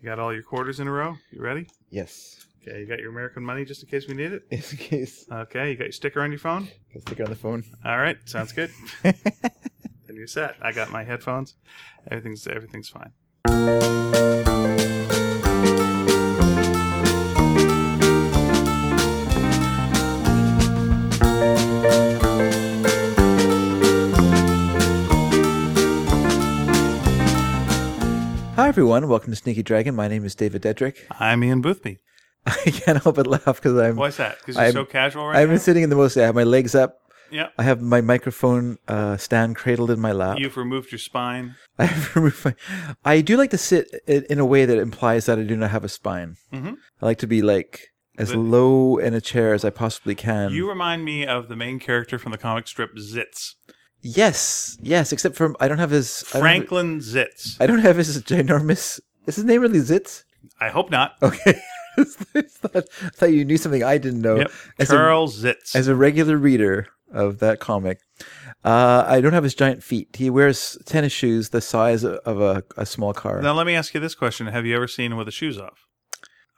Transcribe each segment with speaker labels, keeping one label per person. Speaker 1: You got all your quarters in a row? You ready?
Speaker 2: Yes.
Speaker 1: Okay, you got your American money just in case we need it?
Speaker 2: In case.
Speaker 1: Okay, you got your sticker on your phone?
Speaker 2: Can stick it on the phone.
Speaker 1: All right, sounds good. then you're set. I got my headphones. Everything's everything's fine.
Speaker 2: Hi, everyone. Welcome to Sneaky Dragon. My name is David Dedrick.
Speaker 1: I'm Ian Boothby.
Speaker 2: I can't help but laugh because I'm
Speaker 1: Why's that? Because you're
Speaker 2: I'm-
Speaker 1: so casual right
Speaker 2: I've
Speaker 1: now.
Speaker 2: been sitting in the most. I have my legs up.
Speaker 1: Yeah.
Speaker 2: I have my microphone uh, stand cradled in my lap.
Speaker 1: You've removed your spine.
Speaker 2: I have removed my. I do like to sit i- in a way that implies that I do not have a spine.
Speaker 1: Mhm.
Speaker 2: I like to be like as
Speaker 1: The-
Speaker 2: low in a chair as I possibly can.
Speaker 1: you remind me of the main character from the comic strip Zitz,
Speaker 2: yes, yes. Except for I don't have his I don't have-
Speaker 1: Franklin Zitz.
Speaker 2: I don't have his ginormous. Is his name really Zitz?
Speaker 1: I hope not.
Speaker 2: Okay. I thought, I thought you knew something I didn't know.
Speaker 1: Yep.
Speaker 2: Oh, As, a,
Speaker 1: Charles Zitz.
Speaker 2: as a regular reader of that comic, uh, I don't have his giant feet. He wears tennis shoes the size o- of a, a small car.
Speaker 1: now let me ask you this question: Have you ever seen him with the shoes off?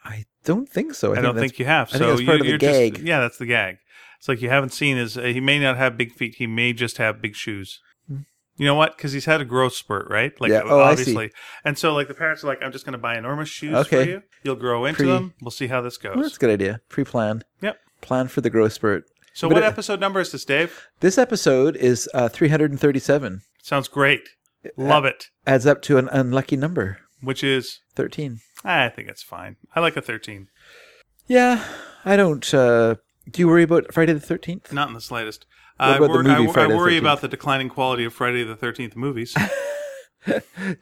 Speaker 2: I don't think so.
Speaker 1: I, don't
Speaker 2: that's-
Speaker 1: think you have.
Speaker 2: I think
Speaker 1: so
Speaker 2: that's part of the
Speaker 1: you, are just
Speaker 2: gag.
Speaker 1: yeah, that's the gag. It's like you haven't seen his. uh, He may not have big feet. He may just have big shoes. You know what? Because he's had a growth spurt, right? Like
Speaker 2: Hmm. Yeah. Oh, I see.
Speaker 1: obviously. And so like the parents are like, I'm just going to buy enormous shoes for
Speaker 2: Okay.
Speaker 1: you. You'll grow into
Speaker 2: Pre-
Speaker 1: them. We'll see how this goes.
Speaker 2: Well, that's a good idea. Pre-plan.
Speaker 1: Yep.
Speaker 2: Plan for the growth spurt.
Speaker 1: so
Speaker 2: but
Speaker 1: what
Speaker 2: it-
Speaker 1: episode number is this, Dave?
Speaker 2: This episode is uh, 337.
Speaker 1: Sounds great. Love it.
Speaker 2: Adds up to an unlucky number,
Speaker 1: Which is
Speaker 2: 13.
Speaker 1: I think it's fine. I like a 13.
Speaker 2: Yeah, I don't. Uh, do you worry about Friday the 13th?
Speaker 1: Not in the slightest.
Speaker 2: What
Speaker 1: I,
Speaker 2: about the
Speaker 1: wor- I
Speaker 2: movie
Speaker 1: wor- I
Speaker 2: Friday the
Speaker 1: worry
Speaker 2: 13th?
Speaker 1: about the declining quality of Friday the 13th movies.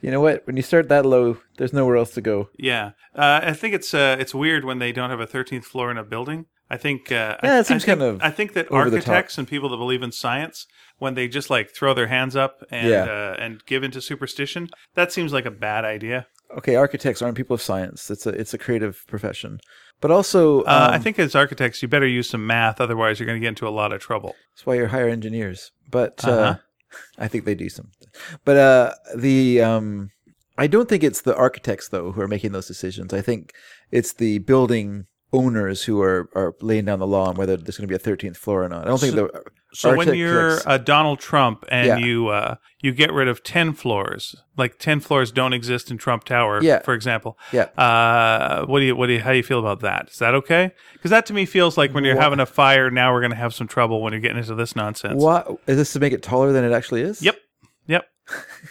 Speaker 2: You know what? When you start that low, there's nowhere else to go.
Speaker 1: Yeah, uh, I think it's uh, it's weird when they don't have a thirteenth floor in a building. I think uh, I-
Speaker 2: Yeah, it seems
Speaker 1: I think,
Speaker 2: kind of
Speaker 1: I think that
Speaker 2: over the top.
Speaker 1: architects and people that believe in science, when they just like throw their hands up and
Speaker 2: Yeah.
Speaker 1: uh, and give into superstition, that seems like a bad idea.
Speaker 2: Okay, architects aren't people of science. It's a it's a creative profession, but also
Speaker 1: Uh, I
Speaker 2: um,
Speaker 1: think as architects, you better use some math, otherwise you're going to get into a lot of trouble.
Speaker 2: that's why you're higher engineers. But uh
Speaker 1: Uh-huh.
Speaker 2: I think they do some. But uh, the um, I don't think it's the architects though who are making those decisions. I think it's the building owners who are are laying down the law on whether there's going to be a 13th floor or not. I don't think the
Speaker 1: So when
Speaker 2: architects-
Speaker 1: you're uh, Donald Trump and
Speaker 2: Yeah.
Speaker 1: you uh, you get rid of ten floors, like ten floors don't exist in Trump Tower,
Speaker 2: Yeah.
Speaker 1: for example.
Speaker 2: Yeah.
Speaker 1: Uh, what do you what do you how do you feel about that? Is that okay? Because that to me feels like when you're having a fire, now we're going to have some trouble when you're getting into this nonsense.
Speaker 2: Why is this to make it taller than it actually is?
Speaker 1: Yep. Yep.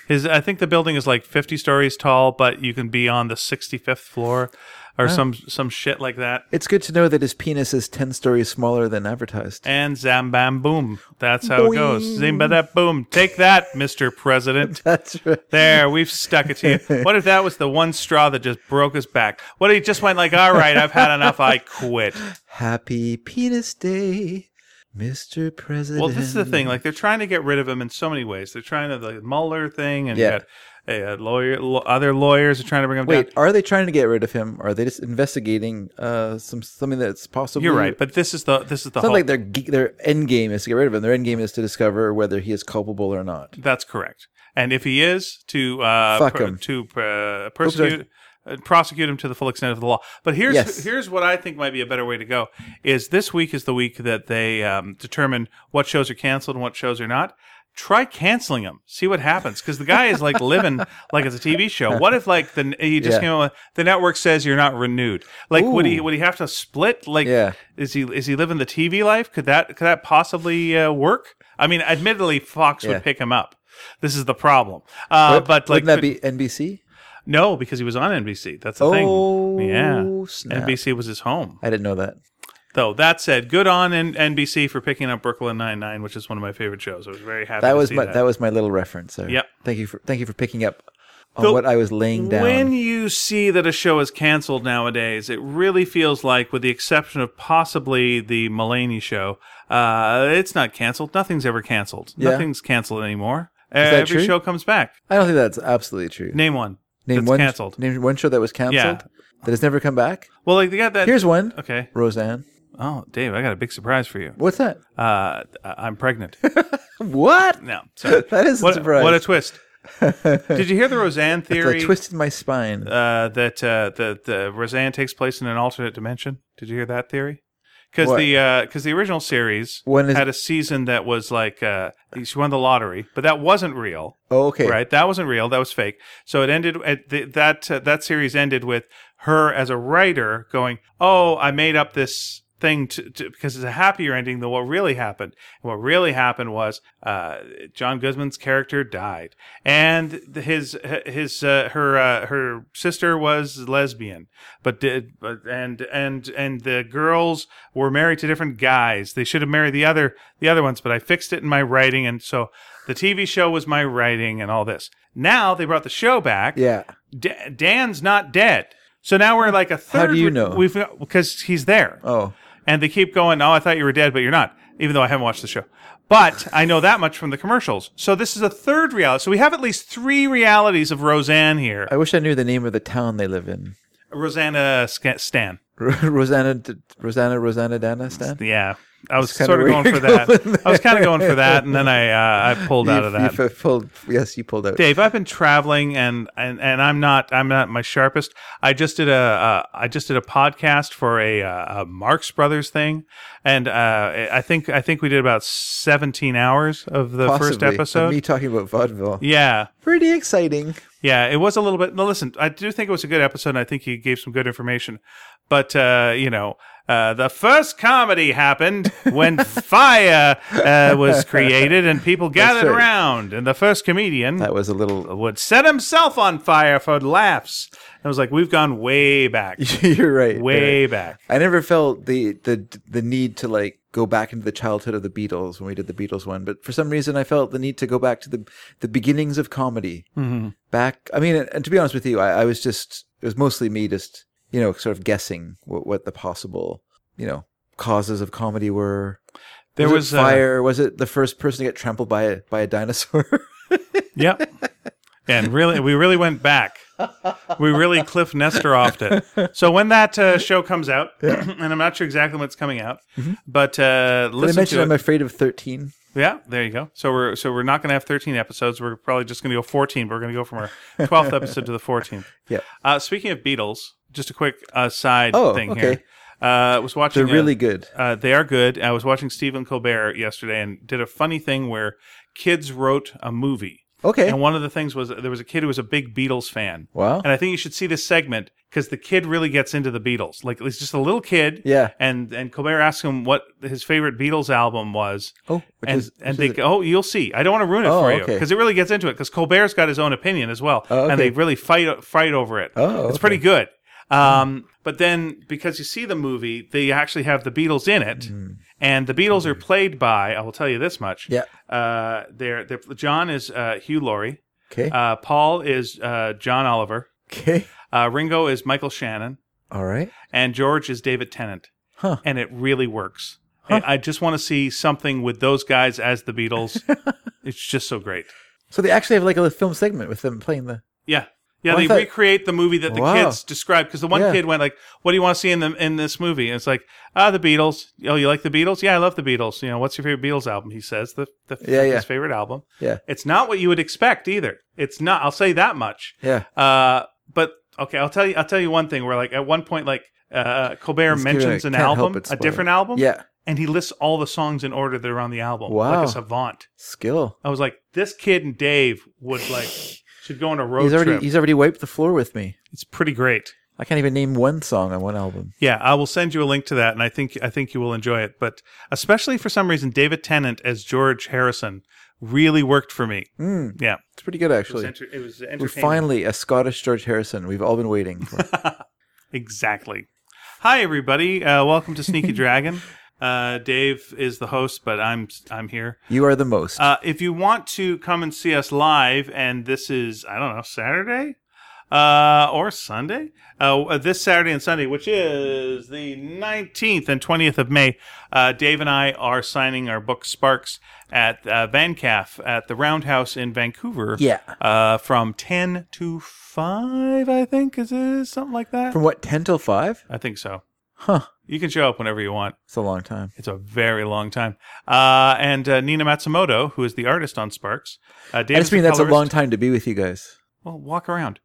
Speaker 1: His I think the building is like 50 stories tall, but you can be on the 65th floor or some some shit like that.
Speaker 2: It's good to know that his penis is 10 stories smaller than advertised.
Speaker 1: And zam bam boom. That's how it goes.
Speaker 2: Boing.
Speaker 1: Zim that boom. Take that, Mr. President.
Speaker 2: That's right.
Speaker 1: There, we've stuck it to you. What if that was the one straw that just broke us back? What if he just went like, "All right, I've had enough. I quit."
Speaker 2: Happy Penis Day, Mr. President.
Speaker 1: Well, this is the thing. Like they're trying to get rid of him in so many ways. They're trying to the Mueller thing, and
Speaker 2: Yeah.
Speaker 1: you got, uh, lawyer, lo- other lawyers are trying to bring him
Speaker 2: Wait,
Speaker 1: down.
Speaker 2: are they trying to get rid of him? Or are they just investigating uh, some something that's possible?
Speaker 1: You're right, but this is the this is the
Speaker 2: It's not
Speaker 1: whole.
Speaker 2: Mm-hmm. like their ge- their end game is to get rid of him. Their end game is to discover whether he is culpable or not.
Speaker 1: That's correct. And if he is to uh,
Speaker 2: Fuck him.
Speaker 1: to uh, persecute. uh, Prosecute him to the full extent of the law. But here's
Speaker 2: Yes.
Speaker 1: here's what I think might be a better way to go: is this week is the week that they um, determine what shows are canceled and what shows are not. Try canceling them, see what happens, because the guy is like living like it's a TV show. What if like the he just
Speaker 2: Yeah.
Speaker 1: came out with, the network says you're not renewed? Like would he
Speaker 2: Ooh.
Speaker 1: would he have to split? Like
Speaker 2: Yeah.
Speaker 1: is he is he living the TV life? Could that could that possibly uh, work? I mean, admittedly, Fox
Speaker 2: Yeah.
Speaker 1: would pick him up. This is the problem. Uh,
Speaker 2: Wou-
Speaker 1: but like,
Speaker 2: wouldn't that be NBC?
Speaker 1: no, because he was on NBC. That's the
Speaker 2: Oh,
Speaker 1: thing. Yeah,
Speaker 2: snap.
Speaker 1: NBC was his home.
Speaker 2: I didn't know that.
Speaker 1: Though that said, good on N- NBC for picking up Brooklyn Nine Nine, which is one of my favorite shows. I was very happy.
Speaker 2: That
Speaker 1: to
Speaker 2: was
Speaker 1: see
Speaker 2: my
Speaker 1: that.
Speaker 2: that. was my little reference. There.
Speaker 1: Yep.
Speaker 2: Thank you for thank you for picking up on
Speaker 1: So
Speaker 2: what I was laying down.
Speaker 1: When you see that a show is canceled nowadays, it really feels like, with the exception of possibly the Mulaney show, uh, it's not canceled. Nothing's ever canceled.
Speaker 2: Yeah.
Speaker 1: Nothing's canceled anymore.
Speaker 2: that
Speaker 1: Every
Speaker 2: true?
Speaker 1: show comes back.
Speaker 2: I don't think that's absolutely true.
Speaker 1: Name one.
Speaker 2: Name
Speaker 1: that's
Speaker 2: one
Speaker 1: canceled.
Speaker 2: Name one show that was canceled
Speaker 1: Yeah.
Speaker 2: that has never come back.
Speaker 1: Well, like they got that.
Speaker 2: Here's one.
Speaker 1: okay.
Speaker 2: Roseanne.
Speaker 1: Oh, Dave, I got a big surprise for you.
Speaker 2: What's that?
Speaker 1: Uh, I- I'm pregnant.
Speaker 2: What?
Speaker 1: No, sorry.
Speaker 2: That is a
Speaker 1: what,
Speaker 2: surprise.
Speaker 1: What a twist. Did you hear the Roseanne
Speaker 2: I
Speaker 1: theory?
Speaker 2: twisted my spine.
Speaker 1: uh, that uh, the the Roseanne takes place in an alternate dimension. Did you hear that theory? Because
Speaker 2: What?
Speaker 1: the because the original series
Speaker 2: When is
Speaker 1: had a season that was like uh, she won the lottery, but that wasn't real,
Speaker 2: oh, okay?
Speaker 1: right? That wasn't real. That was fake. So it ended at the, that uh, that series ended with her as a writer going, "Oh, I made up this." Thing to, to, because it's a happier ending than what really happened. What really happened was uh, John Guzman's character died, and his his uh, her uh, her sister was lesbian, but did but, and and and the girls were married to different guys. They should have married the other the other ones, but I fixed it in my writing, and so the TV show was my writing and all this. Now they brought the show back.
Speaker 2: Yeah.
Speaker 1: D- Dan's not dead, so now we're like a
Speaker 2: How
Speaker 1: third.
Speaker 2: do you know?
Speaker 1: We've because he's there
Speaker 2: Oh,
Speaker 1: and they keep going, "Oh, I thought you were dead, but you're not." Even though I haven't watched the show, but I know that much from the commercials. So this is a third reality. So we have at least three realities of Roseanne here. Uh,
Speaker 2: I wish I knew the name of the town they live in.
Speaker 1: Rosanna Sca- Stan.
Speaker 2: Rosanna, D- Rosanna, Rosanna, Dana, Stan.
Speaker 1: Yeah, I was
Speaker 2: kinda
Speaker 1: sort of
Speaker 2: where
Speaker 1: going
Speaker 2: you're
Speaker 1: for that.
Speaker 2: going
Speaker 1: I was kind of going for that, and then I uh, I pulled out of
Speaker 2: You- you
Speaker 1: that.
Speaker 2: fu- pulled- yes, you pulled out.
Speaker 1: Dave, I've been traveling, and, and and I'm not I'm not my sharpest. I just did a uh, I just did a podcast for a, uh, a Marx Brothers thing, and uh, I think I think we did about 17 hours of the first
Speaker 2: Possibly, of
Speaker 1: episode.
Speaker 2: Me talking about vaudeville.
Speaker 1: Yeah.
Speaker 2: Pretty exciting.
Speaker 1: Yeah, it was a little bit. No, listen, I do think it was a good episode. And I think he gave some good information, but uh, you know, uh, the first comedy happened when fire uh, was created and people gathered
Speaker 2: right.
Speaker 1: around, and the first comedian
Speaker 2: That was a little.
Speaker 1: would set himself on fire for laughs. I was like, we've gone way back,
Speaker 2: You're right. you're right.
Speaker 1: way back.
Speaker 2: I never felt the the the need to like go back into the childhood of the Beatles when we did the Beatles one, but for some reason I felt the need to go back to the the beginnings of comedy. Back, I mean, and to be honest with you, I, I was just it was mostly me just you know sort of guessing what, what the possible you know causes of comedy were.
Speaker 1: There
Speaker 2: it
Speaker 1: was, uh,
Speaker 2: fire. was it the first person to get trampled by a, by a dinosaur?
Speaker 1: Yep. And really, we really went back. We really Cliff Nestor offed it. So when that uh, show comes out, and I'm not sure exactly when it's coming out,
Speaker 2: Mm-hmm.
Speaker 1: but uh,
Speaker 2: Did I
Speaker 1: listen
Speaker 2: mention
Speaker 1: to it.
Speaker 2: I'm afraid of thirteen?
Speaker 1: yeah, there you go. So we're so we're not going to have 13 episodes. We're probably just going to go 14. But we're going to go from our 12th episode to the 14th.
Speaker 2: Yep.
Speaker 1: Uh, speaking of Beatles, just a quick uh, side
Speaker 2: Oh,
Speaker 1: thing
Speaker 2: okay.
Speaker 1: here. Uh, I was watching.
Speaker 2: They're
Speaker 1: a-
Speaker 2: really good.
Speaker 1: uh, they are good. I was watching Stephen Colbert yesterday and did a funny thing where kids wrote a movie.
Speaker 2: Okay.
Speaker 1: And one of the things was there was a kid who was a big Beatles fan.
Speaker 2: Wow.
Speaker 1: And I think you should see this segment because the kid really gets into the Beatles. Like it's just a little kid.
Speaker 2: Yeah.
Speaker 1: And and Colbert asks him what his favorite Beatles album was.
Speaker 2: Oh, which
Speaker 1: and
Speaker 2: is-
Speaker 1: and they
Speaker 2: which is
Speaker 1: go, oh, you'll see. I don't want to ruin it
Speaker 2: Oh,
Speaker 1: for you
Speaker 2: okay.
Speaker 1: because it really gets into it. Because Colbert's got his own opinion as well,
Speaker 2: Oh, okay.
Speaker 1: and they really fight fight over it.
Speaker 2: Oh,
Speaker 1: it's
Speaker 2: okay. Hmm.
Speaker 1: pretty good. Um, but then because you see the movie, they actually have the Beatles in it,
Speaker 2: Hmm.
Speaker 1: and the Beatles are played by I will tell you this much.
Speaker 2: Yeah.
Speaker 1: uh, they're, they're John is uh, Hugh Laurie,
Speaker 2: Okay.
Speaker 1: uh, Paul is uh, John Oliver,
Speaker 2: okay.
Speaker 1: uh, Ringo is Michael Shannon,
Speaker 2: All right.
Speaker 1: and George is David Tennant.
Speaker 2: Huh.
Speaker 1: And it really works. I- I just want to see something with those guys as the Beatles. it's just so great.
Speaker 2: So they actually have like a little film segment with them playing the.
Speaker 1: Yeah. Yeah,
Speaker 2: Well, I
Speaker 1: they
Speaker 2: thought-
Speaker 1: recreate the movie that the
Speaker 2: Wow.
Speaker 1: kids described because the one
Speaker 2: Yeah.
Speaker 1: kid went like, "What do you want to see in the in this movie?" And it's like, "Ah, the Beatles." Oh, you like the Beatles? Yeah, I love the Beatles. You know, what's your favorite Beatles album? He says the, the
Speaker 2: Yeah, yeah.
Speaker 1: his favorite album.
Speaker 2: Yeah.
Speaker 1: It's not what you would expect either. It's not. I'll say that much.
Speaker 2: Yeah.
Speaker 1: Uh, but okay, I'll tell you. I'll tell you one thing. Where like at one point, like uh, Colbert
Speaker 2: Let's give it a-
Speaker 1: mentions an
Speaker 2: can't help
Speaker 1: album,
Speaker 2: but
Speaker 1: a
Speaker 2: spoil
Speaker 1: different
Speaker 2: it.
Speaker 1: album,
Speaker 2: Yeah.
Speaker 1: and he lists all the songs in order that are on the album,
Speaker 2: Wow.
Speaker 1: like a savant.
Speaker 2: Skill.
Speaker 1: I was like, this kid and Dave would like should go on a road
Speaker 2: He's already
Speaker 1: trip.
Speaker 2: he's already wiped the floor with me.
Speaker 1: It's pretty great.
Speaker 2: I can't even name one song on one album.
Speaker 1: Yeah, I will send you a link to that, and I think I think you will enjoy it. But especially for some reason, David Tennant as George Harrison really worked for me.
Speaker 2: Mm,
Speaker 1: Yeah,
Speaker 2: it's pretty good
Speaker 1: Hmm. it was,
Speaker 2: actually.
Speaker 1: enter- it was
Speaker 2: We're
Speaker 1: entertaining.
Speaker 2: finally a Scottish George Harrison. We've all been waiting. For.
Speaker 1: Exactly. Hi, everybody. Uh, welcome to Sneaky Dragon. Uh, Dave is the host, but I'm I'm here.
Speaker 2: you are the most.
Speaker 1: Uh, if you want to come and see us live, and this is I don't know Saturday uh, or Sunday, uh, this Saturday and Sunday, which is the 19th and 20th of May, uh, Dave and I are signing our book Sparks at uh, VanCaf at the Roundhouse in Vancouver.
Speaker 2: Yeah.
Speaker 1: uh, from 10 to 5, I think is it something like that?
Speaker 2: From what ten till five?
Speaker 1: I think so.
Speaker 2: Huh.
Speaker 1: You can show up whenever you want.
Speaker 2: It's a long time.
Speaker 1: It's a very long time. Uh, and uh, Nina Matsumoto, who is the artist on Sparks. Uh,
Speaker 2: I just mean that's a long time to be with you guys.
Speaker 1: Well, walk around.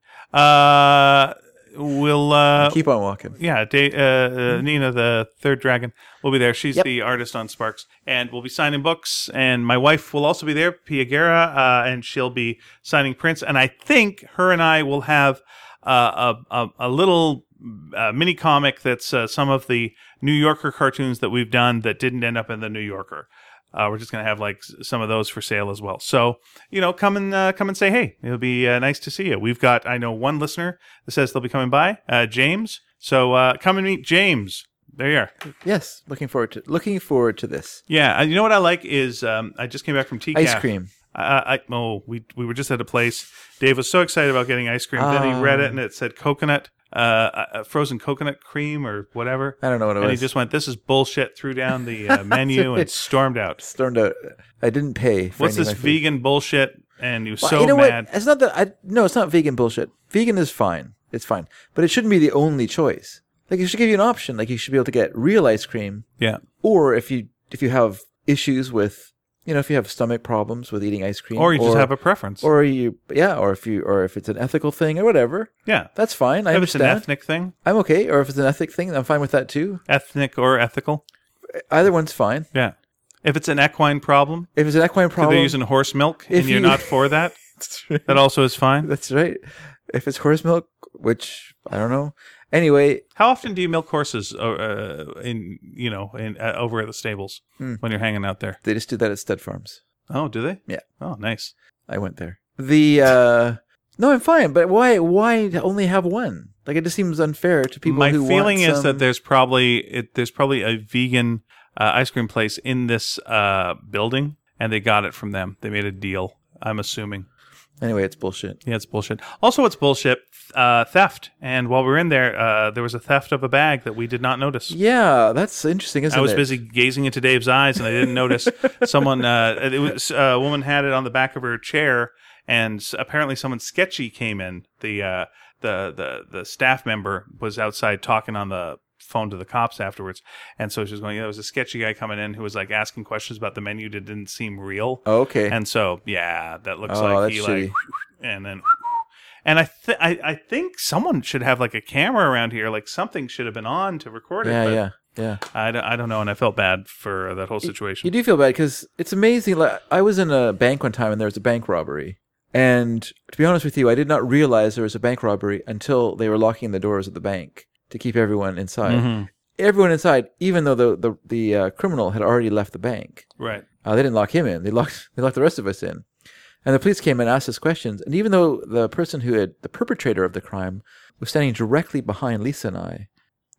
Speaker 1: Uh, we'll uh,
Speaker 2: Keep on walking.
Speaker 1: yeah, da- uh, uh, Nina, the third dragon, will be there. She's
Speaker 2: Yep.
Speaker 1: the artist on Sparks, and we'll be signing books. And my wife will also be there, Pia Guerra, uh, and she'll be signing prints. And I think her and I will have uh, a, a a little uh, mini comic that's uh, some of the New Yorker cartoons that we've done that didn't end up in the New Yorker. Uh, we're just gonna have like s- some of those for sale as well. So you know, come and uh, come and say hey. It'll be uh, nice to see you. We've got I know one listener that says they'll be coming by, uh, James. So uh, come and meet James. There you are.
Speaker 2: Yes, looking forward to looking forward to this.
Speaker 1: Yeah, and you know what I like is um, I just came back from TCAF.
Speaker 2: Ice cream.
Speaker 1: I, I, oh, we we were just at a place. Dave was so excited about getting ice cream. then he read
Speaker 2: Ah.
Speaker 1: it and it said coconut, uh, uh, frozen coconut cream or whatever.
Speaker 2: I don't know what it
Speaker 1: And he
Speaker 2: was.
Speaker 1: just went, "This is bullshit." Threw down the uh, menu and stormed out.
Speaker 2: stormed out. I didn't pay. For
Speaker 1: What's
Speaker 2: any of
Speaker 1: this
Speaker 2: my food.
Speaker 1: vegan bullshit? And he was
Speaker 2: Well,
Speaker 1: so
Speaker 2: you know
Speaker 1: mad.
Speaker 2: what? It's not that I. No, it's not vegan bullshit. Vegan is fine. It's fine, but it shouldn't be the only choice. Like it should give you an option. Like you should be able to get real ice cream,
Speaker 1: Yeah.
Speaker 2: or if you if you have issues with, you know, if you have stomach problems with eating ice cream,
Speaker 1: Or you just have a preference.
Speaker 2: or you yeah, or if you or if it's an ethical thing or whatever,
Speaker 1: yeah.
Speaker 2: that's fine. I
Speaker 1: If it's an
Speaker 2: understand.
Speaker 1: ethnic thing,
Speaker 2: I'm okay. Or if it's an ethic thing, I'm fine with that too.
Speaker 1: ethnic or ethical.
Speaker 2: Either one's fine.
Speaker 1: Yeah. If it's an equine problem,
Speaker 2: If it's an equine
Speaker 1: if
Speaker 2: problem,
Speaker 1: they're using horse milk and
Speaker 2: If
Speaker 1: you're
Speaker 2: you-
Speaker 1: not for that, that also is fine.
Speaker 2: that's right. If it's horse milk, which I don't know. Anyway,
Speaker 1: How often do you milk horses uh, uh, in you know in uh, over at the stables
Speaker 2: Hmm.
Speaker 1: when you're hanging out there?
Speaker 2: they just do that at stud farms.
Speaker 1: Oh, do they?
Speaker 2: Yeah.
Speaker 1: Oh, nice.
Speaker 2: I went there. The uh no, I'm fine. But why? Why only have one? Like it just seems unfair to people.
Speaker 1: My
Speaker 2: who
Speaker 1: feeling
Speaker 2: want
Speaker 1: is that
Speaker 2: some-
Speaker 1: there's probably it, there's probably a vegan uh, ice cream place in this uh, building, and they got it from them. They made a deal. I'm assuming.
Speaker 2: anyway, it's bullshit.
Speaker 1: Yeah, it's bullshit. Also, it's bullshit uh, theft. And while we were in there, uh, there was a theft of a bag that we did not notice.
Speaker 2: Yeah, that's interesting, isn't
Speaker 1: I was
Speaker 2: it?
Speaker 1: busy gazing into Dave's eyes, and I didn't notice someone. Uh, it was a woman had it on the back of her chair, and s- apparently someone sketchy came in. The uh, the the the staff member was outside talking on the phone to the cops afterwards, and so she was going. Yeah, there was a sketchy guy coming in who was like asking questions about the menu that didn't seem real,
Speaker 2: Oh, okay.
Speaker 1: and so yeah, that looks
Speaker 2: Oh,
Speaker 1: like
Speaker 2: that's
Speaker 1: he
Speaker 2: shitty.
Speaker 1: like, and then. And I, th- I I think someone should have like a camera around here, like something should have been on to record it.
Speaker 2: yeah,
Speaker 1: but-
Speaker 2: yeah, yeah.
Speaker 1: I don't, I don't know, and I felt bad for that whole situation.
Speaker 2: You do feel bad because it's amazing. Like I was in a bank one time, and there was a bank robbery. And to be honest with you, I did not realize there was a bank robbery until they were locking the doors of the bank to keep everyone inside.
Speaker 1: Mhm.
Speaker 2: Everyone inside, even though the the, the uh, criminal had already left the bank.
Speaker 1: Right.
Speaker 2: Uh, they didn't lock him in. They locked they locked the rest of us in. And the police came and asked us questions. And even though the person who had the perpetrator of the crime was standing directly behind Lisa and I,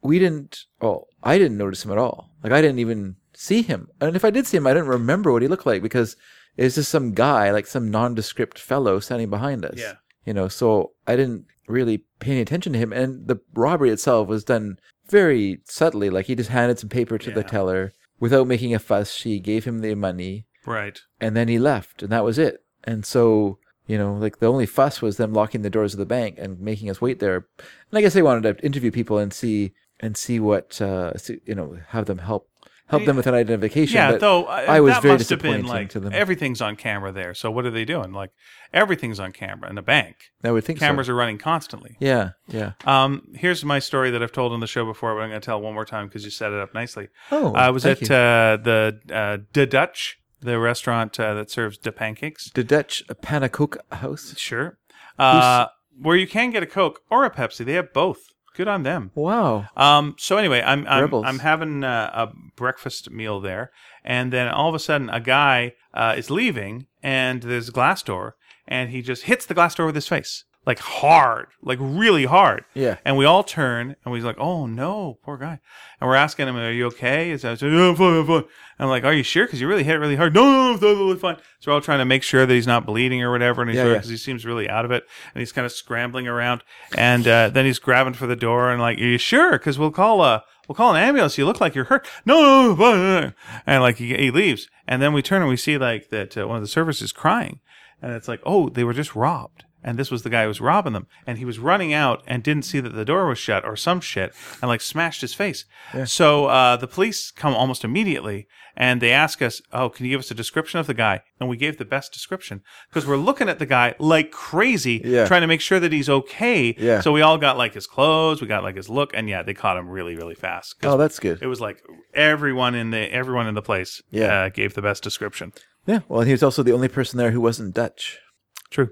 Speaker 2: we didn't. Oh, I didn't notice him at all. Like I didn't even see him. And if I did see him, I didn't remember what he looked like because it was just some guy, like some nondescript fellow, standing behind us.
Speaker 1: Yeah.
Speaker 2: You know, so I didn't really pay any attention to him. And the robbery itself was done very subtly. Like he just handed some paper to the
Speaker 1: Yeah.
Speaker 2: teller without making a fuss. She gave him the money
Speaker 1: Right.
Speaker 2: and then he left, and that was it. And so, you know, like the only fuss was them locking the doors of the bank and making us wait there. And I guess they wanted to interview people and see and see what uh, see, you know, have them help help them with an identification.
Speaker 1: Yeah.
Speaker 2: but
Speaker 1: Though
Speaker 2: I was
Speaker 1: that
Speaker 2: very
Speaker 1: must have been
Speaker 2: disappointing
Speaker 1: like
Speaker 2: to them.
Speaker 1: everything's on camera there. So what are they doing? Like everything's on camera in a bank.
Speaker 2: I would think so.
Speaker 1: Cameras are running constantly.
Speaker 2: Yeah, yeah.
Speaker 1: Um, here's my story that I've told on the show before, but I'm going to tell it one more time because you set it up nicely.
Speaker 2: Oh,
Speaker 1: I was
Speaker 2: thank
Speaker 1: at
Speaker 2: you.
Speaker 1: uh, the uh, De Dutch, the restaurant uh, that serves de pancakes.
Speaker 2: the Dutch Panacook House.
Speaker 1: Sure. Uh, where you can get a Coke or a Pepsi. They have both. Good on them.
Speaker 2: Wow.
Speaker 1: Um, so anyway, I'm I'm,
Speaker 2: Rebels.
Speaker 1: I'm having uh, a breakfast meal there, and then all of a sudden, a guy uh, is leaving, and there's a glass door, and he just hits the glass door with his face, like hard, like really hard.
Speaker 2: Yeah.
Speaker 1: And we all turn, and we're like, "Oh no, poor guy!" And we're asking him, "Are you okay?" Is I was like, "Yeah, I'm fine, I'm fine." I'm like, "Are you sure?" Because you really hit it really hard. No, no, no, I'm totally fine. So we're all trying to make sure that he's not bleeding or whatever, and he's
Speaker 2: Yeah,
Speaker 1: because
Speaker 2: yeah.
Speaker 1: he seems really out of it, and he's kind of scrambling around, and uh, then he's grabbing for the door and like, "Are you sure?" Because we'll call a we'll call an ambulance. You look like you're hurt. No, no, no, no, no." and like he, he leaves, and then we turn and we see like that uh, one of the servers is crying, and it's like, "Oh, they were just robbed." and this was the guy who was robbing them, and he was running out and didn't see that the door was shut or some shit, and like smashed his face. So uh, the police come almost immediately, and they ask us, "Oh, can you give us a description of the guy?" And we gave the best description because we're looking at the guy like crazy,
Speaker 2: Yeah.
Speaker 1: trying to make sure that he's okay.
Speaker 2: Yeah.
Speaker 1: So we all got like his clothes, we got like his look, and yeah, they caught him really, really fast. 'cause
Speaker 2: Oh, that's good.
Speaker 1: it was like everyone in the everyone in the place
Speaker 2: Yeah.
Speaker 1: uh, gave the best description.
Speaker 2: Yeah. Well, and he was also the only person there who wasn't Dutch.
Speaker 1: True.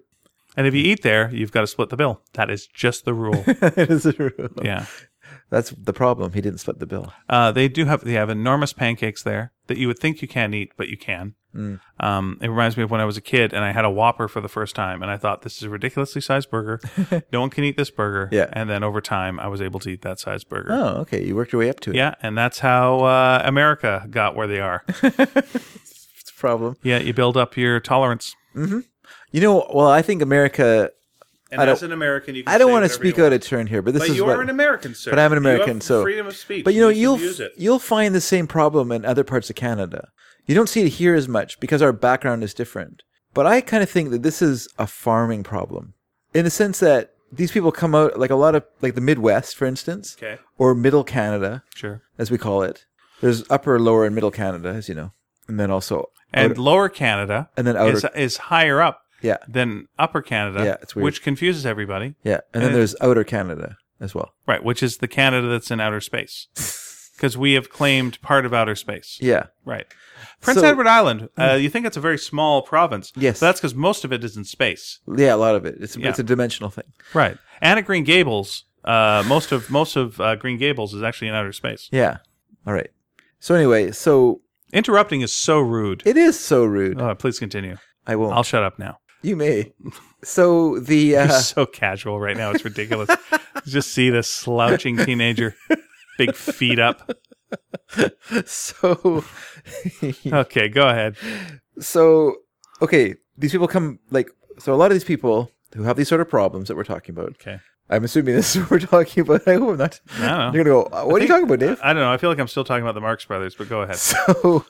Speaker 1: And if you eat there, you've got to split the bill. That is just the rule.
Speaker 2: It is a rule.
Speaker 1: yeah.
Speaker 2: That's the problem. He didn't split the bill.
Speaker 1: Uh, they do have they have enormous pancakes there that you would think you can't eat, but you can.
Speaker 2: Mm.
Speaker 1: Um, it reminds me of when I was a kid and I had a Whopper for the first time, and I thought this is a ridiculously sized burger. no one can eat this burger.
Speaker 2: Yeah.
Speaker 1: And then over time, I was able to eat that size burger.
Speaker 2: Oh, okay. You worked your way up to it.
Speaker 1: Yeah, and that's how uh, America got where they are.
Speaker 2: It's a problem.
Speaker 1: yeah, you build up your tolerance.
Speaker 2: You know, well, I think America.
Speaker 1: And
Speaker 2: I don't-
Speaker 1: as an American, you can
Speaker 2: I don't
Speaker 1: say
Speaker 2: want to
Speaker 1: whatever you
Speaker 2: speak out of turn here, but this
Speaker 1: But
Speaker 2: is
Speaker 1: you
Speaker 2: what.
Speaker 1: are an American, sir.
Speaker 2: but I'm an
Speaker 1: You have
Speaker 2: American, so
Speaker 1: freedom of speech.
Speaker 2: But you know,
Speaker 1: should
Speaker 2: you'll
Speaker 1: use it.
Speaker 2: you'll find the same problem in other parts of Canada. You don't see it here as much because our background is different. But I kind of think that this is a farming problem in the sense that these people come out like a lot of like the Midwest, for instance,
Speaker 1: Okay.
Speaker 2: or Middle Canada,
Speaker 1: Sure.
Speaker 2: as we call it. There's upper, lower, and middle Canada, as you know, and then also
Speaker 1: And Lower Canada
Speaker 2: And then outer-
Speaker 1: is, is higher up
Speaker 2: yeah,
Speaker 1: than Upper Canada,
Speaker 2: Yeah, it's weird.
Speaker 1: which confuses everybody.
Speaker 2: yeah, and then
Speaker 1: And-
Speaker 2: there's outer Canada as well.
Speaker 1: Right, which is the Canada that's in outer space. Because we have claimed part of outer space.
Speaker 2: Yeah,
Speaker 1: Right. Prince
Speaker 2: So- Mm.
Speaker 1: Edward Island, uh, you think it's a very small province.
Speaker 2: Yes.
Speaker 1: But that's because most of it is in space.
Speaker 2: yeah, a lot of it. It's
Speaker 1: Yeah.
Speaker 2: it's a dimensional thing.
Speaker 1: Right. And at Green Gables, uh, most of most of uh, Green Gables is actually in outer space.
Speaker 2: Yeah. All right. So anyway, so
Speaker 1: Interrupting is so rude.
Speaker 2: it is so rude.
Speaker 1: Uh, please continue.
Speaker 2: I won't.
Speaker 1: I'll shut up now.
Speaker 2: You may. So the
Speaker 1: You're
Speaker 2: uh,
Speaker 1: so casual right now. It's ridiculous. Just see this slouching teenager, big feet up.
Speaker 2: so
Speaker 1: Okay, go ahead.
Speaker 2: so okay. These people come like so. A lot of these people who have these sort of problems that we're talking about.
Speaker 1: Okay.
Speaker 2: I'm assuming this is what we're talking about. I hope I'm not.
Speaker 1: I don't know.
Speaker 2: You're gonna go. What are you talking about, Dave?
Speaker 1: I don't know. I feel like I'm still talking about the Marx Brothers, but go ahead.
Speaker 2: So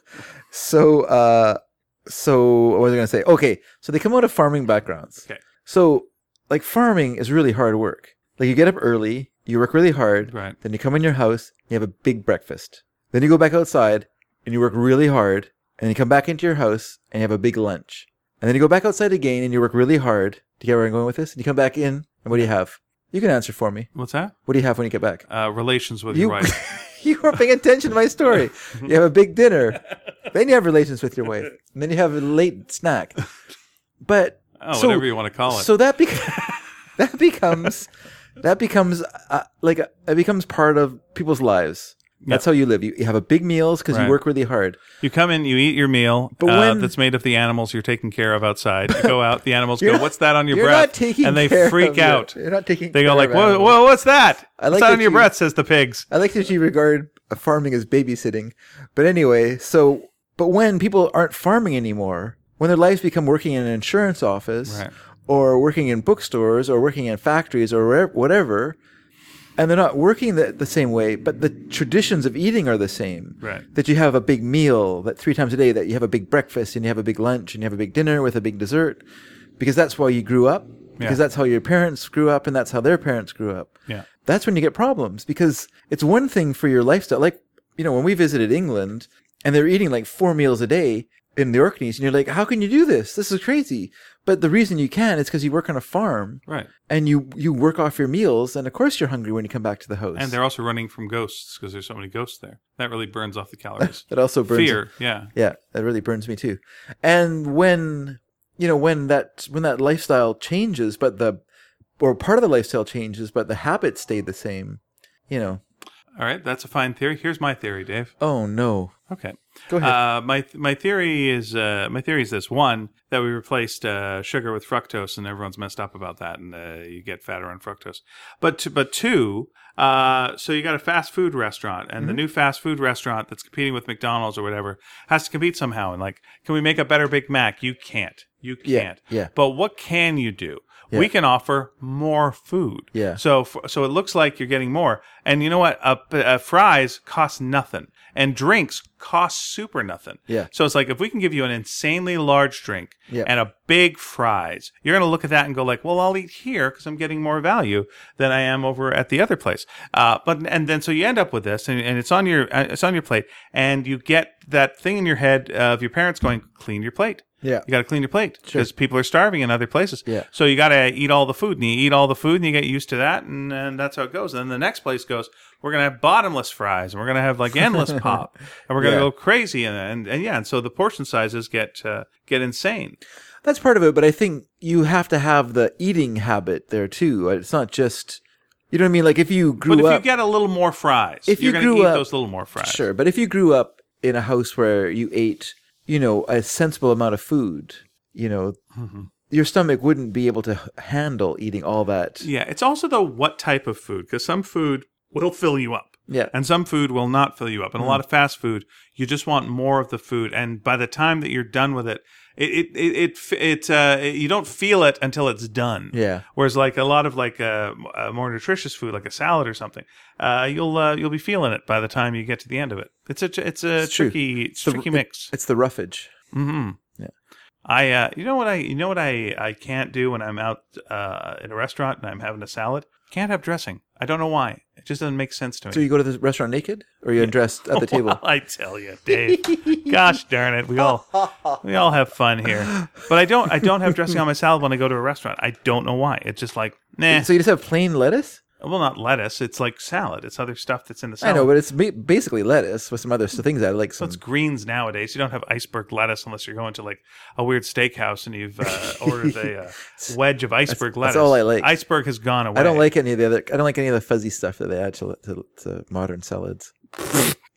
Speaker 2: so uh so what was I gonna say? Okay. So they come out of farming backgrounds.
Speaker 1: Okay.
Speaker 2: So like farming is really hard work. Like you get up early, you work really hard,
Speaker 1: Right.
Speaker 2: Then you come in your house, you have a big breakfast. Then you go back outside and you work really hard. And you come back into your house and you have a big lunch. And then you go back outside again and you work really hard. Do you get where I'm going with this? And you come back in and what do you have? You can answer for me.
Speaker 1: What's that?
Speaker 2: What do you have when you get back?
Speaker 1: Uh, relations with
Speaker 2: You,
Speaker 1: your wife.
Speaker 2: you weren't paying attention to my story. You have a big dinner. Then you have relations with your wife. And then you have a late snack. But
Speaker 1: Oh,
Speaker 2: So-
Speaker 1: whatever you want to call it.
Speaker 2: so that bec- that becomes that becomes uh, like uh, it becomes part of people's lives. That's how you live. You, you have a big meals because
Speaker 1: Right.
Speaker 2: you work really hard.
Speaker 1: you come in, you eat your meal
Speaker 2: But
Speaker 1: uh,
Speaker 2: when-
Speaker 1: that's made of the animals you're taking care of outside. You go out, the animals go,
Speaker 2: not-
Speaker 1: "What's that on your
Speaker 2: You're
Speaker 1: breath?"
Speaker 2: not taking
Speaker 1: and they
Speaker 2: care
Speaker 1: freak
Speaker 2: of your-
Speaker 1: out.
Speaker 2: you're not taking.
Speaker 1: They
Speaker 2: care
Speaker 1: go like,
Speaker 2: of
Speaker 1: "Whoa,
Speaker 2: animals.
Speaker 1: whoa, what's that?"
Speaker 2: I
Speaker 1: What's
Speaker 2: like
Speaker 1: that
Speaker 2: that
Speaker 1: on your
Speaker 2: you-
Speaker 1: breath? Says the pigs.
Speaker 2: I like that you regard uh, farming as babysitting, but anyway, so but when people aren't farming anymore, when their lives become working in an insurance office
Speaker 1: Right.
Speaker 2: or working in bookstores or working in factories or where- whatever, and they're not working the, the same way, but the traditions of eating are the same.
Speaker 1: Right.
Speaker 2: That you have a big meal, that three times a day, that you have a big breakfast and you have a big lunch and you have a big dinner with a big dessert, because that's why you grew up, because that's how your parents grew up and that's how their parents grew up
Speaker 1: Yeah.
Speaker 2: that's when you get problems because it's one thing for your lifestyle. Like, you know, when we visited England and they're eating like four meals a day in the Orkneys, and you're like, how can you do this? This is crazy. But the reason you can is because you work on a farm
Speaker 1: Right.
Speaker 2: and you, you work off your meals. And of course you're hungry when you come back to the house.
Speaker 1: And they're also running from ghosts because there's so many ghosts there. That really burns off the calories.
Speaker 2: that also burns
Speaker 1: Fear, yeah.
Speaker 2: Yeah, that really burns me too. And when you know when that when that lifestyle changes, but the or part of the lifestyle changes, but the habits stay the same. You know,
Speaker 1: All right, that's a fine theory. Here's my theory, Dave.
Speaker 2: oh no,
Speaker 1: Okay.
Speaker 2: go ahead.
Speaker 1: Uh, my my theory is uh, my theory is this one that we replaced uh, sugar with fructose and everyone's messed up about that and uh, you get fatter on fructose. But t- but two, uh, so you got a fast food restaurant and the
Speaker 2: Mm-hmm.
Speaker 1: new fast food restaurant that's competing with McDonald's or whatever has to compete somehow and like can we make a better Big Mac? You can't. You
Speaker 2: Yeah,
Speaker 1: can't.
Speaker 2: yeah.
Speaker 1: But what can you do?
Speaker 2: Yeah.
Speaker 1: We can offer more food.
Speaker 2: Yeah.
Speaker 1: So f- so it looks like you're getting more. And you know what? A, p- a fries costs nothing. and drinks cost super nothing.
Speaker 2: Yeah.
Speaker 1: So it's like if we can give you an insanely large drink
Speaker 2: Yeah.
Speaker 1: and a big fries, you're going to look at that and go like, "Well, I'll eat here because I'm getting more value than I am over at the other place." Uh, but and then so you end up with this, and, and it's on your uh, it's on your plate, and you get that thing in your head of your parents going, "Clean your plate."
Speaker 2: Yeah.
Speaker 1: You got to clean your plate because people are starving in other places.
Speaker 2: Yeah.
Speaker 1: So you got to eat all the food, and you eat all the food, and you get used to that, and, and that's how it goes. And then the next place goes, we're gonna have bottomless fries, and we're gonna have like endless pop, and we're gonna
Speaker 2: Yeah.
Speaker 1: go crazy, and, and and yeah, and so the portion sizes get uh, get insane.
Speaker 2: That's part of it, but I think you have to have the eating habit there too. It's not just you know what I mean. Like if you grew
Speaker 1: But if
Speaker 2: up,
Speaker 1: you get a little more fries,
Speaker 2: If
Speaker 1: you're
Speaker 2: you
Speaker 1: gonna
Speaker 2: grew
Speaker 1: eat
Speaker 2: up-
Speaker 1: those little more fries.
Speaker 2: Sure, but if you grew up in a house where you ate, you know, a sensible amount of food, you know,
Speaker 1: Mm-hmm.
Speaker 2: your stomach wouldn't be able to h- handle eating all that.
Speaker 1: Yeah, it's also though what type of food because some food will fill you up.
Speaker 2: Yeah.
Speaker 1: And some food will not fill you up. And
Speaker 2: Hmm.
Speaker 1: a lot of fast food, you just want more of the food. And by the time that you're done with it, it it it it, it uh, you don't feel it until it's done.
Speaker 2: Yeah.
Speaker 1: Whereas like a lot of like uh, m- uh, more nutritious food, like a salad or something, uh, you'll uh, you'll be feeling it by the time you get to the end of it. It's a tr- it's a
Speaker 2: It's true.
Speaker 1: tricky it's
Speaker 2: the-
Speaker 1: tricky mix.
Speaker 2: It's the roughage.
Speaker 1: hmm
Speaker 2: Yeah.
Speaker 1: I uh, you know what I you know what I I can't do when I'm out uh, in a restaurant and I'm having a salad. Can't have dressing. I don't know why. It just doesn't make sense to me.
Speaker 2: So you go to the restaurant naked, or you're undressed at the table.
Speaker 1: Well, I tell you, Dave. Gosh darn it, we all we all have fun here. But I don't I don't have dressing on my salad when I go to a restaurant. I don't know why. It's just like nah.
Speaker 2: So you just have plain lettuce.
Speaker 1: well, not lettuce. It's like salad. It's other stuff that's in the
Speaker 2: I
Speaker 1: salad.
Speaker 2: know, but it's ba- basically lettuce with some other s- things I like. Some
Speaker 1: it's greens nowadays. You don't have iceberg lettuce unless you're going to like a weird steakhouse and you've uh, ordered a uh, wedge of iceberg lettuce.
Speaker 2: that's all I like.
Speaker 1: Iceberg has gone away.
Speaker 2: I don't like any of the other. I don't like any of the fuzzy stuff that they add to, to, to modern salads.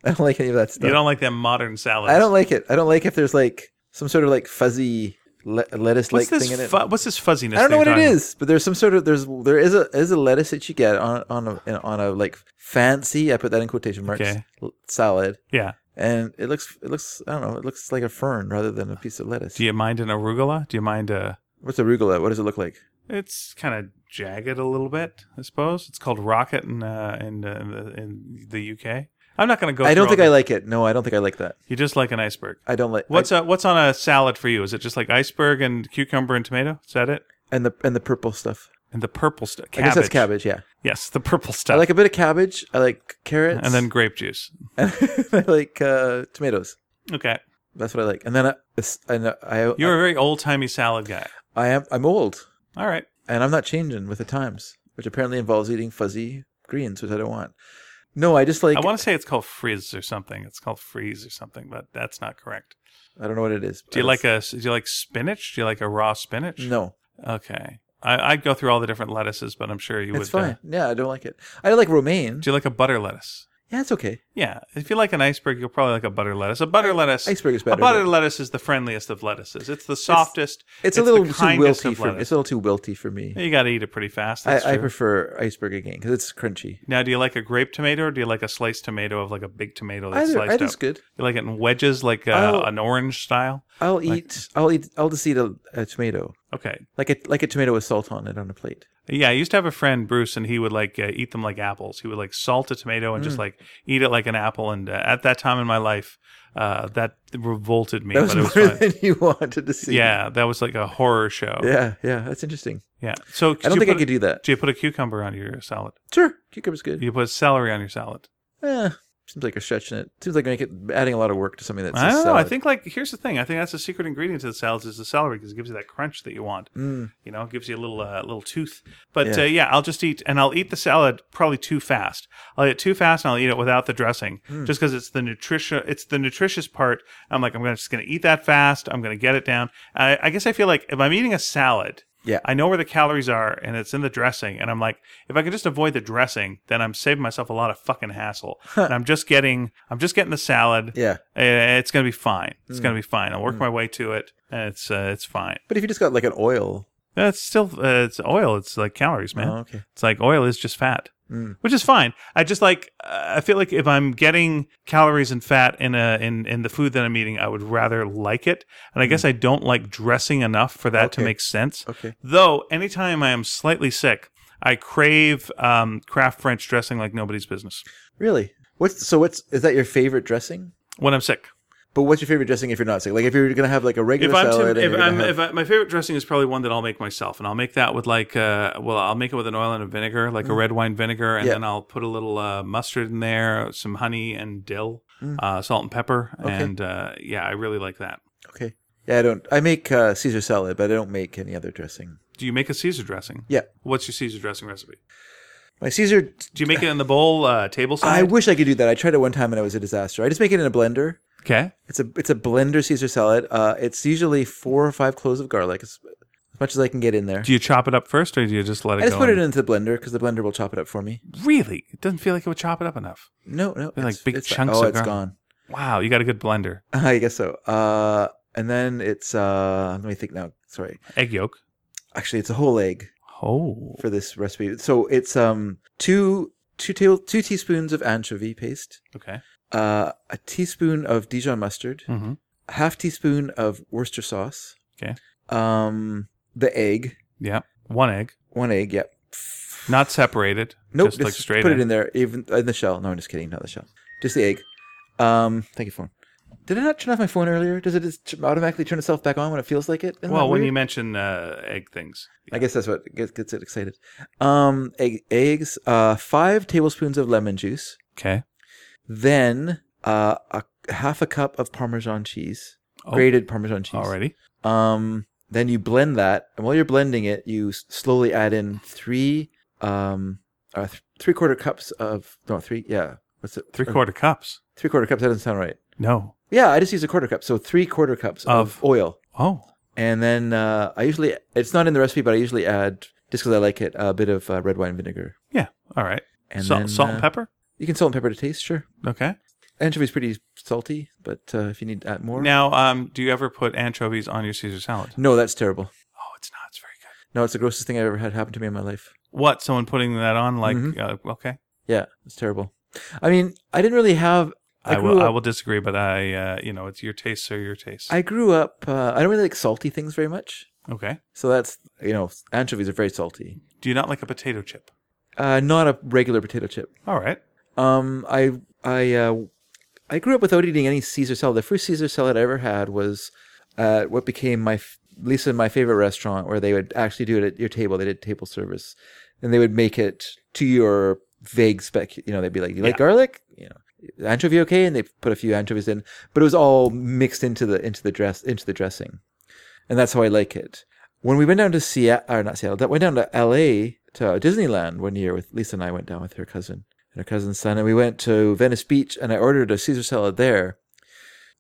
Speaker 2: I don't like any of that stuff.
Speaker 1: You don't like that modern salad.
Speaker 2: I don't like it. I don't like if there's like some sort of like fuzzy le- lettuce
Speaker 1: What's
Speaker 2: like thing
Speaker 1: this?
Speaker 2: in it.
Speaker 1: fu- what's this fuzziness?
Speaker 2: I don't know
Speaker 1: that you're
Speaker 2: what it
Speaker 1: talking
Speaker 2: is, but there's some sort of there's there is a is a lettuce that you get on on a in- on a like fancy. I put that in quotation marks
Speaker 1: Okay.
Speaker 2: l- salad,
Speaker 1: about? Yeah.
Speaker 2: and it looks it looks I don't know it looks like a fern rather than a piece of lettuce.
Speaker 1: Do you mind an arugula? Do you mind a?
Speaker 2: What's arugula? What does it look like?
Speaker 1: It's kind of jagged a little bit, I suppose. It's called rocket in uh, in, uh, in the- in the UK. I'm not going to go.
Speaker 2: I don't
Speaker 1: through
Speaker 2: think
Speaker 1: all
Speaker 2: I
Speaker 1: the-
Speaker 2: like it. No, I don't think I like that.
Speaker 1: You just like an iceberg.
Speaker 2: I don't like I-
Speaker 1: What's uh what's on a salad for you? Is it just like iceberg and cucumber and tomato? Is that it?
Speaker 2: and the and the purple stuff.
Speaker 1: And the purple stuff.
Speaker 2: I guess that's cabbage. Yeah,
Speaker 1: Yes, the purple
Speaker 2: I
Speaker 1: stuff.
Speaker 2: like a bit of cabbage. I like carrots,
Speaker 1: and then grape juice.
Speaker 2: I like uh, tomatoes.
Speaker 1: Okay,
Speaker 2: That's what I like. And then I, this- I, know- I,
Speaker 1: you're a very old timey salad guy.
Speaker 2: I am I'm old,
Speaker 1: All right.
Speaker 2: and I'm not changing with the times, which apparently involves eating fuzzy greens, which I don't want. No, I just like
Speaker 1: I want to say it's called frizz or something. It's called freeze or something, but that's not correct.
Speaker 2: I don't know what it is.
Speaker 1: Do you like a? Do you like spinach? Do you like a raw spinach?
Speaker 2: No,
Speaker 1: Okay. I, I'd go through all the different lettuces, but I'm sure you
Speaker 2: it's
Speaker 1: would. uh,
Speaker 2: fine. yeah, I don't like it. I like romaine.
Speaker 1: do you like a butter lettuce?
Speaker 2: Yeah, it's okay.
Speaker 1: Yeah. If you like an iceberg, you'll probably like a butter lettuce. A butter lettuce.
Speaker 2: Iceberg is
Speaker 1: A
Speaker 2: better.
Speaker 1: butter
Speaker 2: but
Speaker 1: lettuce is the friendliest of lettuces. It's the softest.
Speaker 2: it's a
Speaker 1: the
Speaker 2: little too
Speaker 1: kindest
Speaker 2: wilty
Speaker 1: of
Speaker 2: for me. It's
Speaker 1: lettuce.
Speaker 2: a little too wilty for me.
Speaker 1: You got to eat it pretty fast. That's
Speaker 2: I, I
Speaker 1: true.
Speaker 2: prefer iceberg again because it's crunchy.
Speaker 1: now, do you like a grape tomato or do you like a sliced tomato of like a big tomato that's
Speaker 2: Either,
Speaker 1: sliced
Speaker 2: either's
Speaker 1: up?
Speaker 2: good.
Speaker 1: You like it in wedges, like uh,
Speaker 2: I'll-
Speaker 1: an orange style?
Speaker 2: I'll
Speaker 1: Like-
Speaker 2: eat. I'll eat. I'll just eat a, a tomato,
Speaker 1: Okay.
Speaker 2: like a like a tomato with salt on it on a plate.
Speaker 1: Yeah, I used to have a friend, Bruce, and he would like uh, eat them like apples. He would like salt a tomato and
Speaker 2: Mm.
Speaker 1: just like eat it like an apple. And uh, at that time in my life, uh, that revolted me.
Speaker 2: That was
Speaker 1: but it
Speaker 2: more
Speaker 1: was fun.
Speaker 2: than you wanted to see.
Speaker 1: Yeah, that was like a horror show. Yeah.
Speaker 2: Yeah, yeah, that's interesting.
Speaker 1: So
Speaker 2: I don't think I could
Speaker 1: could.
Speaker 2: do that.
Speaker 1: Do you put a cucumber on your salad?
Speaker 2: Sure, cucumber's
Speaker 1: Do
Speaker 2: good.
Speaker 1: you put celery on your salad?
Speaker 2: Eh, seems like you're stretching it. Seems like you're making- adding a lot of work to something that's.
Speaker 1: Oh, I
Speaker 2: a
Speaker 1: don't know. I
Speaker 2: salad.
Speaker 1: think like here's the thing. I think that's the secret ingredient to the salads is the celery because it gives you that crunch that you want.
Speaker 2: Mm,
Speaker 1: You know, it gives you a little uh, little tooth. But
Speaker 2: Yeah.
Speaker 1: Uh, yeah, I'll just eat and I'll eat the salad probably too fast. I'll eat it too fast and I'll eat it without the dressing
Speaker 2: Hmm.
Speaker 1: just because it's the nutrition. It's the nutritious part. I'm like I'm gonna, just going to eat that fast. I'm going to get it down. I, I guess I feel like if I'm eating a salad.
Speaker 2: Yeah.
Speaker 1: I know where the calories are and it's in the dressing. And I'm like, if I can just avoid the dressing, then I'm saving myself a lot of fucking hassle. and I'm just getting, I'm just getting the salad.
Speaker 2: yeah, Hmm.
Speaker 1: Eh, It's gonna be fine. It's gonna be fine. I'll work my way to it, and it's uh, it's fine.
Speaker 2: but if you just got like an oil.
Speaker 1: That's still uh, it's oil. It's like calories, man.
Speaker 2: Oh, okay.
Speaker 1: It's like oil is just fat,
Speaker 2: Mm.
Speaker 1: which is fine. I just like uh, I feel like if I'm getting calories and fat in a in in the food that I'm eating, I would rather like it. And I guess I don't like dressing enough for that to
Speaker 2: Mm. Okay.
Speaker 1: make sense.
Speaker 2: Okay.
Speaker 1: Though anytime I am slightly sick, I crave um, craft French dressing like nobody's business.
Speaker 2: Really? What's so? What's is that your favorite dressing?
Speaker 1: when I'm sick.
Speaker 2: But what's your favorite dressing if you're not sick? Like if you're gonna have like a regular
Speaker 1: If I'm,
Speaker 2: salad,
Speaker 1: Tim,
Speaker 2: and
Speaker 1: if
Speaker 2: you're gonna
Speaker 1: I'm
Speaker 2: have-
Speaker 1: if I, my favorite dressing is probably one that I'll make myself, and I'll make that with like uh, well, I'll make it with an oil and a vinegar, like a red wine vinegar, and
Speaker 2: Mm. Yeah.
Speaker 1: then I'll put a little uh, mustard in there, some honey and dill,
Speaker 2: Mm.
Speaker 1: uh, salt and pepper, and uh, yeah, I really like that.
Speaker 2: okay, yeah, I don't. I make uh, Caesar salad, but I don't make any other dressing.
Speaker 1: Do you make a Caesar dressing?
Speaker 2: Yeah,
Speaker 1: What's your Caesar dressing recipe?
Speaker 2: my Caesar.
Speaker 1: Do you make it in the bowl uh, table
Speaker 2: I
Speaker 1: side?
Speaker 2: wish I could do that. I tried it one time and it was a disaster. I just make it in a blender.
Speaker 1: okay.
Speaker 2: It's a it's a blender Caesar salad. Uh, it's usually four or five cloves of garlic, as, as much as I can get in there.
Speaker 1: Do you chop it up first, or do you just let it
Speaker 2: I just
Speaker 1: go?
Speaker 2: put it
Speaker 1: in-
Speaker 2: into the blender because the blender will chop it up for me.
Speaker 1: Really, it doesn't feel like it would chop it up enough.
Speaker 2: No, no,
Speaker 1: They're like
Speaker 2: it's-
Speaker 1: big
Speaker 2: it's-
Speaker 1: chunks
Speaker 2: Oh,
Speaker 1: of
Speaker 2: it's
Speaker 1: garlic.
Speaker 2: gone.
Speaker 1: Wow, you got a good blender.
Speaker 2: I guess so. Uh, and then it's uh, let me think now. Sorry,
Speaker 1: Egg yolk.
Speaker 2: actually, it's a whole egg
Speaker 1: Oh,
Speaker 2: for this recipe. So it's um two two ta- two teaspoons of anchovy paste,
Speaker 1: okay.
Speaker 2: uh, a teaspoon of Dijon mustard,
Speaker 1: hmm
Speaker 2: a half teaspoon of Worcester sauce.
Speaker 1: Okay.
Speaker 2: Um, the egg,
Speaker 1: Yeah, one egg.
Speaker 2: one egg. Yep.
Speaker 1: Not separated.
Speaker 2: Nope.
Speaker 1: Just like straight
Speaker 2: put
Speaker 1: in.
Speaker 2: it in there, even in the shell. No, I'm just kidding. Not the shell. Just the egg. Um, thank you, phone. Did I not turn off my phone earlier? Does it just t- automatically turn itself back on when it feels like it? Isn't
Speaker 1: Well,
Speaker 2: that
Speaker 1: when
Speaker 2: weird?
Speaker 1: you mention uh, egg things,
Speaker 2: I guess that's what gets, gets it excited. Um, egg, eggs, uh, five tablespoons of lemon juice,
Speaker 1: okay.
Speaker 2: then uh, a half a cup of Parmesan cheese,
Speaker 1: Oh.
Speaker 2: grated Parmesan cheese.
Speaker 1: Alrighty.
Speaker 2: Um, then you blend that, and while you're blending it, you s- slowly add in three, um, uh, th- three quarter cups of no three, yeah, what's it?
Speaker 1: Three quarter cups.
Speaker 2: Three quarter cups. That doesn't sound right.
Speaker 1: No.
Speaker 2: Yeah, I just use a quarter cup, so three quarter cups of,
Speaker 1: Of-
Speaker 2: oil,
Speaker 1: Oh.
Speaker 2: and then uh, I usually it's not in the recipe, but I usually add just because I like it a bit of uh, red wine vinegar.
Speaker 1: Yeah. All right.
Speaker 2: And
Speaker 1: salt,
Speaker 2: then,
Speaker 1: salt
Speaker 2: uh,
Speaker 1: and pepper.
Speaker 2: You can salt and pepper to taste, sure.
Speaker 1: Okay.
Speaker 2: Anchovy's pretty salty, but uh, if you need to add more,
Speaker 1: Now, um, do you ever put anchovies on your Caesar salad?
Speaker 2: no, that's terrible.
Speaker 1: Oh, it's not. It's very good.
Speaker 2: No, it's the grossest thing I've ever had happen to me in my life.
Speaker 1: What? Someone putting that on? Like,
Speaker 2: Mm-hmm.
Speaker 1: uh, okay.
Speaker 2: Yeah, it's terrible. I mean, I didn't really have. I,
Speaker 1: I
Speaker 2: grew
Speaker 1: will.
Speaker 2: up.
Speaker 1: I will disagree, but I, uh, you know, it's your tastes are your tastes.
Speaker 2: I grew up. Uh, I don't really like salty things very much.
Speaker 1: okay.
Speaker 2: So that's you know, anchovies are very salty.
Speaker 1: Do you not like a potato chip?
Speaker 2: Uh, not a regular potato chip.
Speaker 1: All right.
Speaker 2: Um, I I uh, I grew up without eating any Caesar salad. The first Caesar salad I ever had was at what became my f- Lisa and my favorite restaurant, where they would actually do it at your table. They did table service, and they would make it to your vague spec. You know, they'd be like, "Do you like garlic?" You know, anchovy okay, and they put a few anchovies in, but it was all mixed into the into the dress into the dressing, and that's how I like it. When we went down to Seattle, or not Seattle, that went down to L.A. to Disneyland one year with Lisa and I went down with her cousin and her cousin's son, and we went to Venice Beach, and I ordered a Caesar salad there.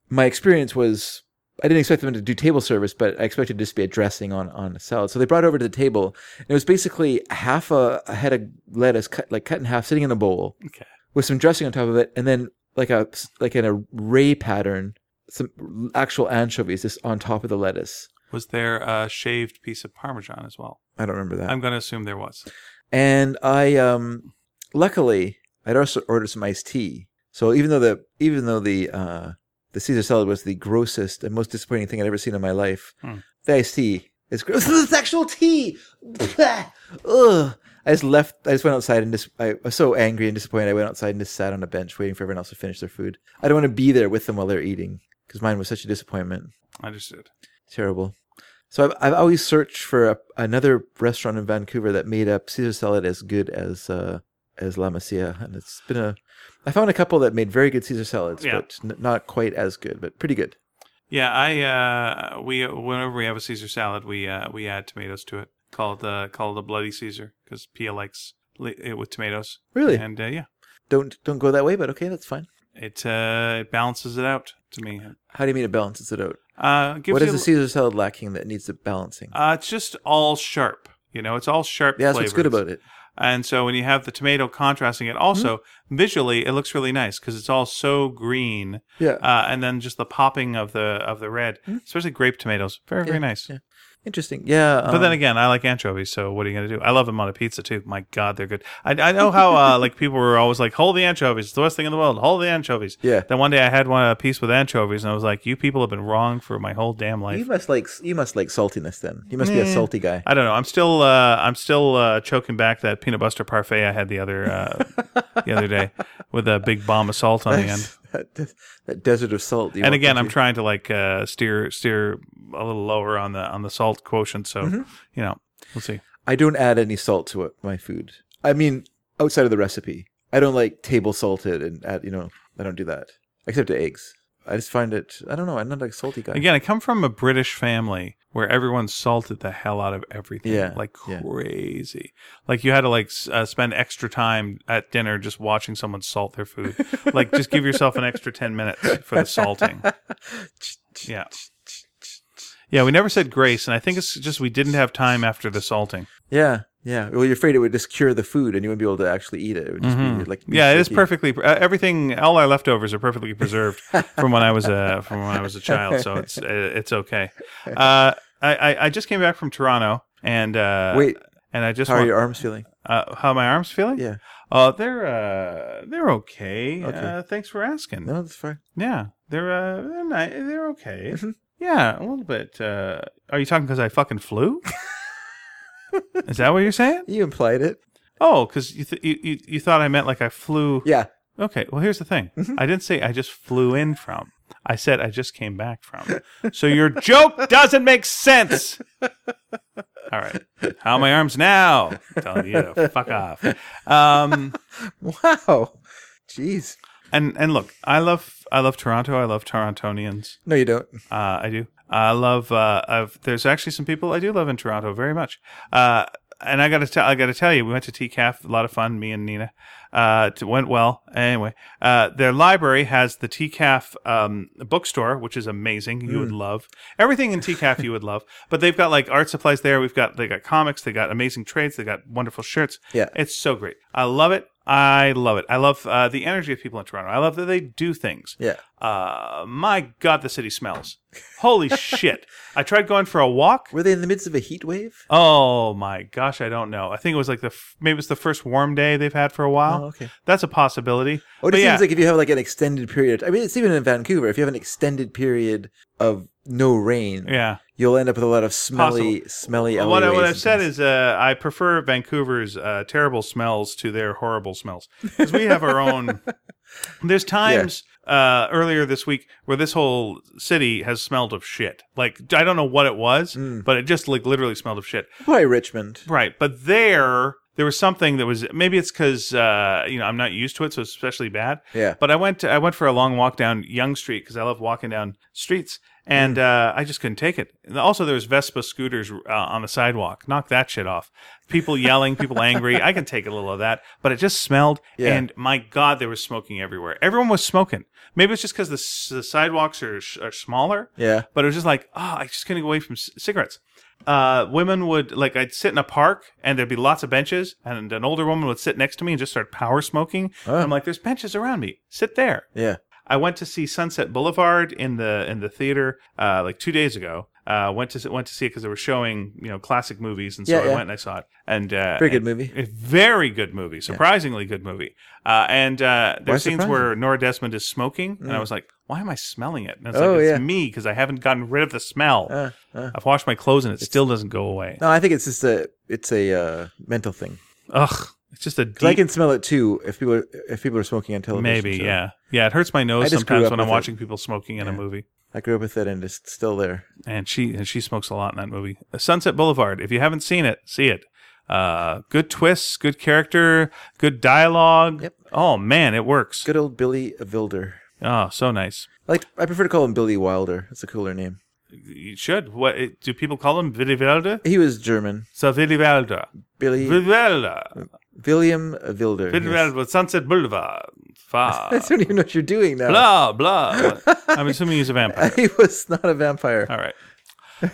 Speaker 2: My experience was I didn't expect them to do table service, but I expected it to just be a dressing on on a salad. So they brought it over to the table, and it was basically half a, a head of lettuce, cut like cut in half, sitting in a bowl
Speaker 1: Okay.
Speaker 2: with some dressing on top of it, and then like a like in a ray pattern, some actual anchovies just on top of the lettuce.
Speaker 1: Was there a shaved piece of Parmesan as well?
Speaker 2: I don't remember that.
Speaker 1: I'm going to assume there was.
Speaker 2: and I um luckily I'd also ordered some iced tea. So even though the even though the uh the Caesar salad was the grossest and most disappointing thing I'd ever seen in my life,
Speaker 1: Hmm.
Speaker 2: the iced tea is gross. This is actual tea. Blah! Ugh. I just left. I just went outside and just. I was so angry and disappointed. I went outside and just sat on a bench waiting for everyone else to finish their food. I don't want to be there with them while they're eating because mine was such a disappointment.
Speaker 1: Understood.
Speaker 2: Terrible. So I've I've always searched for a, another restaurant in Vancouver that made a Caesar salad as good as uh, as La Masia, and it's been a. I found a couple that made very good Caesar salads,
Speaker 1: Yeah.
Speaker 2: but n- not quite as good, but pretty good.
Speaker 1: Yeah, I uh, we whenever we have a Caesar salad, we uh, we add tomatoes to it. Call it the call it the bloody Caesar because Pia likes li- it with tomatoes.
Speaker 2: Really,
Speaker 1: And uh, yeah,
Speaker 2: don't don't go that way, but okay, that's fine.
Speaker 1: it uh, it balances it out to me.
Speaker 2: How do you mean it balances it out?
Speaker 1: Uh, gives
Speaker 2: What
Speaker 1: you
Speaker 2: is
Speaker 1: a
Speaker 2: the
Speaker 1: l-
Speaker 2: Caesar salad lacking that needs the balancing?
Speaker 1: Uh, it's just all sharp. You know, it's all sharp.
Speaker 2: yeah, that's what's good
Speaker 1: flavors.
Speaker 2: about it.
Speaker 1: And so when you have the tomato contrasting it, also
Speaker 2: Mm-hmm.
Speaker 1: visually it looks really nice because it's all so green,
Speaker 2: Yeah,
Speaker 1: uh, and then just the popping of the of the red, especially grape tomatoes, very very nice.
Speaker 2: Mm-hmm. yeah. Interesting. Yeah. um,
Speaker 1: But then again, I like anchovies, so what are you going to do? I love them on a pizza too. My God, they're good. I, I know how uh, like people were always like, "Hold the anchovies, it's the best thing in the world." Hold the anchovies.
Speaker 2: Yeah.
Speaker 1: Then one day I had one a piece with anchovies, and I was like, "You people have been wrong for my whole damn
Speaker 2: you
Speaker 1: life."
Speaker 2: must like s- you must like saltiness then. You must be a
Speaker 1: Nah.
Speaker 2: salty guy.
Speaker 1: I don't know. I'm still uh, I'm still uh, choking back that peanut butter parfait I had the other uh, the other day with a big bomb of salt on the end.
Speaker 2: that, des- that desert of salt. you
Speaker 1: And
Speaker 2: walked
Speaker 1: again, I'm
Speaker 2: into.
Speaker 1: trying to like uh, steer steer a little lower on the on the salt quotient, so
Speaker 2: Mm-hmm.
Speaker 1: you know, we'll see.
Speaker 2: I don't add any salt to it, my food. I mean, outside of the recipe, I don't like table salt it and add. You know, I don't do that except to eggs. I just find it. I don't know. I'm not a salty guy.
Speaker 1: Again, I come from a British family where everyone salted the hell out of everything,
Speaker 2: Yeah,
Speaker 1: like
Speaker 2: yeah.
Speaker 1: crazy. Like you had to like s- uh, spend extra time at dinner just watching someone salt their food. like just give yourself an extra ten minutes for the salting. Yeah. Yeah, we never said grace, and I think it's just we didn't have time after the salting.
Speaker 2: Yeah, yeah. Well, you're afraid it would just cure the food, and you wouldn't be able to actually eat it. It would just be like
Speaker 1: Mm-hmm. Yeah, it is
Speaker 2: shaky.
Speaker 1: perfectly uh, everything. All our leftovers are perfectly preserved from when I was a from when I was a child, so it's uh, it's okay. Uh, I, I I just came back from Toronto, and uh,
Speaker 2: Wait,
Speaker 1: and I just
Speaker 2: how are
Speaker 1: want,
Speaker 2: your arms feeling?
Speaker 1: uh, how my arms feeling?
Speaker 2: Yeah.
Speaker 1: uh, they're uh, they're okay.
Speaker 2: Okay.
Speaker 1: Uh, thanks for asking.
Speaker 2: No, that's fine.
Speaker 1: Yeah, they're uh, they're, ni- they're okay.
Speaker 2: Mhm.
Speaker 1: Yeah, a little bit. Uh, are you talking because I fucking flew? Is that what you're saying?
Speaker 2: You implied it.
Speaker 1: Oh, because you, th- you you you thought I meant like I flew.
Speaker 2: Yeah.
Speaker 1: Okay, well, here's the thing. I didn't say I just flew in from. I said I just came back from. So your joke doesn't make sense. All right. How are my arms now? I'm telling you to fuck off. Um,
Speaker 2: Wow. Jeez.
Speaker 1: and and look, I love I love Toronto. I love Torontonians.
Speaker 2: No, you don't.
Speaker 1: Uh, I do. I love. Uh, I've, there's actually some people I do love in Toronto very much. Uh, and I gotta tell, I gotta tell you, we went to TCAF, a lot of fun. Me and Nina, uh, it went well. Anyway, uh, their library has the TCAF um, bookstore, which is amazing. You would love everything in TCAF. you would love, but they've got like art supplies there. We've got they got comics, they got amazing trades, they got wonderful shirts.
Speaker 2: Yeah.
Speaker 1: It's so great. I love it. I love it. I love uh, the energy of people in Toronto. I love that they do things.
Speaker 2: Yeah.
Speaker 1: Uh, my God, the city smells. Holy shit. I tried going for a walk.
Speaker 2: Were they in the midst of a heat wave?
Speaker 1: Oh my gosh, I don't know. I think it was like the f- maybe it's the first warm day they've had for a while.
Speaker 2: Oh, okay.
Speaker 1: That's a possibility.
Speaker 2: Oh, it
Speaker 1: But
Speaker 2: seems
Speaker 1: yeah.
Speaker 2: like if you have like an extended period. I mean, it's even in Vancouver. If you have an extended period of no rain,
Speaker 1: Yeah.
Speaker 2: you'll end up with a lot of smelly, smelly.
Speaker 1: What, I,
Speaker 2: alleyways
Speaker 1: what
Speaker 2: and
Speaker 1: I've said
Speaker 2: things.
Speaker 1: is uh, I prefer Vancouver's uh, terrible smells to their horrible smells because we have our own. There's times uh, earlier this week where this whole city has smelled of shit. Like I don't know what it was, but it just like literally smelled of shit.
Speaker 2: probably Richmond.
Speaker 1: Right, but there there was something that was maybe it's because uh, you know I'm not used to it, so it's especially bad.
Speaker 2: Yeah.
Speaker 1: But I went I went for a long walk down Young Street because I love walking down streets, and uh, I just couldn't take it. And also, there was Vespa scooters uh, on the sidewalk. Knock that shit off. People yelling, people angry. I can take a little of that, but it just smelled.
Speaker 2: Yeah.
Speaker 1: And my God, there was smoking everywhere. Everyone was smoking. Maybe it's just because the, s- the sidewalks are, sh- are smaller
Speaker 2: Yeah.
Speaker 1: but it was just like, oh, I just couldn't get away from c- cigarettes. Uh, women would like I'd sit in a park and there'd be lots of benches, and an older woman would sit next to me and just start power smoking.
Speaker 2: Oh.
Speaker 1: And I'm like, there's benches around me, sit there.
Speaker 2: Yeah.
Speaker 1: I went to see Sunset Boulevard in the in the theater uh, like two days ago. Uh, went to went to see it because they were showing you know classic movies, and so
Speaker 2: Yeah,
Speaker 1: I
Speaker 2: yeah.
Speaker 1: went and I saw it. And uh,
Speaker 2: Very good
Speaker 1: and-
Speaker 2: movie.
Speaker 1: a very good movie, surprisingly good movie. Uh, and uh,
Speaker 2: Why
Speaker 1: there's scenes
Speaker 2: surprising? Mm.
Speaker 1: where Nora Desmond is smoking, and I was like, "Why am I smelling it?" And it's
Speaker 2: Oh,
Speaker 1: like, "It's
Speaker 2: yeah.
Speaker 1: me because I haven't gotten rid of the smell.
Speaker 2: Uh, uh.
Speaker 1: I've washed my clothes, and it still doesn't go away.
Speaker 2: No, I think it's just a it's a uh, mental thing.
Speaker 1: Ugh, it's just a
Speaker 2: 'Cause I
Speaker 1: deep,
Speaker 2: can smell it too if people are, if people are smoking on television.
Speaker 1: maybe,
Speaker 2: so
Speaker 1: yeah, yeah. It hurts my
Speaker 2: I
Speaker 1: nose
Speaker 2: just grew
Speaker 1: sometimes
Speaker 2: up
Speaker 1: when I'm
Speaker 2: with it.
Speaker 1: watching people smoking in a
Speaker 2: Yeah.
Speaker 1: movie.
Speaker 2: I grew up with it and it's still there.
Speaker 1: and she and she smokes a lot in that movie. Uh, Sunset Boulevard. If you haven't seen it, see it. Uh, good twists, good character, good dialogue.
Speaker 2: Yep.
Speaker 1: Oh man, it works.
Speaker 2: Good old Billy Wilder.
Speaker 1: Oh, so nice.
Speaker 2: I Like I prefer to call him Billy Wilder. That's a cooler name.
Speaker 1: You should. What it- do people call him? Willy Wilder.
Speaker 2: He was German.
Speaker 1: So Willy Wilder.
Speaker 2: Billy
Speaker 1: Willy Wilder.
Speaker 2: William Wilder.
Speaker 1: Willy
Speaker 2: yes.
Speaker 1: Wilder. Sunset Boulevard.
Speaker 2: I
Speaker 1: Far.
Speaker 2: don't even know what you're doing
Speaker 1: blah
Speaker 2: now.
Speaker 1: blah. I'm assuming he's a vampire.
Speaker 2: He was not a vampire.
Speaker 1: All right.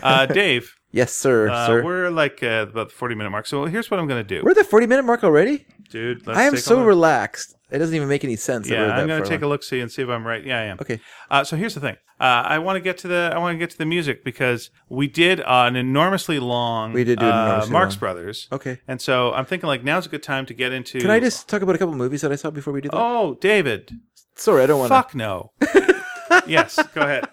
Speaker 1: Uh, Dave,
Speaker 2: Yes, sir.
Speaker 1: Uh,
Speaker 2: sir. We're,
Speaker 1: We're like uh, about the 40 minute mark. So here's what I'm going to do.
Speaker 2: at the 40 minute mark already?
Speaker 1: Dude, let's
Speaker 2: I am
Speaker 1: take a
Speaker 2: so
Speaker 1: look.
Speaker 2: relaxed. It doesn't even make any sense. that
Speaker 1: Yeah,
Speaker 2: we're
Speaker 1: I'm
Speaker 2: that
Speaker 1: going to
Speaker 2: far
Speaker 1: take a
Speaker 2: along.
Speaker 1: look see and see if I'm right. Yeah, I am.
Speaker 2: Okay.
Speaker 1: Uh, so here's the thing. Uh, I want to get to the I want to get to the music because we did uh, an enormously long
Speaker 2: We did do an
Speaker 1: uh,
Speaker 2: enormously
Speaker 1: Marx
Speaker 2: long.
Speaker 1: Brothers.
Speaker 2: Okay.
Speaker 1: And so I'm thinking like now's a good time to get into
Speaker 2: Can I just talk about a couple movies that I saw before we do that?
Speaker 1: Oh, David.
Speaker 2: Sorry, I don't want to.
Speaker 1: Fuck no. yes, go ahead.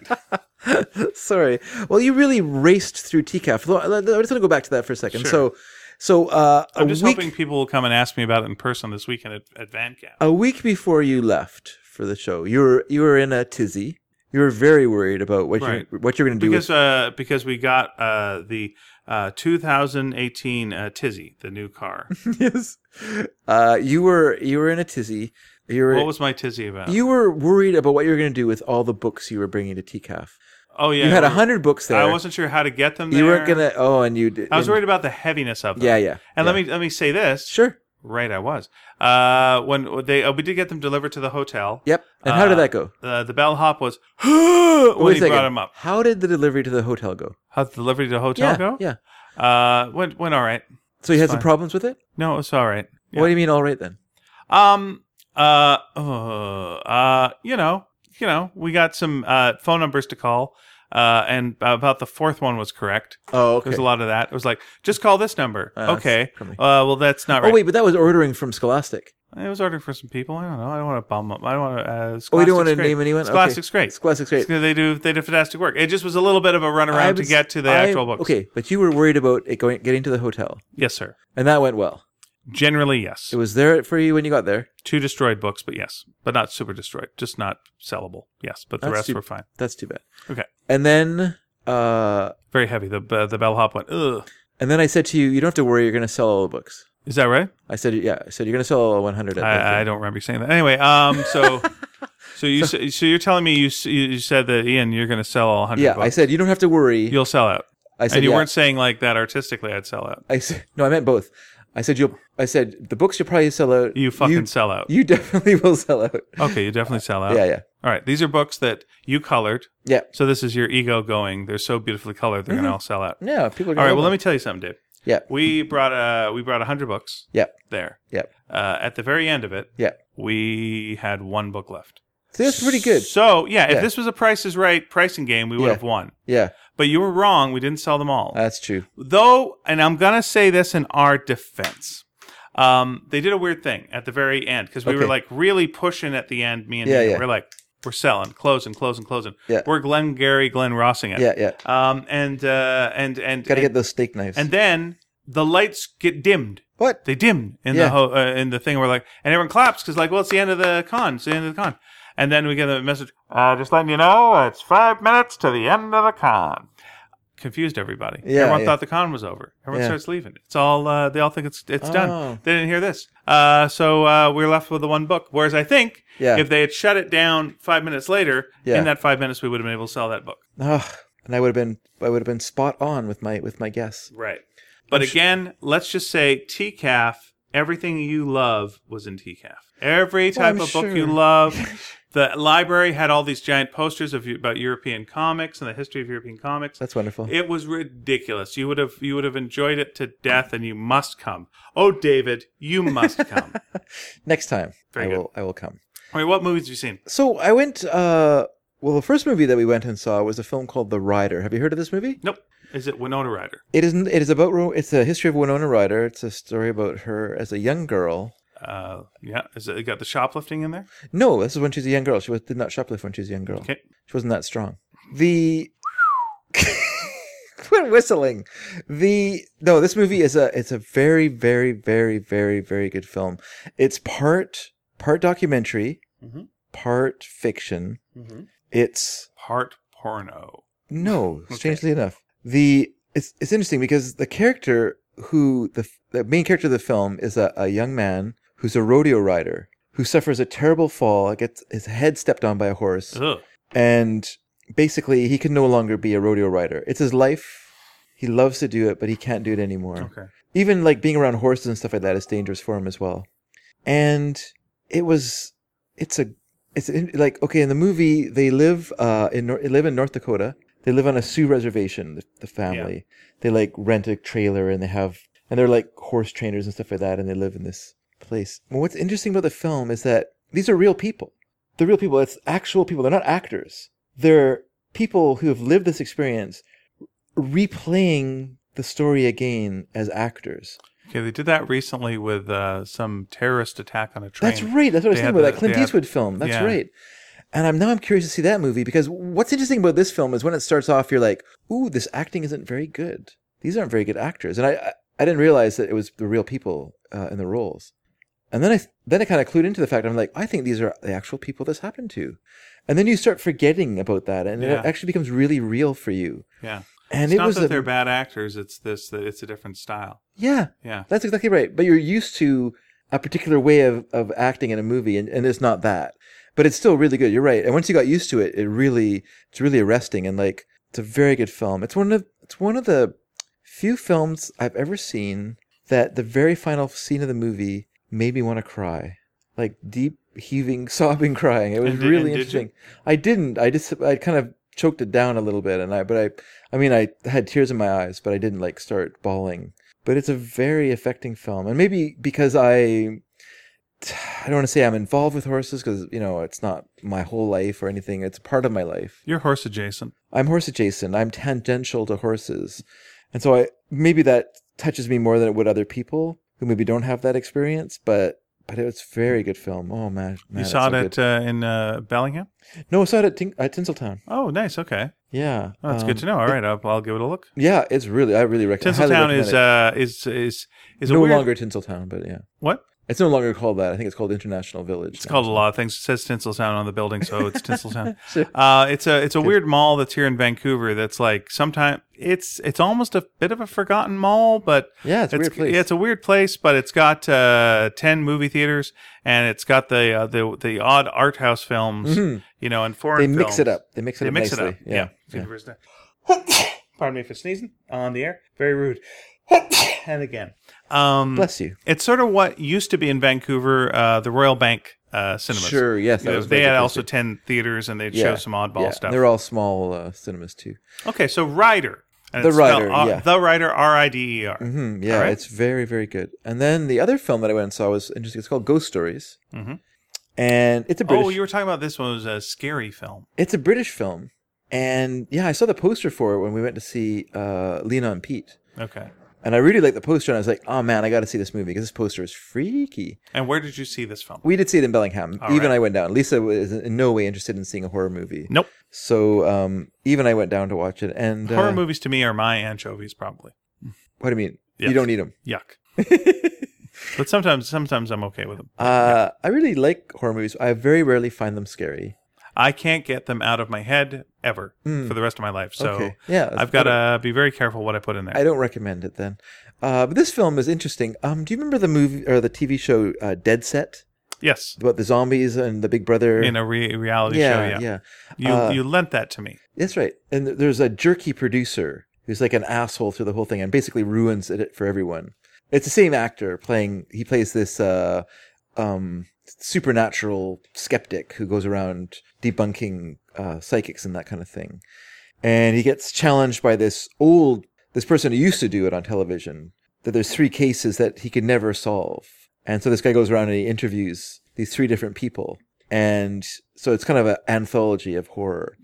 Speaker 2: Sorry. Well, you really raced through TCAF. Lo- I I just want to go back to that for a second.
Speaker 1: Sure.
Speaker 2: So, so uh, a
Speaker 1: I'm just
Speaker 2: week
Speaker 1: hoping people will come and ask me about it in person this weekend at, at Van Camp.
Speaker 2: a week before you left for the show, you were you were in a tizzy. You were very worried about what
Speaker 1: Right.
Speaker 2: you what you're going to do.
Speaker 1: Because uh, because we got uh, the uh, 2018 uh, Tizzy, the new car.
Speaker 2: with, yes. Uh, you were you were in a tizzy. You were
Speaker 1: what was my Tizzy about?
Speaker 2: you were worried about what you were going to do with all the books you were bringing to TCAF.
Speaker 1: oh yeah,
Speaker 2: you had
Speaker 1: we-
Speaker 2: a hundred books there.
Speaker 1: I wasn't sure how to get them. There.
Speaker 2: you weren't gonna. Oh, and you. Did,
Speaker 1: I was
Speaker 2: and-
Speaker 1: worried about the heaviness of them.
Speaker 2: Yeah, yeah.
Speaker 1: And
Speaker 2: yeah.
Speaker 1: let me let me say this.
Speaker 2: Sure.
Speaker 1: Right, I was. Uh, when they oh, we did get them delivered to the hotel.
Speaker 2: Yep. And how did
Speaker 1: Uh,
Speaker 2: that go?
Speaker 1: Uh, the bellhop was when
Speaker 2: Wait a
Speaker 1: he
Speaker 2: second.
Speaker 1: brought him up.
Speaker 2: How did the delivery to the hotel go?
Speaker 1: How the delivery to the hotel
Speaker 2: yeah,
Speaker 1: go?
Speaker 2: yeah.
Speaker 1: Uh, went went all right.
Speaker 2: So you had some
Speaker 1: fine.
Speaker 2: problems with it?
Speaker 1: No, it was all right. Yeah.
Speaker 2: What do you mean, all right then?
Speaker 1: Um. Uh. Uh. uh, You know. You know. We got some uh, phone numbers to call. Uh, and about the fourth one was correct.
Speaker 2: Oh, okay.
Speaker 1: There was a lot of that. It was like, just call this number.
Speaker 2: Uh, that's
Speaker 1: okay.
Speaker 2: crummy.
Speaker 1: Uh, well, that's not
Speaker 2: Oh
Speaker 1: right.
Speaker 2: wait, but that was ordering from Scholastic.
Speaker 1: I was ordering for some people. I don't know. I don't want to bum up. I don't want to. Uh,
Speaker 2: Oh, we don't want
Speaker 1: Scholastic's
Speaker 2: to
Speaker 1: great.
Speaker 2: name anyone.
Speaker 1: Scholastic's
Speaker 2: okay.
Speaker 1: great.
Speaker 2: Scholastic's great.
Speaker 1: They do they do fantastic work. It just was a little bit of a
Speaker 2: I
Speaker 1: runaround to
Speaker 2: was-
Speaker 1: get to the
Speaker 2: I-
Speaker 1: actual books.
Speaker 2: Okay, but you were worried about it going getting to the hotel,
Speaker 1: Yes, sir.
Speaker 2: and that went well.
Speaker 1: Generally, yes.
Speaker 2: It was there for you when you got there.
Speaker 1: Two destroyed books, but yes, but not super destroyed. Just not sellable. Yes, but the
Speaker 2: That's
Speaker 1: rest
Speaker 2: too-
Speaker 1: were fine.
Speaker 2: That's too bad.
Speaker 1: Okay.
Speaker 2: And then, uh,
Speaker 1: Very heavy. The uh, the bellhop went. Ugh.
Speaker 2: and then I said to you, you don't have to worry. You're going to sell all the books.
Speaker 1: Is that right?
Speaker 2: I said, yeah. I said you're going to sell all 100. at that
Speaker 1: I, I
Speaker 2: thing."
Speaker 1: don't remember you saying that. Anyway, um, so so you so, so you're telling me you s- you said that Ian, you're going to sell all 100
Speaker 2: Yeah,
Speaker 1: books.
Speaker 2: I said you don't have to worry.
Speaker 1: You'll sell out.
Speaker 2: I said
Speaker 1: And you
Speaker 2: yeah.
Speaker 1: weren't saying like that artistically. I'd sell out.
Speaker 2: I said no. I meant both. I said you'll. I said the books you'll probably sell out.
Speaker 1: You fucking sell out.
Speaker 2: You definitely will sell out.
Speaker 1: okay, you definitely sell out.
Speaker 2: Yeah, yeah,
Speaker 1: All right. These are books that you colored.
Speaker 2: yeah,
Speaker 1: So this is your ego going. They're so beautifully colored. They're gonna all sell out.
Speaker 2: yeah.
Speaker 1: All
Speaker 2: People. Are Mm-hmm. gonna
Speaker 1: right.
Speaker 2: love
Speaker 1: Well, let
Speaker 2: them.
Speaker 1: me tell you something, Dave.
Speaker 2: Yeah.
Speaker 1: We brought uh we brought hundred books
Speaker 2: Yeah,
Speaker 1: there.
Speaker 2: yeah.
Speaker 1: Uh, at the very end of it.
Speaker 2: Yeah.
Speaker 1: We had one book left.
Speaker 2: So that's pretty good.
Speaker 1: So yeah, if
Speaker 2: Yeah.
Speaker 1: this was a Price is Right pricing game, we would
Speaker 2: Yeah. Uh,
Speaker 1: have won.
Speaker 2: Yeah,
Speaker 1: But you were wrong. We didn't sell them all.
Speaker 2: that's true.
Speaker 1: Though, and I'm gonna say this in our defense. Um, they did a weird thing at the very end because we were
Speaker 2: Okay.
Speaker 1: like really pushing at the end. Me and
Speaker 2: Yeah,
Speaker 1: Ian.
Speaker 2: yeah.
Speaker 1: we're like we're selling, closing, closing, closing.
Speaker 2: Yeah.
Speaker 1: We're Glenn Gary, Glenn Rossing it.
Speaker 2: Yeah, yeah.
Speaker 1: Um, and uh, and and
Speaker 2: Got to
Speaker 1: and,
Speaker 2: get those steak knives.
Speaker 1: and then the lights get dimmed.
Speaker 2: what?
Speaker 1: They dimmed in the
Speaker 2: Yeah.
Speaker 1: ho- uh, in the thing. We're like, and everyone claps because like, well, it's the end of the con. It's the end of the con. And then we get a message. Uh, just letting you know, it's five minutes to the end of the con. Confused everybody.
Speaker 2: Yeah,
Speaker 1: everyone
Speaker 2: yeah.
Speaker 1: thought the con was over. Everyone
Speaker 2: Yeah.
Speaker 1: starts leaving. It's all uh, they all think it's it's
Speaker 2: Oh.
Speaker 1: done. They didn't hear this. Uh, so uh, we're left with the one book. Whereas I think
Speaker 2: Yeah.
Speaker 1: if they had shut it down five minutes later,
Speaker 2: Yeah.
Speaker 1: in that five minutes we would have been able to sell that book.
Speaker 2: Ugh. ah, and I would have been, I would have been spot on with my with my guess.
Speaker 1: Right. But again, let's just say TCAF, everything you love was in TCAF. Every type
Speaker 2: I'm
Speaker 1: of book
Speaker 2: sure.
Speaker 1: you love. The library had all these giant posters of about European comics and the history of European comics.
Speaker 2: That's wonderful.
Speaker 1: It was ridiculous. You would have you would have enjoyed it to death and you must come. Oh David, you must come.
Speaker 2: Next time,
Speaker 1: Very
Speaker 2: I
Speaker 1: good.
Speaker 2: will, I will come.
Speaker 1: I mean, what movies have you seen?
Speaker 2: So I went. uh Well, the first movie that we went and saw was a film called The Rider. Have you heard of this movie?
Speaker 1: Nope. Is it Winona Ryder?
Speaker 2: It isn't. It is about. Ro- It's a history of Winona Ryder. It's a story about her as a young girl.
Speaker 1: Uh, yeah. Is it, it got the shoplifting in there?
Speaker 2: No, this is when she's a young girl. She was, did not shoplift when she was a young girl.
Speaker 1: Okay.
Speaker 2: She wasn't that strong. The quit whistling. The no, this movie is a it's a very very very very very good film. It's part part documentary,
Speaker 1: Mhm.
Speaker 2: part fiction.
Speaker 1: Mm-hmm.
Speaker 2: It's
Speaker 1: Part porno.
Speaker 2: no, strangely enough, the it's it's interesting because the character who the the main character of the film is a, a young man who's a rodeo rider who suffers a terrible fall, gets his head stepped on by a horse,
Speaker 1: Ugh.
Speaker 2: and basically he can no longer be a rodeo rider. It's his life. He loves to do it, but he can't do it anymore.
Speaker 1: Okay.
Speaker 2: Even like being around horses and stuff like that is dangerous for him as well. And it was, it's a, it's in- like okay in the movie they live uh in Nor- they live in North Dakota. they live on a Sioux reservation. The, the family they like rent a trailer and they have and they're like horse trainers and stuff like that, and they live in this place. Well, what's interesting about the film is that these are real people. They're real people. It's actual people. They're not actors. They're people who have lived this experience, replaying the story again as actors.
Speaker 1: Okay, they did that recently with uh, some terrorist attack on a train.
Speaker 2: That's right. That's what I was
Speaker 1: They
Speaker 2: thinking
Speaker 1: had
Speaker 2: about that
Speaker 1: the-
Speaker 2: Clint
Speaker 1: they had-
Speaker 2: Eastwood film. That's
Speaker 1: yeah.
Speaker 2: right. And I'm now I'm curious to see that movie because what's interesting about this film is when it starts off, you're like, "Ooh, this acting isn't very good. These aren't very good actors." And I I, I didn't realize that it was the real people uh, in the roles. And then I then I kind of clued into the fact I'm like, I think these are the actual people this happened to. And then you start forgetting about that, and
Speaker 1: Yeah.
Speaker 2: it actually becomes really real for you.
Speaker 1: Yeah,
Speaker 2: And
Speaker 1: it's
Speaker 2: it
Speaker 1: not
Speaker 2: was
Speaker 1: that
Speaker 2: a-
Speaker 1: they're bad actors. It's this that it's a different style.
Speaker 2: yeah,
Speaker 1: Yeah,
Speaker 2: that's exactly right. But you're used to a particular way of, of acting in a movie, and, and it's not that. But it's still really good. You're right. And once you got used to it, it really it's really arresting and like it's a very good film. It's one of it's one of the few films I've ever seen that the very final scene of the movie made me want to cry, like deep heaving, sobbing, crying. It was
Speaker 1: And did- and
Speaker 2: really
Speaker 1: did you?
Speaker 2: interesting. I didn't. I just I kind of choked it down a little bit, and I but I I mean I had tears in my eyes, but I didn't like start bawling. But it's a very affecting film, and maybe because I I don't want to say I'm involved with horses because you know it's not my whole life or anything. It's part of my life.
Speaker 1: you're horse adjacent.
Speaker 2: I'm horse adjacent. I'm tangential to horses, and so I maybe that touches me more than it would other people who maybe don't have that experience. But but it was a very good film. Oh man, man
Speaker 1: you
Speaker 2: it's
Speaker 1: saw
Speaker 2: so
Speaker 1: it
Speaker 2: good.
Speaker 1: at, uh, in uh, Bellingham.
Speaker 2: no, I saw it at, Tin- at Tinseltown.
Speaker 1: Oh, nice. Okay,
Speaker 2: Yeah, um,
Speaker 1: oh, that's good to know. All right, I'll, I'll give it a look.
Speaker 2: Yeah, it's really I really rec- I highly recommend.
Speaker 1: Tinseltown is
Speaker 2: it.
Speaker 1: uh, is is is a
Speaker 2: no
Speaker 1: weird,
Speaker 2: longer Tinseltown, but yeah,
Speaker 1: what
Speaker 2: it's no longer called that. I think it's called International Village.
Speaker 1: it's called a lot of things. It says Tinseltown on the building, so it's Tinseltown.
Speaker 2: Sure.
Speaker 1: Uh, it's a it's a weird mall that's here in Vancouver. That's like sometimes it's it's almost a bit of a forgotten mall, but
Speaker 2: Yeah, it's a weird place.
Speaker 1: yeah, it's a weird place, but it's got uh, ten movie theaters and it's got the uh, the the odd art house films, you know, and foreign.
Speaker 2: Mm-hmm. They mix it
Speaker 1: films.
Speaker 2: up. They mix it
Speaker 1: They
Speaker 2: up
Speaker 1: mix
Speaker 2: nicely.
Speaker 1: it up.
Speaker 2: Yeah.
Speaker 1: Yeah. Mm-hmm. Super- Pardon me for sneezing on the air. Very rude. and again, um,
Speaker 2: Bless you.
Speaker 1: it's sort of what used to be in Vancouver, uh, the Royal Bank uh, cinemas.
Speaker 2: Sure, yes, that
Speaker 1: You know,
Speaker 2: was
Speaker 1: they had
Speaker 2: Vancouver
Speaker 1: also
Speaker 2: too.
Speaker 1: ten theaters, and they'd
Speaker 2: Yeah,
Speaker 1: show some oddball
Speaker 2: yeah. And
Speaker 1: stuff.
Speaker 2: They're all small uh, cinemas too.
Speaker 1: okay, so Rider. And
Speaker 2: The
Speaker 1: it's spelled
Speaker 2: Rider,
Speaker 1: R-
Speaker 2: yeah.
Speaker 1: The Rider, R I D E R.
Speaker 2: hmm yeah,
Speaker 1: All right.
Speaker 2: it's very very good. And then the other film that I went and saw was interesting. It's called Ghost Stories,
Speaker 1: Mhm.
Speaker 2: and it's a British.
Speaker 1: Oh, you were talking about this one was a scary film.
Speaker 2: It's a British film, and yeah, I saw the poster for it when we went to see uh, Lean on Pete,
Speaker 1: Okay.
Speaker 2: and I really liked the poster, and I was like, oh man, I got to see this movie because this poster is freaky.
Speaker 1: And where did you see this film?
Speaker 2: We did see it in Bellingham.
Speaker 1: All
Speaker 2: even
Speaker 1: right.
Speaker 2: I went down. Lisa was in no way interested in seeing a horror movie.
Speaker 1: Nope.
Speaker 2: So um, even I went down to watch it, and
Speaker 1: Horror
Speaker 2: uh,
Speaker 1: movies to me are my anchovies, probably.
Speaker 2: What do you mean? You
Speaker 1: Yes.
Speaker 2: don't need them.
Speaker 1: Yuck. but sometimes, sometimes I'm okay with them.
Speaker 2: Uh, I really like horror movies. I very rarely find them scary.
Speaker 1: I can't get them out of my head ever for the rest of my life. So
Speaker 2: Hmm. Okay. Yeah, that's
Speaker 1: I've got to be very careful what I put in there.
Speaker 2: I don't recommend it then. Uh, but this film is interesting. Um, do you remember the movie or the TV show uh, Dead Set
Speaker 1: yes,
Speaker 2: about the zombies and the Big Brother?
Speaker 1: in a re- reality show.
Speaker 2: yeah,
Speaker 1: Yeah,
Speaker 2: yeah.
Speaker 1: you
Speaker 2: Uh,
Speaker 1: you lent that to me.
Speaker 2: That's right. And th- there's a jerky producer who's like an asshole through the whole thing and basically ruins it for everyone. It's the same actor playing. He plays this uh, um, supernatural skeptic who goes around debunking uh, psychics and that kind of thing. And he gets challenged by this old this person who used to do it on television. That there's three cases that he could never solve. And so this guy goes around and he interviews these three different people. And so it's kind of an anthology of horror.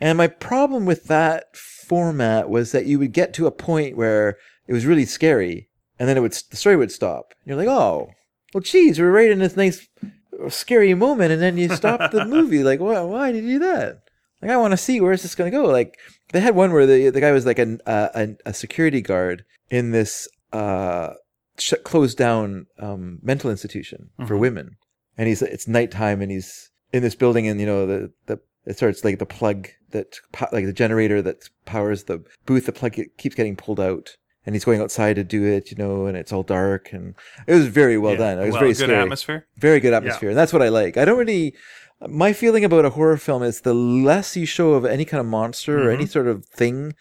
Speaker 2: And my problem with that format was that you would get to a point where it was really scary, and then it would the story would stop. And you're like, oh, well, geez, we're right in this nice uh, scary moment, and then you stop the movie. Like, why? Why did you do that? Like, I want to see where is this going to go. Like, they had one where the the guy was like an, uh, an, a security guard in this uh, sh- closed down um, mental institution for
Speaker 1: Mhm.
Speaker 2: women, and he's it's nighttime, and he's in this building, and you know the the it starts like the plug that po- like the generator that powers the booth. The plug get- keeps getting pulled out, and he's going outside to do it, you know, and it's all dark, and it was very well
Speaker 1: Yeah.
Speaker 2: done. It was
Speaker 1: well,
Speaker 2: very
Speaker 1: good
Speaker 2: scary
Speaker 1: atmosphere.
Speaker 2: very good atmosphere and that's what i like i don't really my feeling about a horror film is the less you show of any kind of monster or
Speaker 1: Mm-hmm.
Speaker 2: any sort of thing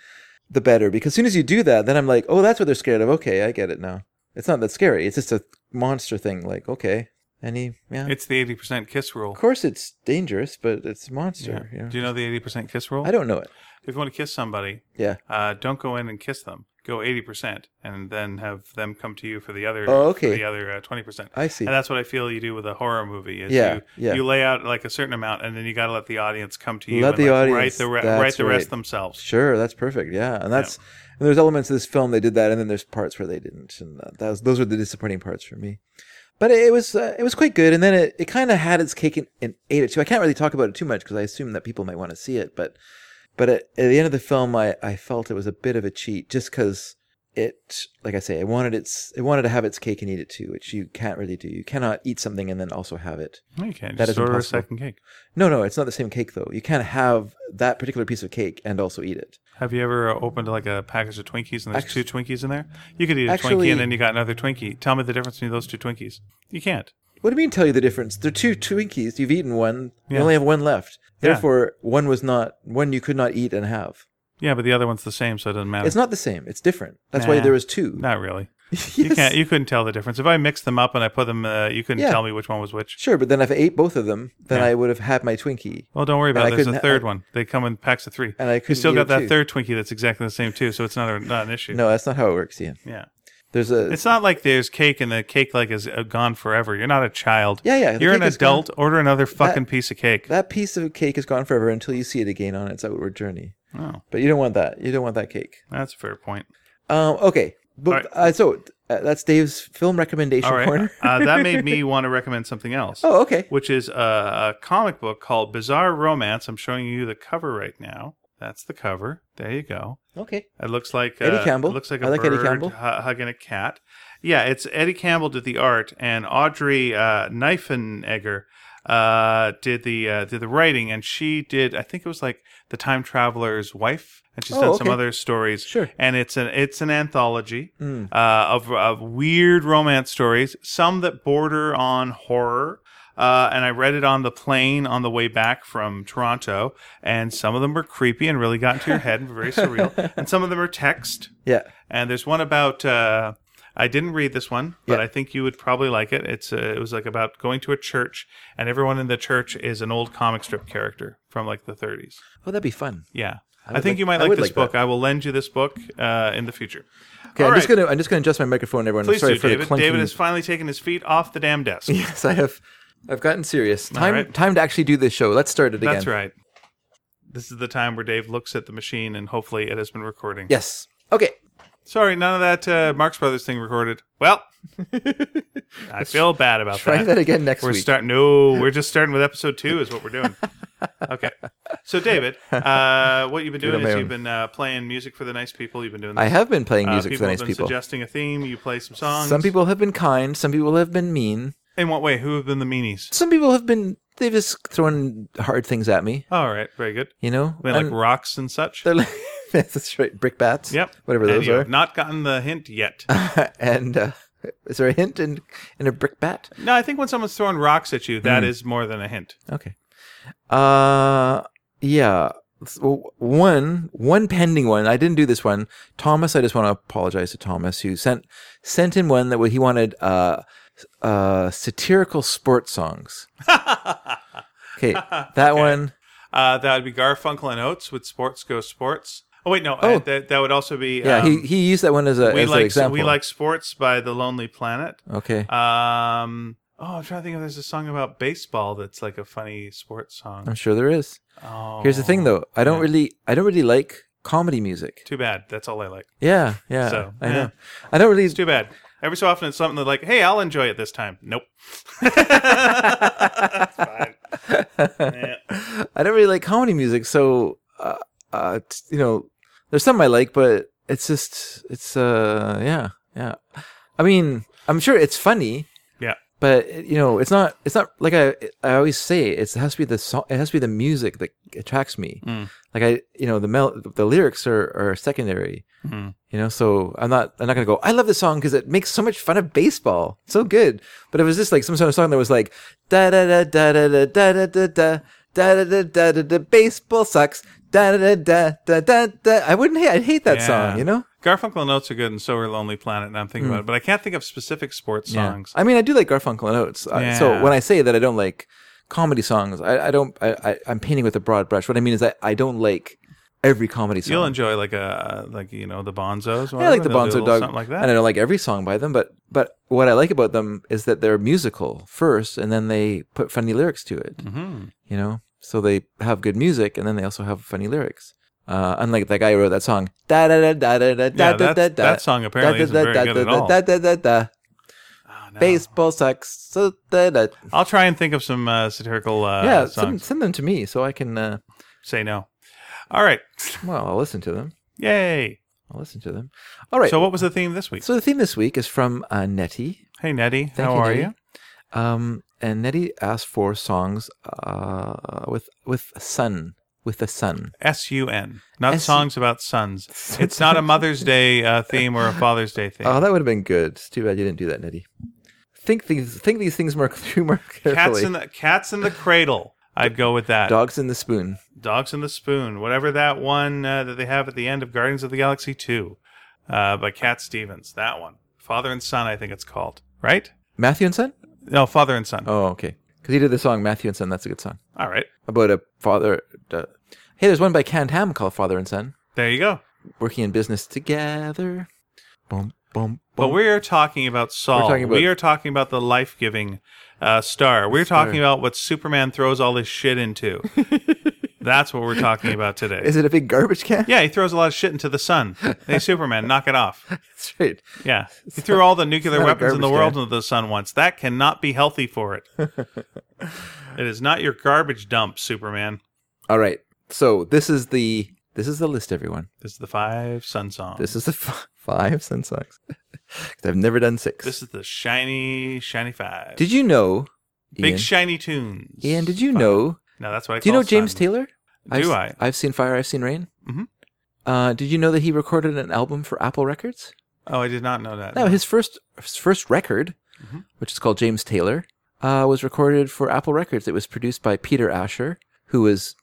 Speaker 2: the better because as soon as you do that then i'm like oh that's what they're scared of okay i get it now it's not that scary it's just a monster thing like okay And he, yeah.
Speaker 1: It's the eighty percent kiss rule.
Speaker 2: of course, it's dangerous, but it's a monster. Yeah.
Speaker 1: Do you know the eighty percent kiss rule?
Speaker 2: I don't know it.
Speaker 1: If you want to kiss somebody,
Speaker 2: Yeah.
Speaker 1: uh, don't go in and kiss them. Go eighty percent, and then have them come to you for the other.
Speaker 2: Oh, okay.
Speaker 1: For the other uh, twenty percent.
Speaker 2: I see.
Speaker 1: And that's what I feel you do with a horror movie. Is
Speaker 2: Yeah,
Speaker 1: you,
Speaker 2: yeah.
Speaker 1: you lay out like a certain amount, and then you got to let the audience come to you.
Speaker 2: Let
Speaker 1: and
Speaker 2: the
Speaker 1: like,
Speaker 2: audience-
Speaker 1: write the re-
Speaker 2: that's
Speaker 1: write the rest
Speaker 2: right.
Speaker 1: themselves.
Speaker 2: Sure, that's perfect. Yeah, and that's and there's elements of this film they did that, and then there's parts where they didn't, and that that was, those were the disappointing parts for me. But it was uh, it was quite good, and then it, it kind of had its cake and, and ate it too. I can't really talk about it too much because I assume that people might want to see it, but but at, at the end of the film, I, I felt it was a bit of a cheat just because it like I say, it wanted its it wanted to have its cake and eat it too, which you can't really do. You cannot eat something and then also have it.
Speaker 1: You can't
Speaker 2: That
Speaker 1: just
Speaker 2: is
Speaker 1: order
Speaker 2: impossible.
Speaker 1: a second cake.
Speaker 2: No, no, it's not the same cake though. You can't have that particular piece of cake and also eat it.
Speaker 1: Have you ever uh, opened like a package of Twinkies and there's
Speaker 2: Actu-
Speaker 1: two Twinkies in there? You could eat a Twinkie
Speaker 2: Actually-
Speaker 1: and then you got another Twinkie. Tell me the difference between those two Twinkies. You can't.
Speaker 2: What do you mean tell you the difference? They're two Twinkies. You've eaten one. You
Speaker 1: Yeah.
Speaker 2: only have one left.
Speaker 1: Yeah.
Speaker 2: Therefore, one was not one you could not eat and have.
Speaker 1: Yeah, but the other one's the same, so it doesn't matter.
Speaker 2: It's not the same. It's different. That's why
Speaker 1: Nah.
Speaker 2: there was two.
Speaker 1: Not really.
Speaker 2: Yes.
Speaker 1: You can't. You couldn't tell the difference. If I mixed them up and I put them, uh, you couldn't
Speaker 2: Yeah.
Speaker 1: tell me which one was which.
Speaker 2: Sure, but then if I ate both of them, then
Speaker 1: Yeah.
Speaker 2: I would have had my Twinkie.
Speaker 1: Well, don't worry about
Speaker 2: I
Speaker 1: it. There's
Speaker 2: couldn't
Speaker 1: a
Speaker 2: ha-
Speaker 1: third
Speaker 2: I-
Speaker 1: one. They come in packs of three.
Speaker 2: And I
Speaker 1: You
Speaker 2: couldn't
Speaker 1: still
Speaker 2: eat
Speaker 1: got
Speaker 2: it
Speaker 1: that
Speaker 2: too.
Speaker 1: third Twinkie that's exactly the same too, so it's not, a, not an issue.
Speaker 2: No, that's not how it works, Ian.
Speaker 1: Yeah.
Speaker 2: There's a
Speaker 1: It's not like there's cake and the cake like is uh, gone forever. You're not a child.
Speaker 2: Yeah, yeah, the
Speaker 1: You're an
Speaker 2: cake is gone.
Speaker 1: adult. Order another fucking piece of cake.
Speaker 2: that piece of cake is gone forever until you see it again on its outward journey.
Speaker 1: oh,
Speaker 2: But you don't want that. You don't want that cake.
Speaker 1: that's a fair point.
Speaker 2: Um, okay, but
Speaker 1: All right.
Speaker 2: uh, so uh, that's Dave's film recommendation
Speaker 1: All right.
Speaker 2: corner.
Speaker 1: uh, that made me want to recommend something else,
Speaker 2: oh, okay.
Speaker 1: which is a, a comic book called Bizarre Romance. I'm showing you the cover right now. That's the cover. There you go.
Speaker 2: Okay.
Speaker 1: It looks like
Speaker 2: Eddie
Speaker 1: uh,
Speaker 2: Campbell.
Speaker 1: It looks like a
Speaker 2: I like
Speaker 1: bird
Speaker 2: Eddie Campble.
Speaker 1: hu- hugging a cat. Yeah, it's Eddie Campbell did the art, and Audrey uh, Knifenegger uh, did the uh, did the writing, and she did. I think it was like the time traveler's wife, and she's
Speaker 2: Oh,
Speaker 1: done some
Speaker 2: okay.
Speaker 1: other stories.
Speaker 2: Sure.
Speaker 1: And it's an it's an anthology
Speaker 2: Mm.
Speaker 1: uh, of of weird romance stories, some that border on horror. Uh, and I read it on the plane on the way back from Toronto, and some of them were creepy and really got into your head and were very surreal. And some of them are text.
Speaker 2: Yeah.
Speaker 1: And there's one about uh, I didn't read this one, but
Speaker 2: Yeah.
Speaker 1: I think you would probably like it. It's uh, it was like about going to a church, and everyone in the church is an old comic strip character from like the 30s.
Speaker 2: Oh, that'd be fun.
Speaker 1: Yeah, I,
Speaker 2: would
Speaker 1: think
Speaker 2: like-
Speaker 1: you might
Speaker 2: I
Speaker 1: like
Speaker 2: would
Speaker 1: this
Speaker 2: like
Speaker 1: book. I will lend you this book uh, in the future.
Speaker 2: Okay,
Speaker 1: All
Speaker 2: I'm just
Speaker 1: right.
Speaker 2: gonna I'm just gonna adjust my microphone, everyone. I'm
Speaker 1: Please
Speaker 2: sorry
Speaker 1: do,
Speaker 2: for
Speaker 1: David.
Speaker 2: the clunky.
Speaker 1: David has finally taken his feet off the damn desk.
Speaker 2: yes, I have. I've gotten serious. Time
Speaker 1: right.
Speaker 2: time to actually do this show. Let's start it again.
Speaker 1: That's right. This is the time where Dave looks at the machine and hopefully it has been recording.
Speaker 2: Yes. Okay.
Speaker 1: Sorry, none of that uh, Marx Brothers thing recorded. Well, I feel bad about
Speaker 2: Try that again next
Speaker 1: We're
Speaker 2: week.
Speaker 1: starting. No, we're just starting with episode two, is what we're doing. Okay. So, David, uh, what you've been doing
Speaker 2: on my
Speaker 1: is
Speaker 2: own.
Speaker 1: you've been uh, playing music for the nice people. You've been doing. This.
Speaker 2: I have been playing
Speaker 1: Uh,
Speaker 2: music for
Speaker 1: people
Speaker 2: the
Speaker 1: have
Speaker 2: nice
Speaker 1: been
Speaker 2: people.
Speaker 1: suggesting a theme. You play some songs.
Speaker 2: Some people have been kind. Some people have been mean.
Speaker 1: In what way? Who have been the meanies?
Speaker 2: Some people have been they've just thrown hard things at me.
Speaker 1: All right, very good.
Speaker 2: You know,
Speaker 1: We like
Speaker 2: And
Speaker 1: rocks and such.
Speaker 2: they're like that's right, brickbats.
Speaker 1: Yep.
Speaker 2: Whatever
Speaker 1: And
Speaker 2: those
Speaker 1: you have
Speaker 2: are.
Speaker 1: Not gotten the hint yet.
Speaker 2: and uh, is there a hint in in a brickbat?
Speaker 1: No, I think when someone's throwing rocks at you,
Speaker 2: Hmm.
Speaker 1: that is more than a hint.
Speaker 2: Okay. Uh, yeah. So one one pending one. I didn't do this one. Thomas, I just want to apologize to Thomas who sent sent in one that he wanted uh uh satirical sports songs. okay, that one.
Speaker 1: Uh, that would be Garfunkel and Oates with Sports Go Sports. Oh wait, no, uh,
Speaker 2: Oh.
Speaker 1: that that would also be
Speaker 2: Yeah,
Speaker 1: um,
Speaker 2: he he used that one as a
Speaker 1: we
Speaker 2: as
Speaker 1: like
Speaker 2: an example.
Speaker 1: we like sports by the Lonely Planet.
Speaker 2: okay.
Speaker 1: Um, oh, I'm trying to think if there's a song about baseball that's like a funny sports song.
Speaker 2: I'm sure there is.
Speaker 1: Oh,
Speaker 2: Here's the thing though. I don't
Speaker 1: yeah.
Speaker 2: really I don't really like comedy music.
Speaker 1: Too bad. That's all I like.
Speaker 2: Yeah, yeah.
Speaker 1: So,
Speaker 2: I
Speaker 1: yeah.
Speaker 2: know. I don't really
Speaker 1: It's too bad. Every so often, it's something that like, hey, I'll enjoy it this time. Nope. It's fine. Yeah.
Speaker 2: I don't really like comedy music, so uh, uh, t- you know, there's some I like, but it's just it's uh yeah yeah. I mean, I'm sure it's funny.
Speaker 1: Yeah.
Speaker 2: But you know, it's not it's not like I I always say it's, it has to be the song it has to be the music that attracts me.
Speaker 1: Mm.
Speaker 2: Like I you know the mel- the lyrics are are secondary.
Speaker 1: Mhm.
Speaker 2: You know, so I'm not I'm not gonna go. I love this song because it makes so much fun of baseball. It's so good. But it was just like some sort of song that was like da da da da da da da da da da da da da da da da baseball sucks da da da da da da. da. I wouldn't hate I'd hate that
Speaker 1: Yeah.
Speaker 2: song. You know.
Speaker 1: Garfunkel notes are good, and so are Lonely Planet. And I'm thinking about it, but I can't think of specific sports
Speaker 3: Yeah.
Speaker 1: songs.
Speaker 2: Hmm. I mean, I do like Garfunkel and Oates. I-
Speaker 1: Yeah.
Speaker 2: so when I say that I don't like comedy songs, I, I don't. I, I, I'm painting with a broad brush. What I mean is that I don't like every comedy song.
Speaker 1: You'll enjoy like a like you know the Bonzos. or
Speaker 2: I
Speaker 1: whatever.
Speaker 2: like the
Speaker 1: They'll do a
Speaker 2: Bonzo
Speaker 1: little
Speaker 2: Dog,
Speaker 1: something like
Speaker 2: and I
Speaker 1: that.
Speaker 2: don't like every song by them. But but what I like about them is that they're musical first, and then they put funny lyrics to it.
Speaker 1: hmm
Speaker 2: You know, so they have good music, and then they also have funny lyrics. Uh, unlike that guy who wrote that song, da da da da da da da
Speaker 1: Yeah,
Speaker 2: da da
Speaker 1: that's,
Speaker 2: da.
Speaker 1: that song apparently isn't very good at all.
Speaker 2: Da da da da.
Speaker 1: Oh, no.
Speaker 2: Baseball sucks. So da da.
Speaker 1: I'll try and think of some uh, satirical uh,
Speaker 2: yeah, send,
Speaker 1: songs.
Speaker 2: send them to me so I can. Uh,
Speaker 1: Say no. All right.
Speaker 2: well, I'll listen to them.
Speaker 1: Yay.
Speaker 2: I'll listen to them. All right.
Speaker 1: So
Speaker 2: So,
Speaker 1: what was the theme this week?
Speaker 2: the theme this week is from uh, Nettie.
Speaker 1: hey Nettie,
Speaker 2: Thank
Speaker 1: how
Speaker 2: you,
Speaker 1: are
Speaker 2: Nettie.
Speaker 1: you?
Speaker 2: Um, and Nettie asked for songs uh, with with sun, with a sun.
Speaker 1: S U N, not
Speaker 2: S-
Speaker 1: songs about sons. It's not a Mother's Day uh, theme or a Father's Day theme.
Speaker 2: Oh, that would have been good. It's too bad you didn't do that, Nettie. Think these think these things more through more carefully.
Speaker 1: cats in the cats in the cradle. I'd go with that.
Speaker 2: Dogs in the spoon.
Speaker 1: Dogs in the Spoon, whatever that one uh, that they have at the end of Guardians of the Galaxy Two, uh, by Cat Stevens. That one, Father and Son, I think it's called. Right?
Speaker 2: Matthew and Son.
Speaker 1: No, Father and Son.
Speaker 2: Oh, okay. Because he did the song Matthew and Son. That's a good song
Speaker 1: All right,
Speaker 2: about a father. Uh, hey, there's one by Can Ham called Father and Son.
Speaker 1: there you go.
Speaker 2: working in business together. Boom, boom,
Speaker 1: But
Speaker 2: boom.
Speaker 1: we are talking about Saul.
Speaker 2: talking about-
Speaker 1: we are talking about the life-giving uh, star. We're talking about what Superman throws all his shit into. That's what we're talking about today.
Speaker 2: Is it a big garbage can?
Speaker 1: Yeah, he throws a lot of shit into the sun. Hey, Superman, knock it off.
Speaker 2: That's right.
Speaker 1: Yeah. He threw all the nuclear
Speaker 2: not a
Speaker 1: weapons in the
Speaker 2: garbage
Speaker 1: world
Speaker 2: can.
Speaker 1: into the sun once. That cannot be healthy for it. it is not your garbage dump, Superman.
Speaker 2: All right. So this is the this is the list, everyone.
Speaker 1: This is the five sun song. This,
Speaker 2: This is the f- five sun songs. 'Cause I've never done six.
Speaker 1: is the shiny, shiny five.
Speaker 2: did you know,
Speaker 1: Big
Speaker 2: Ian?
Speaker 1: shiny tunes.
Speaker 2: Ian, did you know?
Speaker 1: No, that's what I
Speaker 2: Do you
Speaker 1: call
Speaker 2: know James
Speaker 1: sun.
Speaker 2: Taylor? I've,
Speaker 1: Do I?
Speaker 2: I've seen fire. I've seen rain.
Speaker 1: Mhm.
Speaker 2: Uh, did you know that he recorded an album for Apple Records?
Speaker 1: Oh, I did not know that.
Speaker 2: No, his first his first record,
Speaker 1: Mhm.
Speaker 2: which is called James Taylor, uh, was recorded for Apple Records. It was produced by Peter Asher, who was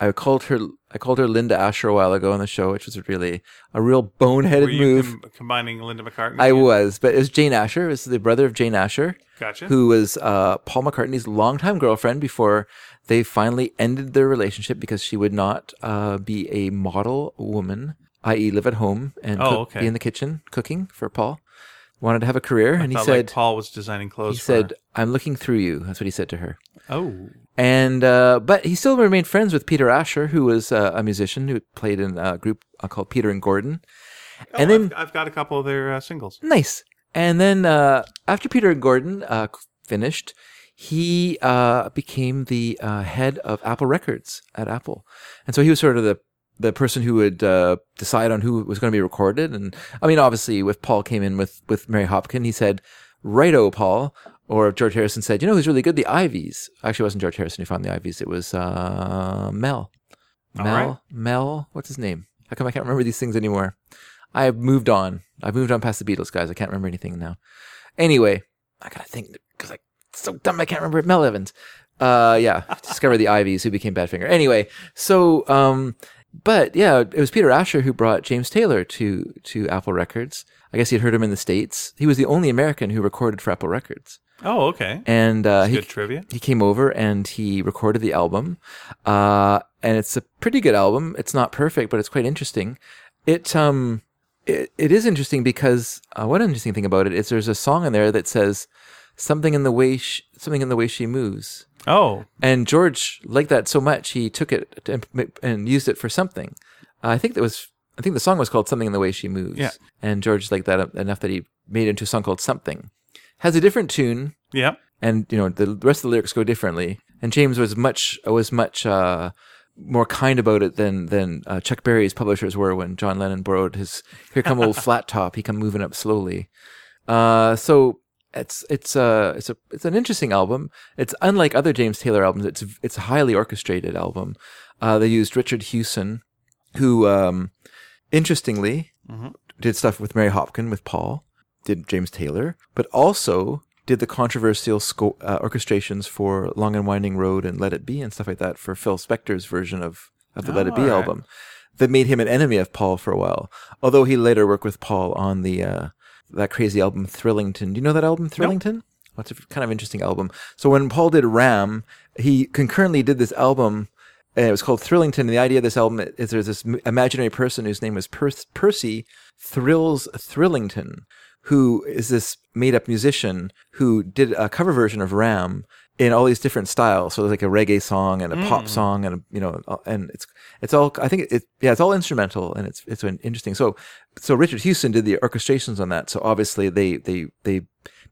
Speaker 2: I called her I called her Linda Asher a while ago on the show, which was really a real
Speaker 1: Were
Speaker 2: boneheaded
Speaker 1: you
Speaker 2: move.
Speaker 1: com- combining Linda McCartney?
Speaker 2: I was, but it was Jane Asher. It was the brother of Jane Asher,
Speaker 1: Gotcha.
Speaker 2: who was uh, Paul McCartney's longtime girlfriend before they finally ended their relationship because she would not uh, be a model woman, i.e., live at home and
Speaker 1: Oh,
Speaker 2: cook-
Speaker 1: okay.
Speaker 2: be in the kitchen cooking for Paul. Wanted to have a career, and he
Speaker 1: Felt
Speaker 2: said,
Speaker 1: like Paul was designing clothes.
Speaker 2: he
Speaker 1: for
Speaker 2: said, "I'm looking through you." That's what he said to her.
Speaker 1: her. "Oh,
Speaker 2: And uh, but he still remained friends with Peter Asher, who was uh, a musician who played in a group uh, called Peter and Gordon. and then
Speaker 1: Oh, I've, I've got a couple of their uh, singles."
Speaker 2: Nice. And then uh, after Peter and Gordon uh, finished, he uh, became the uh, head of Apple Records at Apple, and so he was sort of the the person who would uh, decide on who was going to be recorded. And I mean, obviously, with Paul came in with with Mary Hopkin, he said, "Righto, Paul." Or if George Harrison said, "You know who's really good? The Ivies." Actually, it wasn't George Harrison who found the Ivies. It was uh, Mel.
Speaker 1: All
Speaker 2: Mel.
Speaker 1: right.
Speaker 2: Mel. What's his name? How come I can't remember these things anymore? I've moved on. I've moved on past the Beatles, guys. I can't remember anything now. Anyway, I gotta think because I'm so dumb. I can't remember Mel Evans. Uh, yeah, discovered the Ivies, who became Badfinger. Anyway, so um, but yeah, it was Peter Asher who brought James Taylor to to Apple Records. I guess he'd heard him in the states. He was the only American who recorded for Apple Records,
Speaker 1: Oh, okay.
Speaker 2: and uh,
Speaker 1: That's
Speaker 2: he
Speaker 1: good trivia.
Speaker 2: he came over and he recorded the album uh, and it's a pretty good album it's not perfect but it's quite interesting it um it, it is interesting because uh, one interesting thing about it is there's a song in there that says something in the way sh something in the way she moves
Speaker 1: Oh,
Speaker 2: and George liked that so much he took it and, and used it for something. Uh, I think that was I think the song was called "Something in the Way She Moves."
Speaker 1: Yeah.
Speaker 2: And George liked that enough that he made it into a song called "Something." Has a different tune,
Speaker 1: yeah.
Speaker 2: and you know the rest of the lyrics go differently. And James was much was much uh, more kind about it than than uh, Chuck Berry's publishers were when John Lennon borrowed his "Here Come Old Flat Top." He come moving up slowly. Uh, so it's it's a it's a it's an interesting album. It's unlike other James Taylor albums. It's it's a highly orchestrated album. Uh, they used Richard Hewson, who um, interestingly
Speaker 1: Mhm.
Speaker 2: did stuff with Mary Hopkin with Paul, did James Taylor, but also did the controversial sco- uh, orchestrations for Long and Winding Road and Let It Be and stuff like that for Phil Spector's version of of the Let It
Speaker 1: Oh,
Speaker 2: Be
Speaker 1: all right.
Speaker 2: album. that made him an enemy of Paul for a while. Although he later worked with Paul on the uh, that crazy album Thrillington. Do you know that album Thrillington? Well, it's a kind of interesting album. So when Paul did Ram, he concurrently did this album. And it was called Thrillington. And the idea of this album is there's this m- imaginary person whose name was per- Percy Thrills Thrillington, who is this made up musician who did a cover version of Ram in all these different styles. So there's like a reggae song and a
Speaker 1: Mm.
Speaker 2: pop song and a, you know, and it's, it's all, I think it, yeah, it's all instrumental and it's, it's an interesting. So, so Richard Houston did the orchestrations on that. So obviously they, they, they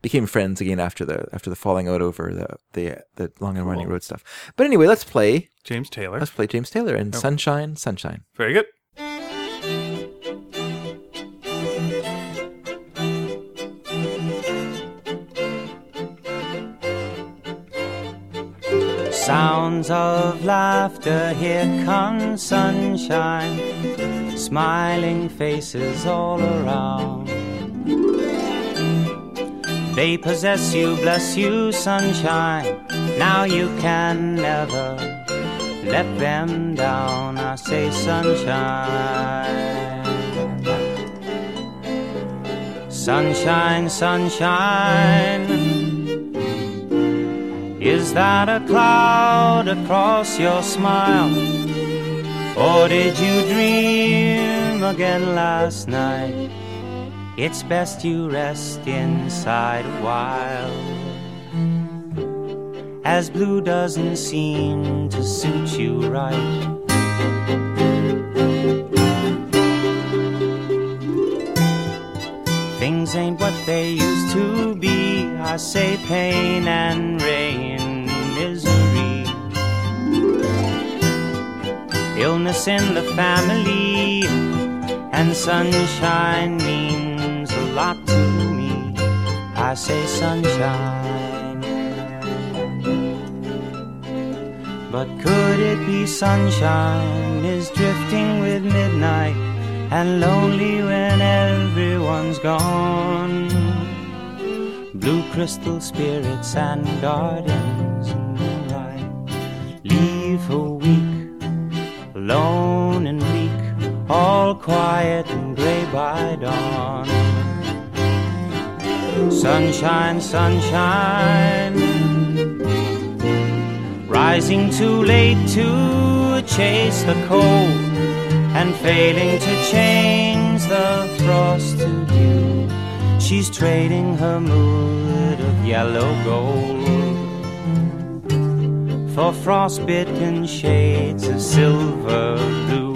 Speaker 2: became friends again after the, after the falling out over the, the, the long and winding road stuff. But anyway, let's play,
Speaker 1: James Taylor.
Speaker 2: let's play James Taylor and Sunshine, Sunshine.
Speaker 1: Very good.
Speaker 3: Sounds of laughter, here comes sunshine, smiling faces all around. They possess you, bless you, sunshine. Now you can never let them down. I say, sunshine, sunshine, sunshine. Is that a cloud across your smile? Or did you dream again last night? It's best you rest inside a while. As blue doesn't seem to suit you right. Things ain't what they used to be. I say pain and rain, misery. Illness in the family, and sunshine means a lot to me. I say sunshine. But could it be sunshine is drifting with midnight and lonely when everyone's gone? Blue crystal spirits and gardens in the light. Leave her weak, alone and weak, all quiet and gray by dawn. Sunshine, sunshine. Rising too late to chase the cold and failing to change the frost to dew. She's trading her mood of yellow gold for frostbitten shades of silver blue.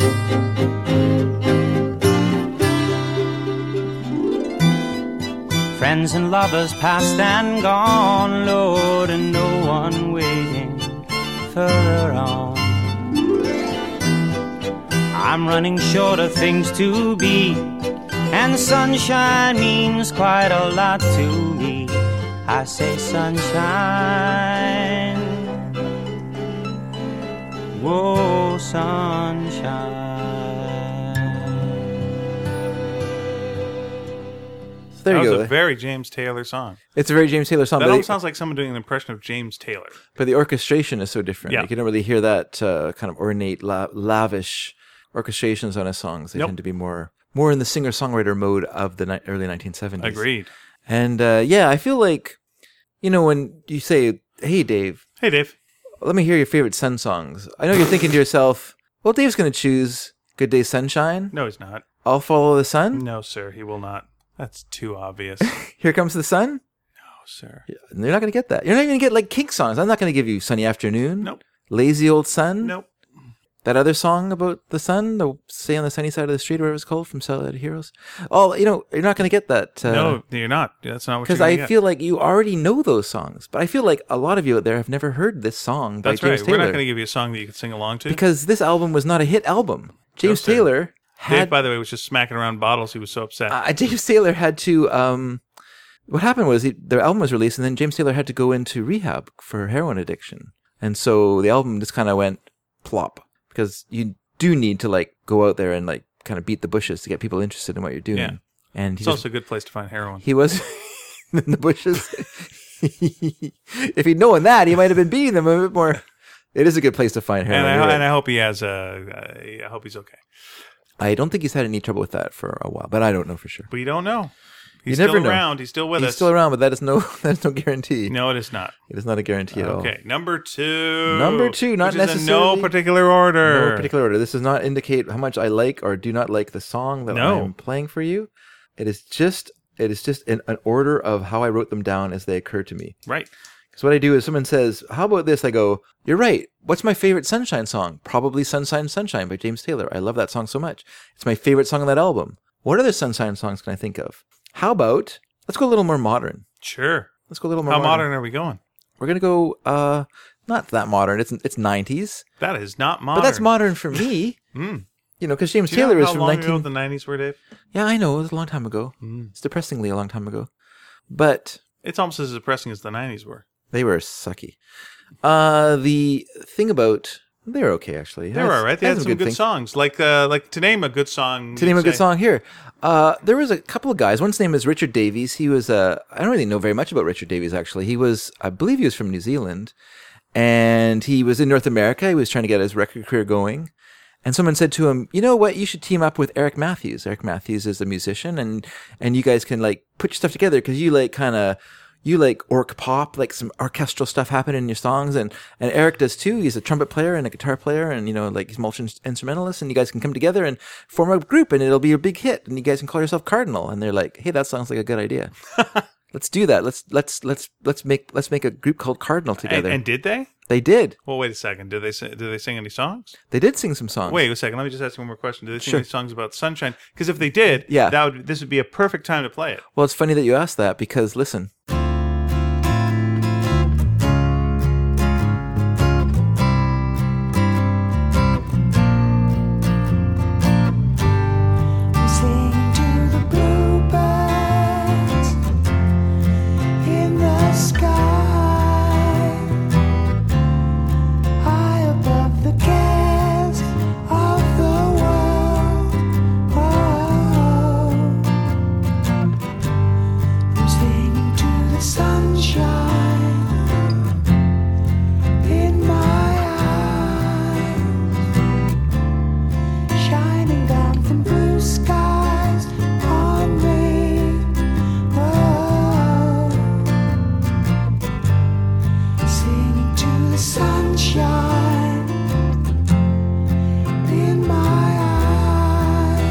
Speaker 3: Friends and lovers past and gone, Lord, and no one waiting further on. I'm running short of things to be, and sunshine means quite a lot to me. I say sunshine, whoa, sunshine.
Speaker 2: So there
Speaker 1: that
Speaker 2: you
Speaker 1: was
Speaker 2: go. eh?
Speaker 1: a very James Taylor song.
Speaker 2: it's a very James Taylor song.
Speaker 1: That
Speaker 2: but
Speaker 1: almost
Speaker 2: it-
Speaker 1: sounds like someone doing an impression of James Taylor.
Speaker 2: but the orchestration is so different.
Speaker 1: Yeah.
Speaker 2: Like you don't really hear that uh, kind of ornate, la- lavish orchestrations on his songs. They
Speaker 1: Nope.
Speaker 2: tend to be more more in the singer songwriter mode of the ni- early 1970s.
Speaker 1: Agreed.
Speaker 2: And uh, yeah, I feel like you know when you say, "Hey, Dave,
Speaker 1: Hey, Dave.
Speaker 2: let me hear your favorite Sun songs." I know you're thinking to yourself, "Well, Dave's going to choose Good Day Sunshine.
Speaker 1: No, he's not.
Speaker 2: I'll follow the sun.
Speaker 1: No, sir, he will not. That's too obvious.
Speaker 2: Here comes the sun."
Speaker 1: Oh, sir.
Speaker 2: And You're not going to get that. You're not even going to get like Kink songs. I'm not going to give you Sunny Afternoon.
Speaker 1: Nope.
Speaker 2: Lazy Old Sun.
Speaker 1: Nope.
Speaker 2: that other song about the sun, the "Stay on the Sunny Side of the Street," or whatever it's called from Solid Heroes. Oh, you know, you're not going to get that. Uh,
Speaker 1: No, you're not. That's not what you're
Speaker 2: Because
Speaker 1: gonna
Speaker 2: I
Speaker 1: get.
Speaker 2: feel like you already know those songs, but I feel like a lot of you out there have never heard this song
Speaker 1: That's
Speaker 2: by
Speaker 1: right.
Speaker 2: James
Speaker 1: We're
Speaker 2: Taylor.
Speaker 1: not going to give you a song that you can sing along to.
Speaker 2: because this album was not a hit album. James
Speaker 1: sir.
Speaker 2: Taylor
Speaker 1: Dave,
Speaker 2: had
Speaker 1: by the way, was just smacking around bottles. He was so upset.
Speaker 2: uh, James Taylor had to. Um, what happened was he, the album was released, and then James Taylor had to go into rehab for heroin addiction, and so the album just kind of went plop because you do need to like go out there and like kind of beat the bushes to get people interested in what you're doing.
Speaker 1: Yeah.
Speaker 2: And he
Speaker 1: it's
Speaker 2: just-
Speaker 1: also a good place to find heroin.
Speaker 2: he was in the bushes. if he'd known that, he might have been beating them a bit more. It is a good place to find
Speaker 1: and
Speaker 2: heroin.
Speaker 1: I,
Speaker 2: you're right.
Speaker 1: and I hope he has a. I hope he's okay,
Speaker 2: I don't think he's had any trouble with that for a while, but I don't know for sure.
Speaker 1: We don't know. He's
Speaker 2: never
Speaker 1: still
Speaker 2: know.
Speaker 1: around. He's still with
Speaker 2: He's
Speaker 1: us.
Speaker 2: still around, but that is no that is no guarantee.
Speaker 1: no, it is not.
Speaker 2: It is not a guarantee at all.
Speaker 1: Okay, number two.
Speaker 2: Number two, not
Speaker 1: which is In
Speaker 2: necessarily-
Speaker 1: no particular order.
Speaker 2: No particular order. This does not indicate how much I like or do not like the song that
Speaker 1: No.
Speaker 2: I'm playing for you. It is just it is just an, an order of how I wrote them down as they occur to me.
Speaker 1: Right.
Speaker 2: Because what I do is someone says, "How about this?" I go, "You're right. What's my favorite Sunshine song? Probably "Sunshine Sunshine" by James Taylor. I love that song so much. It's my favorite song on that album. What other Sunshine songs can I think of? How about let's go a little more modern.
Speaker 1: Sure.
Speaker 2: Let's go a little more
Speaker 1: How modern are we going?
Speaker 2: We're gonna go uh not that modern. It's it's 90s,
Speaker 1: That is not
Speaker 2: but
Speaker 1: modern.
Speaker 2: that's modern for me.
Speaker 1: Mm.
Speaker 2: You know, because James
Speaker 1: Do you
Speaker 2: Taylor
Speaker 1: know
Speaker 2: is
Speaker 1: how
Speaker 2: from
Speaker 1: long
Speaker 2: 19.
Speaker 1: ago the nineties were, Dave?
Speaker 2: yeah, I know. It was a long time ago.
Speaker 1: Mm.
Speaker 2: It's depressingly a long time ago, but
Speaker 1: It's almost as depressing as the nineties were.
Speaker 2: They were sucky. Uh, the thing about they were okay actually.
Speaker 1: They were all right. They had some good
Speaker 2: things.
Speaker 1: songs, like uh, like to name a good song.
Speaker 2: To name
Speaker 1: you'd
Speaker 2: a good
Speaker 1: say-
Speaker 2: song here, uh, there was a couple of guys. One's name is Richard Davies. He was uh, I don't really know very much about Richard Davies actually. He was I believe he was from New Zealand, and he was in North America. He was trying to get his record career going. And someone said to him, "You know what? You should team up with Eric Matthews. Eric Matthews is a musician, and and you guys can like put your stuff together because you like kind of you like orc pop, like some orchestral stuff happening in your songs, and and Eric does too. He's a trumpet player and a guitar player, and you know like he's multi instrumentalist, and you guys can come together and form a group, and it'll be a big hit, and you guys can call yourself Cardinal." And they're like, "Hey, that sounds like a good idea." Let's do that. Let's let's let's let's make let's make a group called Cardinal
Speaker 1: And,
Speaker 2: together.
Speaker 1: and did they?
Speaker 2: they did.
Speaker 1: Well, wait a second. Did they sing, did they sing any songs?
Speaker 2: They did sing some songs.
Speaker 1: Wait a second. Let me just ask you one more question. Did they sing
Speaker 2: Sure.
Speaker 1: any songs about sunshine? Because if they did,
Speaker 2: Yeah.
Speaker 1: that would this would be a perfect time to play it.
Speaker 2: Well, it's funny that you asked that because listen.
Speaker 4: Sing to the bluebirds in the sky, high above the cares of the world. Oh, sing to the sunshine in my eyes shining down from blue skies on me. Oh, singing to the sunshine in my eyes,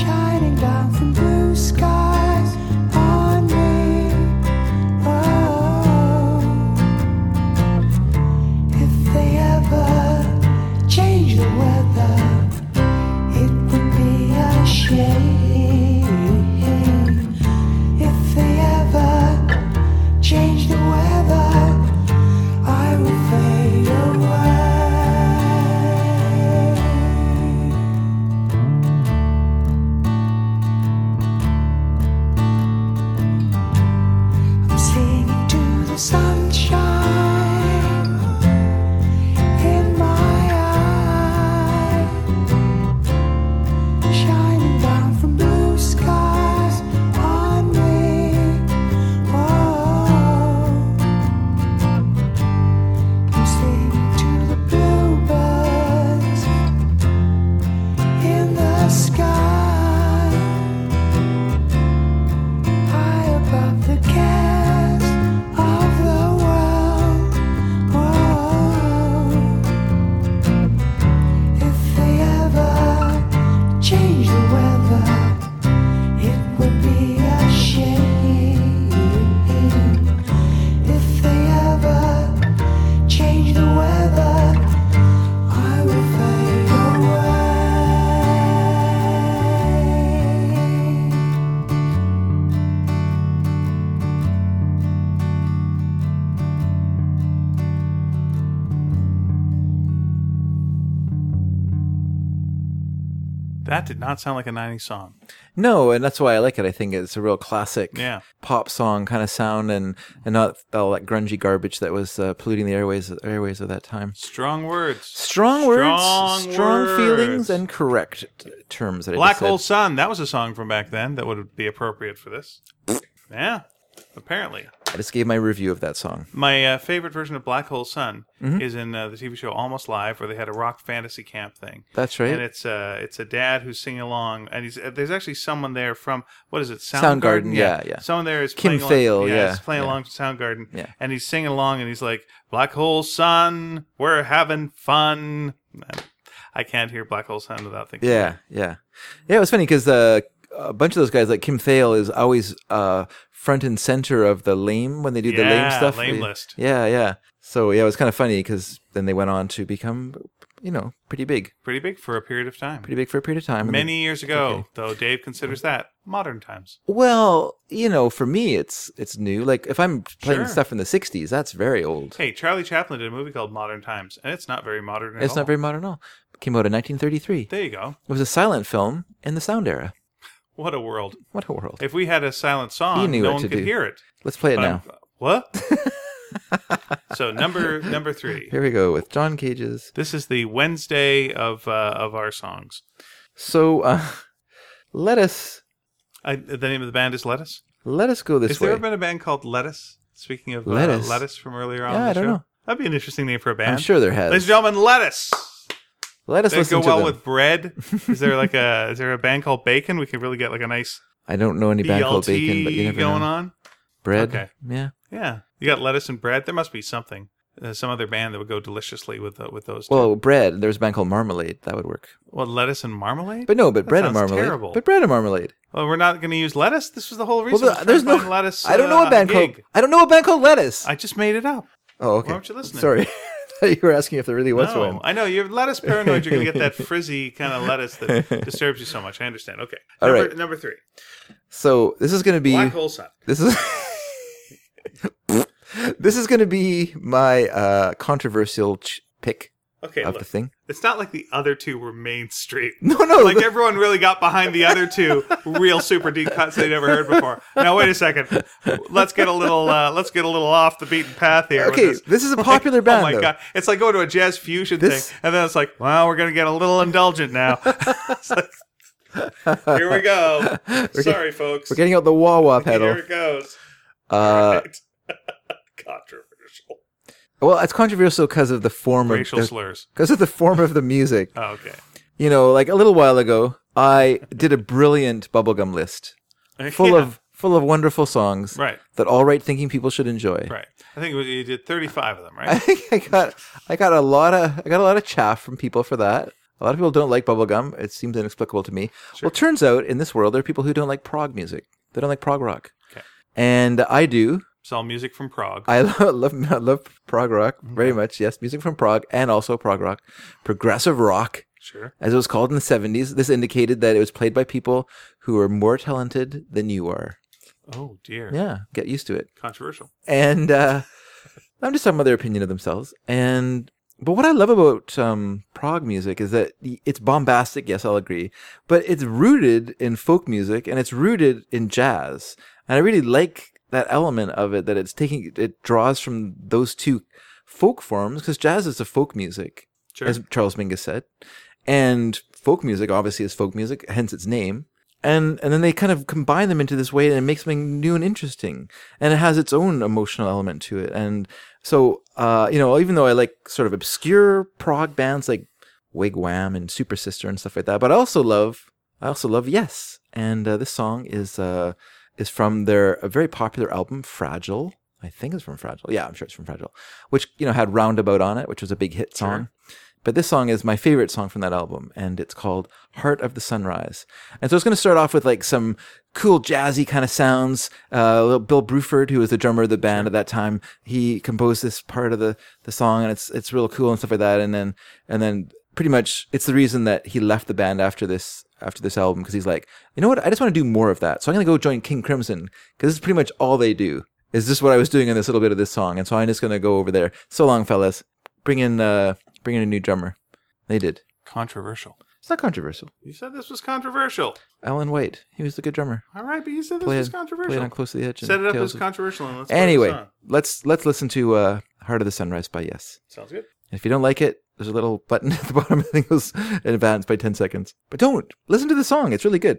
Speaker 4: shining down from blue skies on me. Oh. If they ever change the weather, it would be a shame. If they ever change the weather, I will fade away. I'm singing to the sunshine in my eyes, shining down from blue skies on me. Oh, I'm singing to the bluebirds in the sky high above the cares of the world. Oh, if they ever change the weather, it would be a shame. If they ever change the weather, I will fade away.
Speaker 1: That did not sound like a nineties song.
Speaker 2: No, and that's why I like it. I think it's a real classic
Speaker 1: Yeah.
Speaker 2: pop song kind of sound, and and not all that grungy garbage that was uh, polluting the airways airways of that time.
Speaker 1: Strong words.
Speaker 2: Strong,
Speaker 1: Strong
Speaker 2: words, strong
Speaker 1: words.
Speaker 2: feelings, and correct t- terms. That I
Speaker 1: Black
Speaker 2: just said.
Speaker 1: Hole Sun. That was a song from back then that would be appropriate for this. yeah, apparently.
Speaker 2: I just gave my review of that song.
Speaker 1: My uh, favorite version of Black Hole Sun
Speaker 2: Mm-hmm.
Speaker 1: is in uh, the TV show Almost Live, where they had a rock fantasy camp thing.
Speaker 2: That's right.
Speaker 1: And it's uh, it's a dad who's singing along, and he's uh, there's actually someone there from what is it?
Speaker 2: Soundgarden, yeah, yeah.
Speaker 1: Someone there is
Speaker 2: Kim
Speaker 1: playing
Speaker 2: Thayil,
Speaker 1: Along,
Speaker 2: yeah,
Speaker 1: he's playing
Speaker 2: yeah.
Speaker 1: along to Soundgarden.
Speaker 2: Yeah.
Speaker 1: And he's singing along, and he's like, "Black Hole Sun, we're having fun." I can't hear Black Hole Sun without thinking.
Speaker 2: Yeah, yeah, yeah. It was funny because uh, a bunch of those guys, like Kim Thayil, is always uh, front and center of the lame when they do the lame
Speaker 1: Yeah,
Speaker 2: stuff.
Speaker 1: lame list.
Speaker 2: Yeah, yeah. So yeah, it was kind of funny because then they went on to become, you know, pretty big,
Speaker 1: Pretty big for a period of time.
Speaker 2: pretty big for a period of time. and they-
Speaker 1: Many years ago, though, Dave considers that modern times.
Speaker 2: well, you know, for me, it's it's new. Like if I'm playing
Speaker 1: Sure.
Speaker 2: stuff from the '60s, that's very old.
Speaker 1: Hey, Charlie Chaplin did a movie called Modern Times, and it's not very modern at
Speaker 2: it's
Speaker 1: all.
Speaker 2: not very modern at all. Came out in 1933. It
Speaker 1: There you go.
Speaker 2: was a silent film in the sound era.
Speaker 1: What a world.
Speaker 2: What a world!
Speaker 1: If we had a silent song,
Speaker 2: He knew
Speaker 1: no
Speaker 2: what
Speaker 1: one
Speaker 2: to
Speaker 1: could
Speaker 2: do.
Speaker 1: hear it.
Speaker 2: Let's play it
Speaker 1: But
Speaker 2: now.
Speaker 1: I'm- Uh, What? so number number three.
Speaker 2: Here we go with John Cage's
Speaker 1: This is the Wednesday of uh, of our songs.
Speaker 2: So uh, let us
Speaker 1: I, the name of the band is Lettuce.
Speaker 2: let us go this
Speaker 1: Has
Speaker 2: way.
Speaker 1: there ever been a band called Lettuce? Speaking of lettuce,
Speaker 2: Lettuce?
Speaker 1: uh, lettuce from earlier on,
Speaker 2: Yeah,
Speaker 1: in the
Speaker 2: I don't
Speaker 1: show.
Speaker 2: know.
Speaker 1: That'd be an interesting name for a band.
Speaker 2: I'm sure there has.
Speaker 1: Ladies and gentlemen, Lettuce.
Speaker 2: let us
Speaker 1: They
Speaker 2: listen
Speaker 1: go
Speaker 2: to
Speaker 1: well
Speaker 2: them.
Speaker 1: with bread. Is there like a is there a band called Bacon? We could really get like a nice
Speaker 2: I don't know any band
Speaker 1: BLT
Speaker 2: called Bacon, but you never
Speaker 1: E going
Speaker 2: know.
Speaker 1: on.
Speaker 2: Bread,
Speaker 1: Okay.
Speaker 2: yeah.
Speaker 1: Yeah, you got lettuce and bread. There must be something, uh, some other band that would go deliciously with uh, with those. two.
Speaker 2: Well, bread. There's a band called Marmalade that would work.
Speaker 1: well, lettuce and marmalade.
Speaker 2: But no, but
Speaker 1: That
Speaker 2: bread and
Speaker 1: sounds
Speaker 2: marmalade.
Speaker 1: terrible.
Speaker 2: But bread and marmalade.
Speaker 1: well, we're not going to use lettuce. This was the whole
Speaker 2: Well,
Speaker 1: reason.
Speaker 2: but
Speaker 1: I was
Speaker 2: there's
Speaker 1: trying
Speaker 2: no
Speaker 1: to find lettuce.
Speaker 2: I don't know
Speaker 1: uh,
Speaker 2: a band
Speaker 1: gig.
Speaker 2: called. I don't know a band called Lettuce.
Speaker 1: I just made it up.
Speaker 2: oh, okay.
Speaker 1: weren't you listening?
Speaker 2: Sorry, you were asking if there really was
Speaker 1: no,
Speaker 2: one.
Speaker 1: Oh, I know you're lettuce paranoid. You're going to get that frizzy kind of lettuce that disturbs you so much. I understand. Okay,
Speaker 2: All
Speaker 1: number,
Speaker 2: right.
Speaker 1: number three,
Speaker 2: So this is going to be
Speaker 1: black hole sun.
Speaker 2: this is. This is going to be my uh, controversial ch- pick
Speaker 1: Okay,
Speaker 2: of
Speaker 1: look,
Speaker 2: the thing.
Speaker 1: it's not like the other two were mainstream.
Speaker 2: No, no,
Speaker 1: Like
Speaker 2: the-
Speaker 1: everyone really got behind the other two real super deep cuts they'd never heard before. Now wait a second, let's get a little uh, let's get a little off the beaten path here. with
Speaker 2: Okay, this is a popular
Speaker 1: Oh
Speaker 2: band,
Speaker 1: my
Speaker 2: though.
Speaker 1: god, it's like going to a jazz fusion
Speaker 2: This-
Speaker 1: thing, and then it's like, well, we're gonna get a little indulgent now. It's like, here we go. Sorry, folks.
Speaker 2: We're getting out the wah wah pedal.
Speaker 1: Here it goes.
Speaker 2: Uh,
Speaker 1: Right. Controversial.
Speaker 2: well, it's controversial because of the form
Speaker 1: Racial
Speaker 2: of
Speaker 1: slurs.
Speaker 2: because of the form of the music.
Speaker 1: Oh, okay.
Speaker 2: You know, like a little while ago, I did a brilliant bubblegum list full
Speaker 1: Yeah,
Speaker 2: of full of wonderful songs
Speaker 1: Right.
Speaker 2: that all right thinking people should enjoy.
Speaker 1: right. I think you did thirty-five of them,
Speaker 2: I
Speaker 1: right?
Speaker 2: think I got I got a lot of I got a lot of chaff from people for that. A lot of people don't like bubblegum. It seems inexplicable to me. Well, turns out in this world there are people who don't like prog music. They don't like prog rock.
Speaker 1: Okay.
Speaker 2: And I do.
Speaker 1: It's all music from Prague.
Speaker 2: I love, love I love prog rock
Speaker 1: Mm-hmm.
Speaker 2: very much. Yes, music from Prague and also prog rock, progressive rock,
Speaker 1: Sure.
Speaker 2: as it was called in the seventies. This indicated that it was played by people who are more talented than you are.
Speaker 1: Oh dear.
Speaker 2: Yeah, get used to it.
Speaker 1: Controversial.
Speaker 2: And uh, I'm just talking about their opinion of themselves. And but what I love about um, prog music is that y- it's bombastic. Yes, I'll agree, but it's rooted in folk music and it's rooted in jazz. And I really like that element of it that it's taking. It draws from those two folk forms because jazz is a folk music,
Speaker 1: Sure.
Speaker 2: as Charles Mingus said, and folk music obviously is folk music, hence its name. And and then they kind of combine them into this way, and it makes something new and interesting. And it has its own emotional element to it. And so, uh, you know, even though I like sort of obscure prog bands like Wigwam and Super Sister and stuff like that, but I also love I also love Yes, and uh, this song is uh, is from their a very popular album Fragile. I think it's from Fragile. Yeah, I'm sure it's from Fragile, which you know had Roundabout on it, which was a big hit song. But this song is my favorite song from that album, and it's called Heart of the Sunrise. And so it's going to start off with like some cool jazzy kind of sounds. Uh, little Bill Bruford, who was the drummer of the band at that time, he composed this part of the, the song, and it's it's real cool and stuff like that. And then and then pretty much it's the reason that he left the band after this after this album because he's like, you know what, I just want to do more of that. So I'm going to go join King Crimson because this is pretty much all they do. Is this what I was doing in this little bit of this song? And so I'm just going to go over there. So long, fellas bring in uh bring in a new drummer. They did.
Speaker 1: Controversial.
Speaker 2: It's not controversial.
Speaker 1: You said this was controversial.
Speaker 2: Alan White, he was the good drummer.
Speaker 1: All right, but you said this
Speaker 2: Played,
Speaker 1: was
Speaker 2: played
Speaker 1: controversial.
Speaker 2: on close to the edge. and
Speaker 1: Set it up
Speaker 2: Tales
Speaker 1: as
Speaker 2: of-
Speaker 1: controversial. And let's put this
Speaker 2: Anyway,
Speaker 1: on.
Speaker 2: let's let's listen to uh Heart of the Sunrise by Yes.
Speaker 1: sounds good.
Speaker 2: And if you don't like it, there's a little button at the bottom that goes in advance by ten seconds. But don't listen to the song; it's really good.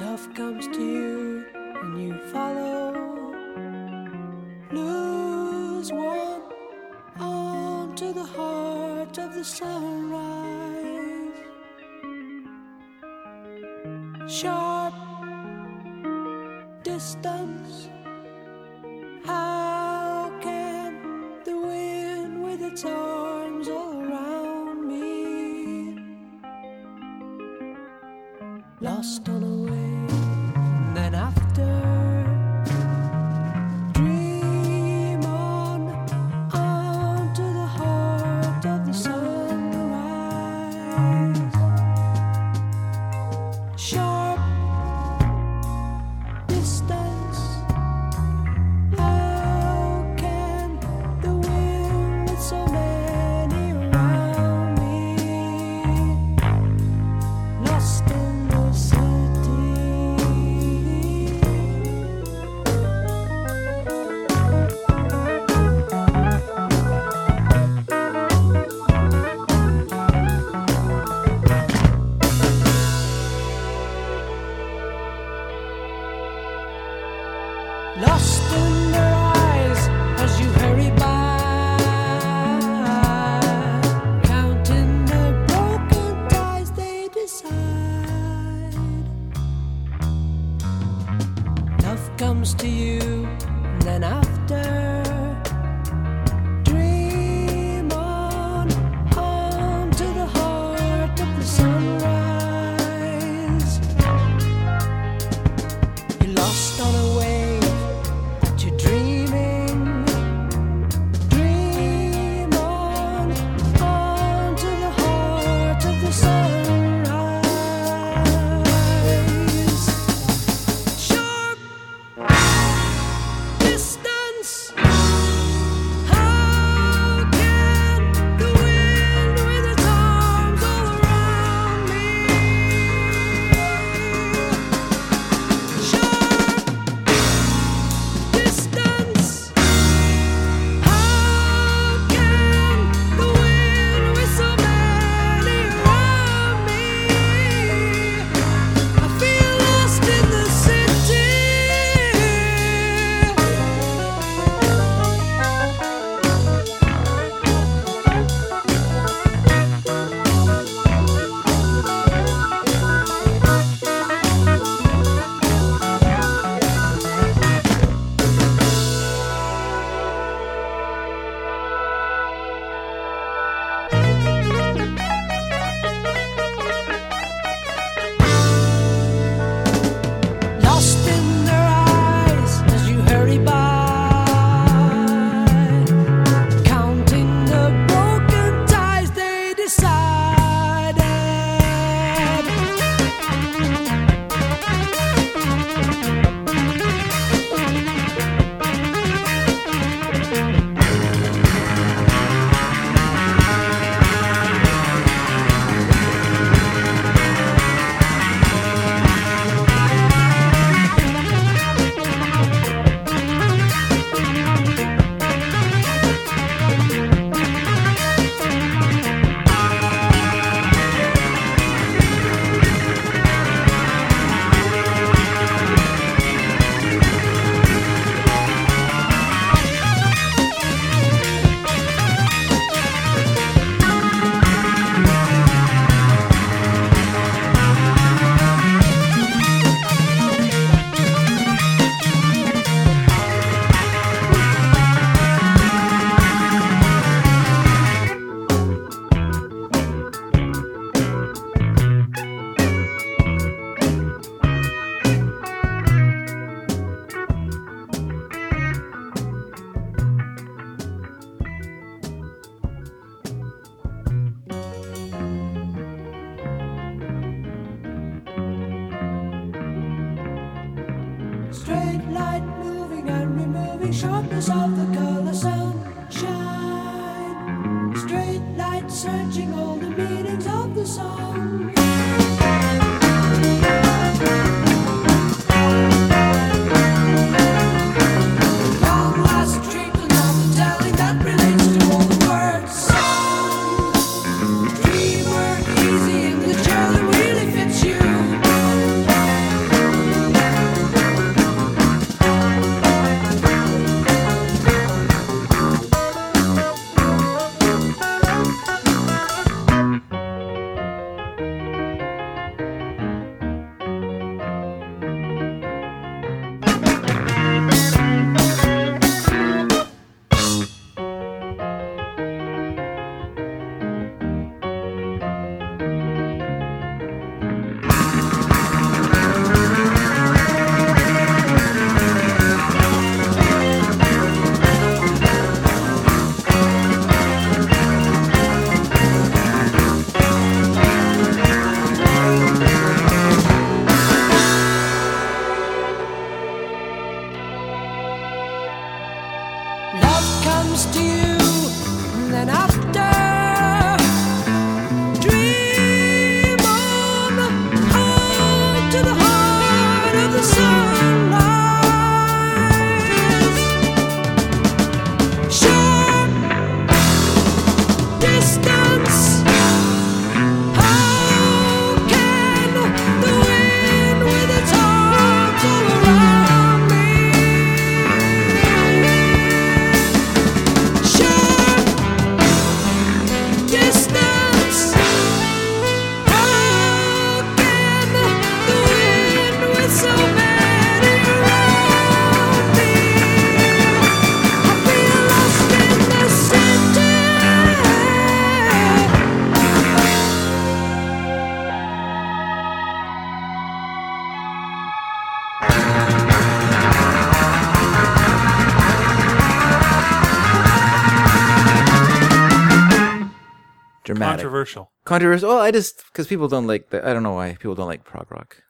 Speaker 4: Love comes to you and you follow. Lose one arm to the heart of the sunrise. Sharp distance. How can the wind with its arms all around me? lost on a way. And then after, dream on, on to the heart of the sunrise. Sharp distance. How can the wind with so many around me? Lost in the city. Lost in their eyes as you hurry by, counting the broken ties they decide. Love comes to you, and then after, dream on, on to the heart of the sunrise. You're lost on a wave that you're dreaming. Dream on, on to the heart of the sunrise. Sharp distance. How can the wind with its arms all around me? Sharp distance. How can the wind with so many around me? I feel lost in the city. Lost in their eyes as you hurry by, counting the broken ties they decided. Straight light moving and removing sharpness of the color sunshine. Straight light searching all the meanings of the song. Long last treatment of the telling that relates to all the words. Song. Dreamer, easy in the chair that really fits you.
Speaker 2: dramatic.
Speaker 1: Controversial.
Speaker 2: Controversial. Well, I just because people don't like. The, I don't know why people don't like prog rock.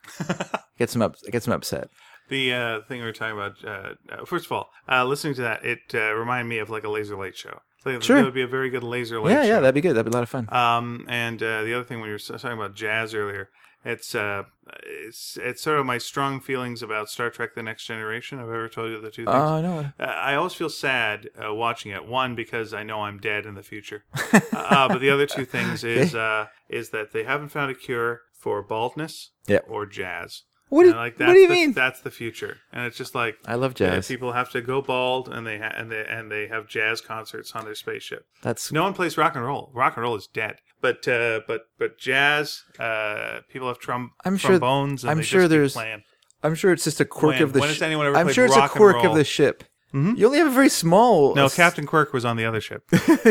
Speaker 2: gets them up. Gets them upset.
Speaker 1: The uh, thing we were talking about. Uh, uh, first of all, uh, listening to that, it uh, reminded me of like a laser light show. It's Like,
Speaker 2: Sure.
Speaker 1: That would be a very good laser light.
Speaker 2: yeah,
Speaker 1: show.
Speaker 2: yeah, that'd be good. That'd be a lot of fun.
Speaker 1: Um, and uh, the other thing when you were talking about jazz earlier, it's uh, it's it's sort of my strong feelings about Star Trek: The Next Generation. I've ever told you the two things.
Speaker 2: Oh no.
Speaker 1: Uh, I always feel sad uh, watching it. One because I know I'm dead in the future, uh, but the other two things is uh, is that they haven't found a cure for baldness
Speaker 2: Yep.
Speaker 1: or jazz.
Speaker 2: What do
Speaker 1: And,
Speaker 2: you-
Speaker 1: like,
Speaker 2: what
Speaker 1: that's
Speaker 2: do you
Speaker 1: the,
Speaker 2: mean?
Speaker 1: That's the future, and it's just like
Speaker 2: I love
Speaker 1: yeah,
Speaker 2: jazz.
Speaker 1: people have to go bald, and they ha- and they and they have jazz concerts on their spaceship.
Speaker 2: That's
Speaker 1: No one plays rock and roll. Rock and roll is dead. But uh, but but jazz, uh, people have trom-
Speaker 2: I'm sure-
Speaker 1: trombones. and
Speaker 2: I'm
Speaker 1: they
Speaker 2: sure
Speaker 1: just keep
Speaker 2: there's-
Speaker 1: playing.
Speaker 2: I'm sure it's just a quirk
Speaker 1: When-
Speaker 2: of the.
Speaker 1: when
Speaker 2: ship.
Speaker 1: has anyone ever
Speaker 2: I'm
Speaker 1: played
Speaker 2: sure it's a
Speaker 1: rock and
Speaker 2: quirk
Speaker 1: roll? Mm-hmm.
Speaker 2: of the ship. You only have a very small.
Speaker 1: No, Captain Quirk was on the other ship.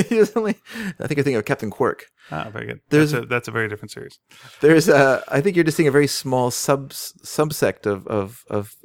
Speaker 2: He's only. I think I think of Captain Quirk.
Speaker 1: Ah, very good.
Speaker 2: There's-
Speaker 1: that's a, that's a very different series.
Speaker 2: There's a. I think you're just seeing a very small sub subsect of of of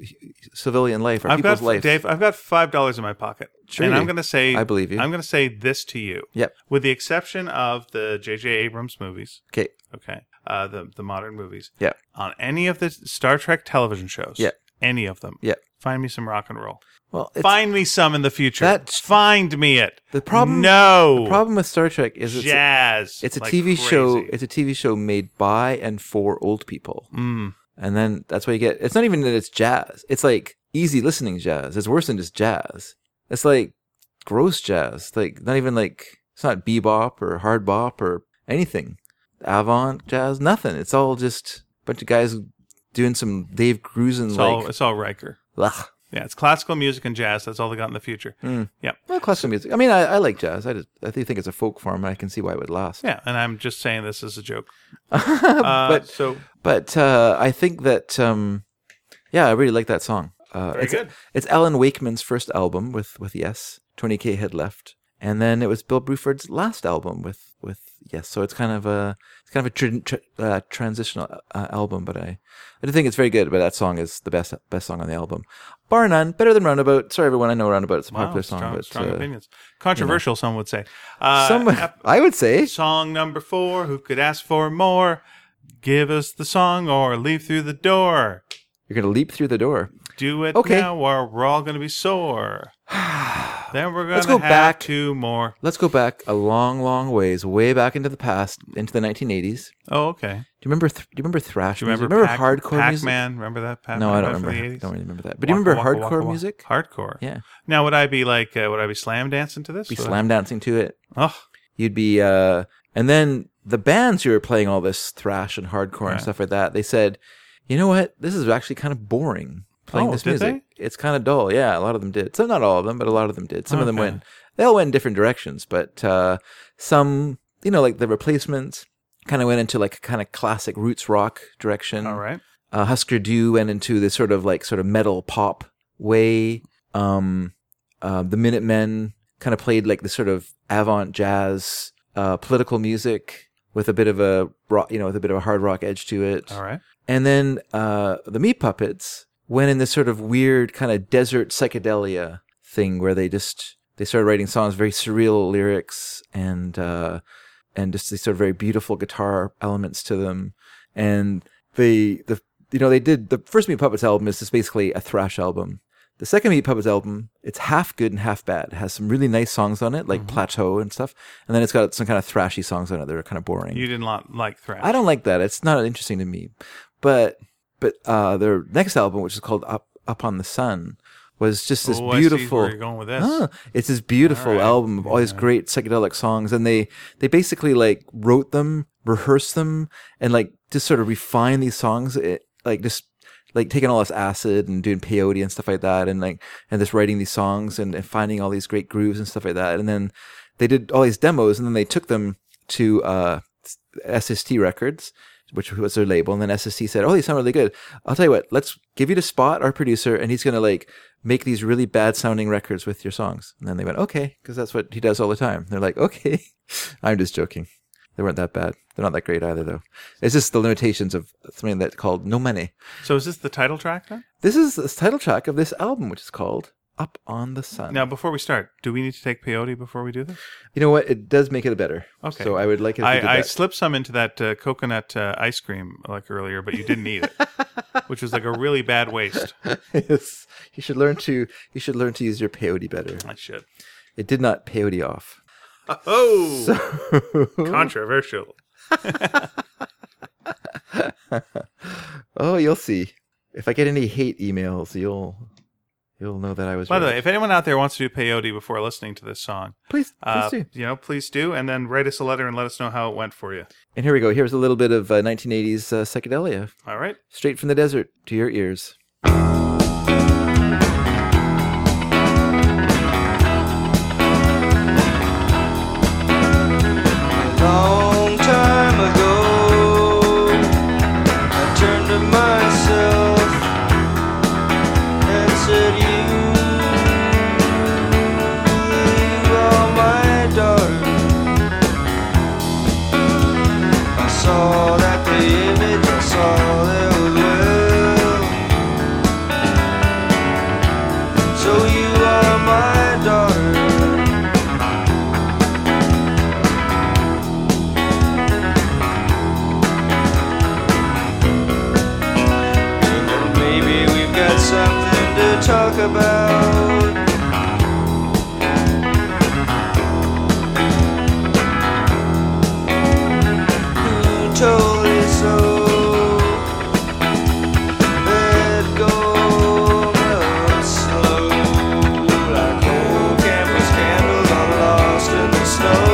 Speaker 2: civilian life or
Speaker 1: I've
Speaker 2: people's
Speaker 1: got
Speaker 2: life.
Speaker 1: Dave. I've got five dollars in my pocket,
Speaker 2: Sure
Speaker 1: and
Speaker 2: you
Speaker 1: I'm
Speaker 2: do.
Speaker 1: going to say
Speaker 2: I believe you.
Speaker 1: I'm going to say this to you.
Speaker 2: Yep.
Speaker 1: With the exception of the J.J. Abrams movies,
Speaker 2: Okay.
Speaker 1: okay, uh, the the modern movies.
Speaker 2: Yeah.
Speaker 1: On any of the Star Trek television shows.
Speaker 2: Yeah.
Speaker 1: Any of them.
Speaker 2: Yeah.
Speaker 1: Find me some rock and roll.
Speaker 2: Well, it's,
Speaker 1: Find me some in the future.
Speaker 2: That's-
Speaker 1: Find me it.
Speaker 2: The problem-
Speaker 1: No.
Speaker 2: The problem with Star Trek is it's a,
Speaker 1: Jazz.
Speaker 2: it's a
Speaker 1: like
Speaker 2: TV show.
Speaker 1: crazy.
Speaker 2: It's a TV show made by and for old people.
Speaker 1: Mm.
Speaker 2: And then that's why you get. It's not even that it's jazz. It's like easy listening jazz. It's worse than just jazz. It's like gross jazz. Like not even like it's not bebop or hard bop or anything. Avant jazz, nothing. It's all just a bunch of guys doing some Dave Grusin
Speaker 1: It's all
Speaker 2: like.
Speaker 1: it's all Riker.
Speaker 2: Ugh.
Speaker 1: Yeah, it's classical music and jazz. That's all they got in the future.
Speaker 2: Mm.
Speaker 1: Yep.
Speaker 2: Well, classical music. I mean, I, I like jazz. I just I do think it's a folk form, and I can see why it would last.
Speaker 1: Yeah, and I'm just saying this as a joke. Uh,
Speaker 2: But-
Speaker 1: so
Speaker 2: But uh, I think that um, yeah, I really like that song. Uh,
Speaker 1: Very
Speaker 2: it's,
Speaker 1: good.
Speaker 2: It's Alan Wakeman's first album with with Yes. Tony K had left, and then it was Bill Bruford's last album with with Yes. So it's kind of a it's kind of a tran- tr- uh, transitional uh, album. But I I do think it's very good. But that song is the best best song on the album, bar none. Better than Roundabout. Sorry everyone, I know Roundabout's a
Speaker 1: wow,
Speaker 2: popular song,
Speaker 1: strong,
Speaker 2: but
Speaker 1: strong
Speaker 2: uh,
Speaker 1: opinions. Controversial, some would say. Uh,
Speaker 2: some
Speaker 1: ep-
Speaker 2: I would say
Speaker 1: song number four. Who could ask for more? Give us the song or leave through the door.
Speaker 2: you're gonna leap through the door.
Speaker 1: Do it
Speaker 2: Okay.
Speaker 1: now, or we're all going to be sore. then we're going
Speaker 2: Let's
Speaker 1: to
Speaker 2: go
Speaker 1: have
Speaker 2: back.
Speaker 1: two more.
Speaker 2: Let's go back a long, long ways, way back into the past, into the 1980s.
Speaker 1: Oh, okay.
Speaker 2: Do you remember? Th- do you remember thrash?
Speaker 1: Do you remember,
Speaker 2: music? remember
Speaker 1: Pac-
Speaker 2: hardcore music?
Speaker 1: Pac-Man? Remember that? Pac-Man
Speaker 2: No, I don't
Speaker 1: from
Speaker 2: remember.
Speaker 1: The 80s?
Speaker 2: Don't really remember that. But do you remember
Speaker 1: Waka,
Speaker 2: hardcore
Speaker 1: waka, waka, waka.
Speaker 2: music?
Speaker 1: Hardcore.
Speaker 2: Yeah,
Speaker 1: Now, would I be like, uh, would I be slam dancing to this?
Speaker 2: be
Speaker 1: Would I-
Speaker 2: slam dancing to it.
Speaker 1: Oh,
Speaker 2: You'd be, uh, and then the bands who were playing all this thrash and hardcore
Speaker 1: Right.
Speaker 2: and stuff like that. They said, you know what? This is actually kind of boring playing
Speaker 1: Oh,
Speaker 2: this
Speaker 1: did
Speaker 2: music. It's kind of dull. Yeah, a lot of them did. Some, not all of them, but a lot of them did. Some of them
Speaker 1: Okay.
Speaker 2: went. They all went in different directions, but uh, some, you know, like the replacements, kind of went into like kind of classic roots rock direction.
Speaker 1: all right.
Speaker 2: uh, Husker Du went into this sort of like sort of metal pop way. Um, uh, the Minutemen kind of played like this sort of avant jazz uh, political music with a bit of a rock, you know, with a bit of a hard rock edge to it.
Speaker 1: All right.
Speaker 2: And then uh, the Meat Puppets went in this sort of weird kind of desert psychedelia thing where they just they started writing songs, very surreal lyrics, and uh, and just these sort of very beautiful guitar elements to them. And the the you know they did the first Meat Puppets album is just basically a thrash album. The second Meat Puppets album, it's half good and half bad. It has some really nice songs on it, like Plateau and stuff, and then it's got some kind of thrashy songs on it that are kind of boring.
Speaker 1: You did not like thrash.
Speaker 2: I don't like that. It's not interesting to me. But but uh their next album, which is called Up Up on the Sun, was just this
Speaker 1: Oh, I see
Speaker 2: beautiful.
Speaker 1: where you're going with this.
Speaker 2: Ah, it's this beautiful
Speaker 1: All right.
Speaker 2: album of all these great psychedelic songs, and they they basically like wrote them, rehearsed them, and like just sort of refine these songs. It, like just like taking all this acid and doing peyote and stuff like that, and like and just writing these songs and, and finding all these great grooves and stuff like that. And then they did all these demos, and then they took them to uh, SST Records, which was their label, and then SST said, "Oh, these sound really good. I'll tell you what. Let's give you to Spot, our producer, and he's gonna like make these really bad sounding records with your songs." And then they went, "Okay," because that's what he does all the time. They're like, "Okay." I'm just joking. They weren't that bad. They're not that great either, though. It's just the limitations of something that's called no money.
Speaker 1: So is this the title track then?
Speaker 2: This is the title track of this album, which is called up on the sun.
Speaker 1: Now, before we start, do we need to take peyote before we do this?
Speaker 2: you know what? It does make it better.
Speaker 1: Okay.
Speaker 2: So I would like it if you did
Speaker 1: I, I
Speaker 2: that.
Speaker 1: slipped some into that uh, coconut uh, ice cream like earlier, but you didn't eat it, which was like a really bad waste.
Speaker 2: yes. You should learn to you should learn to use your peyote better.
Speaker 1: That shit.
Speaker 2: It did not peyote off.
Speaker 1: Oh,
Speaker 2: So
Speaker 1: controversial.
Speaker 2: Oh, you'll see. If I get any hate emails, you'll you'll know that I was
Speaker 1: By the
Speaker 2: right.
Speaker 1: way, if anyone out there wants to do peyote before listening to this song,
Speaker 2: please please
Speaker 1: uh,
Speaker 2: do.
Speaker 1: you know, please do, and then write us a letter and let us know how it went for you.
Speaker 2: And here we go. Here's a little bit of uh, 1980s uh, psychedelia,
Speaker 1: All right.
Speaker 2: straight from the desert to your ears.
Speaker 3: long time ago I turned to myself and said you are my daughter I saw that the image I saw there was love So you are my daughter Maybe we've got something to talk about. Who told you so? Let go of slow. Like old campus candles all lost in the snow.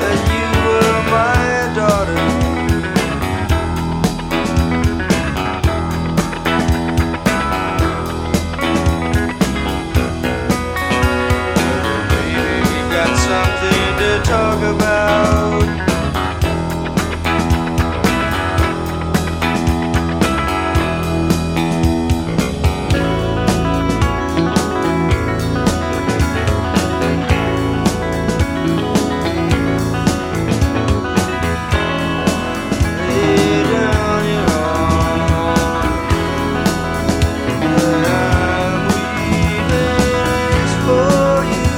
Speaker 3: that you were my daughter. Baby, we've got something to talk about. Lay down your arms that I'm weaving for you.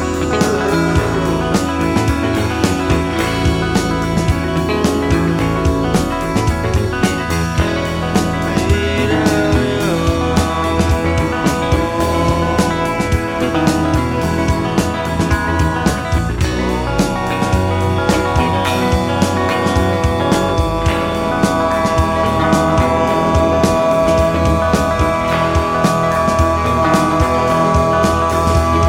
Speaker 3: Lay down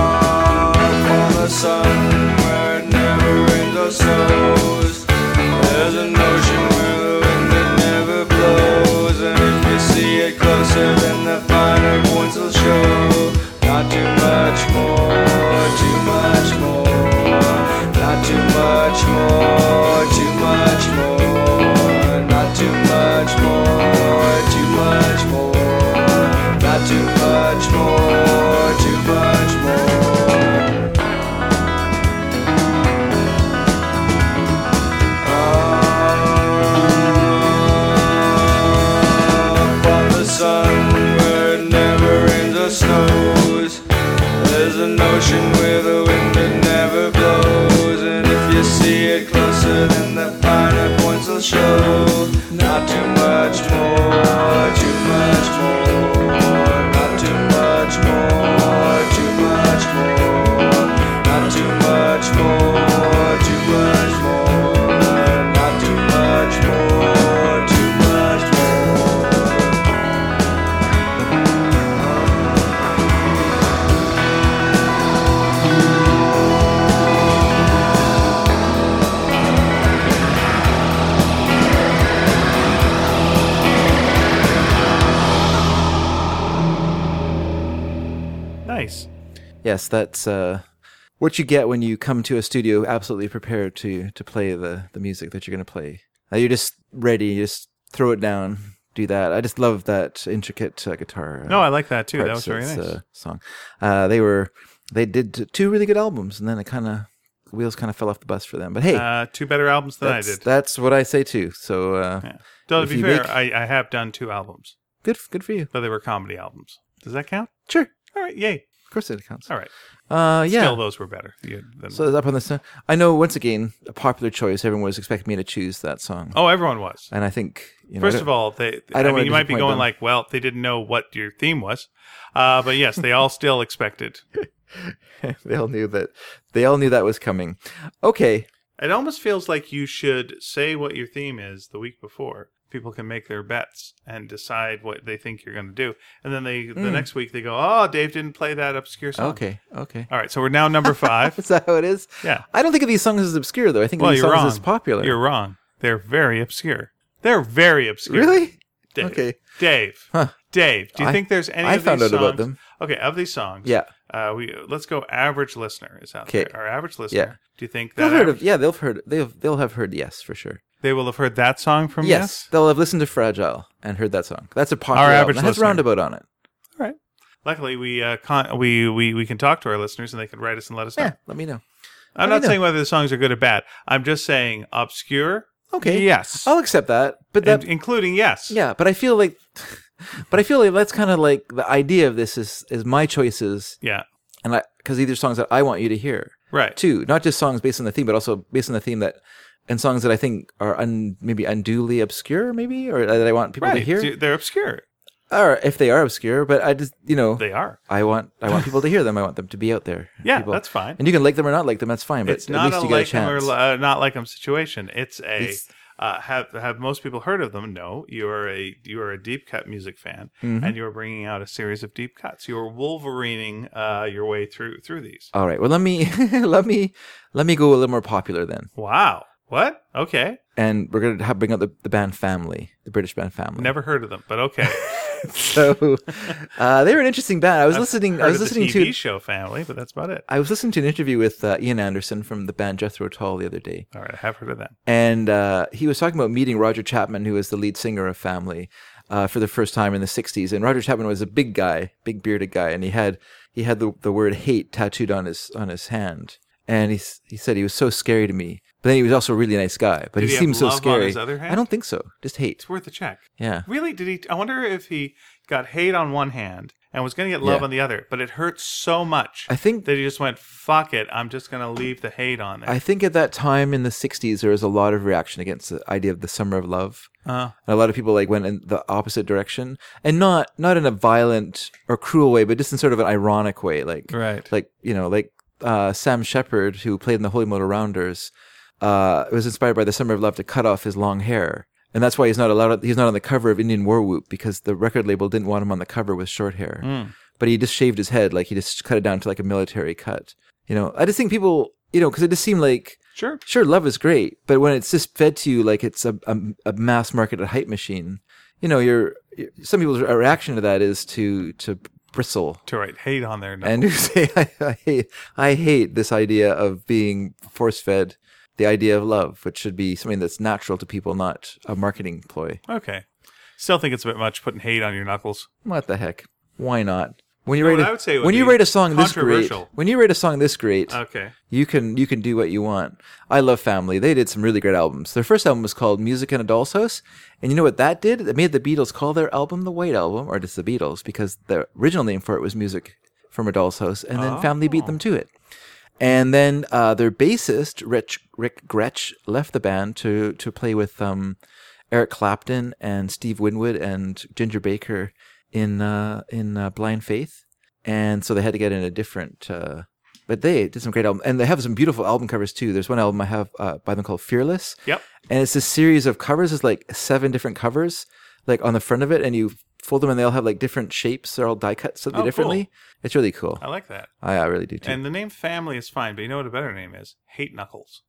Speaker 3: on the sun where it never rains or snows. There's an ocean where the wind it never blows, and if you see it closer, then the finer points will show. Not too much more, too much more, not too much more, too much more, not too much more, too much more, not too much more, too much more. From the sun where it never rains or snows. There's an ocean where the wind it never blows. And if you see it closer, then the finer points will show. Not too much more, too much more. Not too much more, too much more. Not too much more, too much more. Not too much more, too much more.
Speaker 1: Nice.
Speaker 2: Yes, that's uh, what you get when you come to a studio absolutely prepared to to play the the music that you're going to play. Uh, you're just ready. You just throw it down. Do that. I just love that intricate uh, guitar. uh,
Speaker 1: No, I like that too. That
Speaker 2: parts
Speaker 1: was very
Speaker 2: of Uh,
Speaker 1: nice.
Speaker 2: this, uh, song. Uh, they were they did t- two really good albums, and then it kind of wheels kind of fell off the bus for them. But hey,
Speaker 1: Uh, two better albums than I
Speaker 2: that's,
Speaker 1: did.
Speaker 2: that's what I say too. So uh,
Speaker 1: Yeah. Though, to
Speaker 2: if
Speaker 1: be
Speaker 2: you
Speaker 1: fair,
Speaker 2: make-
Speaker 1: I, I have done two albums,
Speaker 2: good, f- good for you.
Speaker 1: but they were comedy albums. Does that count?
Speaker 2: Sure,
Speaker 1: All right, yay.
Speaker 2: of course it counts.
Speaker 1: All right.
Speaker 2: Uh, yeah.
Speaker 1: Still, those were better you- than
Speaker 2: so it's up on this. I know once again a popular choice. Everyone was expecting me to choose that song,
Speaker 1: Oh, everyone was.
Speaker 2: and I think you know, I
Speaker 1: First
Speaker 2: don't-
Speaker 1: of all, they.
Speaker 2: I
Speaker 1: I,
Speaker 2: don't wanna
Speaker 1: mean, you might be
Speaker 2: disappoint
Speaker 1: going
Speaker 2: them.
Speaker 1: like, "Well, they didn't know what your theme was," uh, but yes, they all still expected.
Speaker 2: they all knew that they all knew that was coming. Okay,
Speaker 1: It almost feels like you should say what your theme is the week before. People can make their bets and decide what they think you're going to do, and then they the next week they go, "Oh, Dave didn't play that obscure song."
Speaker 2: Hmm. okay, okay.
Speaker 1: Oh. All right, so we're now number five.
Speaker 2: Is that how it is?
Speaker 1: Yeah.
Speaker 2: I don't think of these songs as obscure though. I think of
Speaker 1: well,
Speaker 2: these
Speaker 1: you're
Speaker 2: songs
Speaker 1: wrong.
Speaker 2: as popular.
Speaker 1: You're wrong. They're very obscure. They're very obscure.
Speaker 2: really?
Speaker 1: Dave.
Speaker 2: Okay.
Speaker 1: Dave.
Speaker 2: Huh.
Speaker 1: Dave. Do you
Speaker 2: I-
Speaker 1: think there's any?
Speaker 2: I
Speaker 1: of
Speaker 2: found
Speaker 1: these
Speaker 2: out about
Speaker 1: songs-
Speaker 2: them.
Speaker 1: Okay, of these songs.
Speaker 2: Yeah.
Speaker 1: Uh, we let's go. Average listener is out
Speaker 2: Okay.
Speaker 1: there. Our average listener.
Speaker 2: Yeah.
Speaker 1: Do you think
Speaker 2: They'll
Speaker 1: that
Speaker 2: heard
Speaker 1: average,
Speaker 2: of yeah. They'll have heard they'll they'll have heard yes for sure.
Speaker 1: they will have heard that song from
Speaker 2: yes,
Speaker 1: Yes?
Speaker 2: they'll have listened to Fragile and heard that song. That's a popular.
Speaker 1: Our
Speaker 2: album.
Speaker 1: average
Speaker 2: It has
Speaker 1: listener.
Speaker 2: Roundabout on it.
Speaker 1: Luckily, we uh, con- we we we can talk to our listeners and they can write us and let us know.
Speaker 2: Yeah, let me know.
Speaker 1: I'm
Speaker 2: Let me
Speaker 1: not
Speaker 2: know.
Speaker 1: saying whether the songs are good or bad. I'm just saying obscure.
Speaker 2: Okay.
Speaker 1: Yes.
Speaker 2: I'll accept that. But that
Speaker 1: And including yes.
Speaker 2: yeah, but I feel like but I feel like that's kind of like the idea of this is is my choices
Speaker 1: Yeah.
Speaker 2: and I cuz these are songs that I want you to hear
Speaker 1: Right.
Speaker 2: too, not just songs based on the theme but also based on the theme that and songs that I think are un, maybe unduly obscure maybe or that I want people to
Speaker 1: Right.
Speaker 2: hear
Speaker 1: They're obscure.
Speaker 2: or if they are obscure, but I just, you know,
Speaker 1: They are.
Speaker 2: I want I want people to hear them. I want them to be out there.
Speaker 1: Yeah,
Speaker 2: People-
Speaker 1: that's fine.
Speaker 2: And you can like them or not like them. That's fine. But
Speaker 1: it's
Speaker 2: at
Speaker 1: not
Speaker 2: least
Speaker 1: a
Speaker 2: you get
Speaker 1: like
Speaker 2: a
Speaker 1: them or
Speaker 2: chance.
Speaker 1: uh, not like them situation. It's a
Speaker 2: It's-
Speaker 1: uh, have have most people heard of them? No, you are a you are a deep cut music fan,
Speaker 2: Mm-hmm.
Speaker 1: and you are bringing out a series of deep cuts. You are Wolverining uh, your way through through these.
Speaker 2: All right. Well, let me let me let me go a little more popular then,
Speaker 1: Wow, what? Okay,
Speaker 2: and we're gonna have, bring up the, the band Family, the British band Family.
Speaker 1: never heard of them, but okay.
Speaker 2: So uh, they were an interesting band. I was listening.
Speaker 1: Heard
Speaker 2: I was
Speaker 1: of the
Speaker 2: listening
Speaker 1: TV
Speaker 2: to.
Speaker 1: show Family, but that's about it.
Speaker 2: I was listening to an interview with uh, Ian Anderson from the band Jethro Tull the other day,
Speaker 1: All right, I have heard of them.
Speaker 2: and uh, he was talking about meeting Roger Chapman, who was the lead singer of Family, uh, for the first time in the '60s. And Roger Chapman was a big guy, big bearded guy, and he had he had the, the word "hate" tattooed on his on his hand. And he s- he said he was so scary to me, but then he was also a really nice guy. But
Speaker 1: Did
Speaker 2: he,
Speaker 1: he have
Speaker 2: seemed so
Speaker 1: love on
Speaker 2: scary.
Speaker 1: his other hand?
Speaker 2: I don't think so. Just hate.
Speaker 1: It's worth a check.
Speaker 2: Yeah.
Speaker 1: Really? Did he? I wonder if he got hate on one hand and was going to get love
Speaker 2: Yeah.
Speaker 1: on the other, but it hurt so much
Speaker 2: I think-
Speaker 1: that he just went, "Fuck it, I'm just going to leave the hate on there."
Speaker 2: I think at that time in the '60s, there was a lot of reaction against the idea of the summer of love.
Speaker 1: Uh,
Speaker 2: And a lot of people like went in the opposite direction, and not not in a violent or cruel way, but just in sort of an ironic way, like
Speaker 1: Right.
Speaker 2: like you know, like uh, Sam Shepard, who played in the Holy Motor Rounders, uh, was inspired by the Summer of Love to cut off his long hair, and that's why he's not allowed. He's not on the cover of Indian War Whoop because the record label didn't want him on the cover with short hair. But he just shaved his head, like he just cut it down to like a military cut. You know, I just think people, you know, because it just seemed like
Speaker 1: sure.
Speaker 2: sure love is great but when it's just fed to you like it's a, a, a mass marketed hype machine you know your your- some people's reaction to that is to to bristle
Speaker 1: To write hate on there. No.
Speaker 2: and to say I, I hate i hate this idea of being force fed the idea of love which should be something that's natural to people not a marketing ploy
Speaker 1: okay. Still think it's a bit much putting hate on your knuckles.
Speaker 2: what the heck why not when you
Speaker 1: No,
Speaker 2: write
Speaker 1: what
Speaker 2: a,
Speaker 1: I would say would
Speaker 2: when you
Speaker 1: be
Speaker 2: write a song this great
Speaker 1: controversial.
Speaker 2: when you write a song this great
Speaker 1: Okay.
Speaker 2: You can you can do what you want. I love Family. They did some really great albums. Their first album was called Music in a Doll's House, and you know what that did? It made the Beatles call their album the White Album, or just the Beatles, because the original name for it was Music from a Doll's House, and then Family beat them to it. And then uh, their bassist Rich, Rick Gretsch left the band to to play with um, Eric Clapton and Steve Winwood and Ginger Baker in uh, in uh, Blind Faith, and so they had to get in a different. Uh, but they did some great albums, and they have some beautiful album covers too. There's one album I have uh, by them called Fearless.
Speaker 1: Yep.
Speaker 2: And it's a series of covers. It's like seven different covers, like on the front of it, and you fold them, and they all have like different shapes. They're all die cut slightly
Speaker 1: Oh, cool.
Speaker 2: differently. It's really cool.
Speaker 1: I like that.
Speaker 2: I, I really do too.
Speaker 1: And the name family is fine, but you know what a better name is? Hate Knuckles.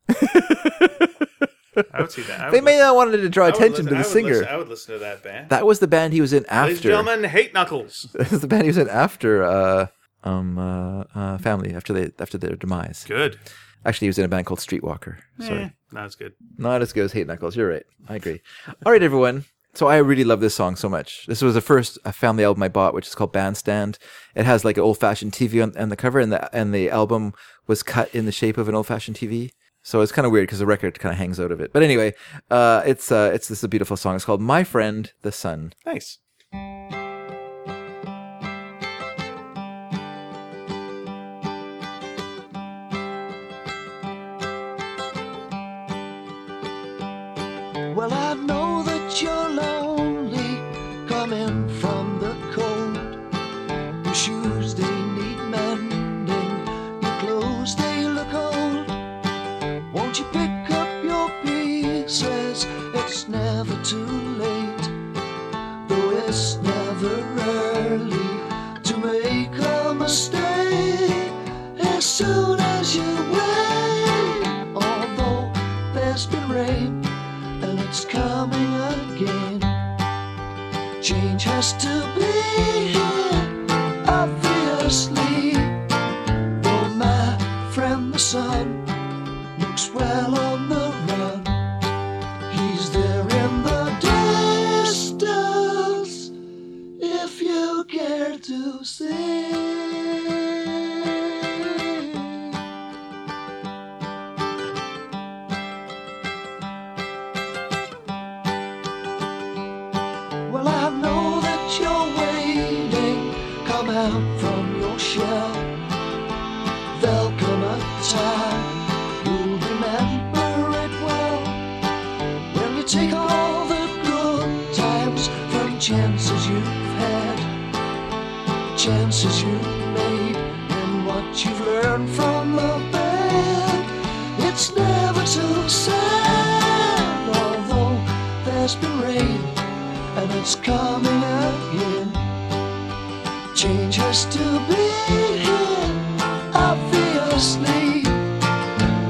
Speaker 1: I would see that. I
Speaker 2: they
Speaker 1: would
Speaker 2: may
Speaker 1: listen-
Speaker 2: not wanted to draw
Speaker 1: I would
Speaker 2: attention
Speaker 1: listen-
Speaker 2: to
Speaker 1: I
Speaker 2: the
Speaker 1: would
Speaker 2: singer.
Speaker 1: listen- I would listen to that band.
Speaker 2: that was the band he was in after.
Speaker 1: Ladies and gentlemen, Hate Knuckles.
Speaker 2: This is the band he was in after uh, um, uh, uh, Family, after they after their demise.
Speaker 1: Good.
Speaker 2: Actually, he was in a band called Streetwalker. Sorry,
Speaker 1: Eh, not as good.
Speaker 2: not as good as Hate Knuckles. You're right. I agree. All right, everyone. So I really love this song so much. This was the first uh, family album I bought, which is called Bandstand. It has like an old fashioned TV on, on the cover, and the and the album was cut in the shape of an old fashioned TV. So it's kind of weird because the record kind of hangs out of it. But anyway, uh, it's uh, it's this is a beautiful song. It's called My Friend the Sun.
Speaker 1: Nice.
Speaker 5: Well, I know that you're lonely coming from the cold. Your shoes, they need mending. Your clothes, they look old. Won't you pick up your pieces? It's never too late. Though it's never early to make a mistake as soon as you wake. Although there's been rain and it's coming again. Change has to be here, obviously. Though my friend the sun looks well on the run, he's there in the distance if you care to see. Well, I know that you're waiting. Come out from your shell. There'll come a time you'll remember it well. When you take all the good times from chances you've had, chances you've made, and what you've learned from the bad. It's never too sad, although there's been rain and it's coming again. Change has to be here, obviously.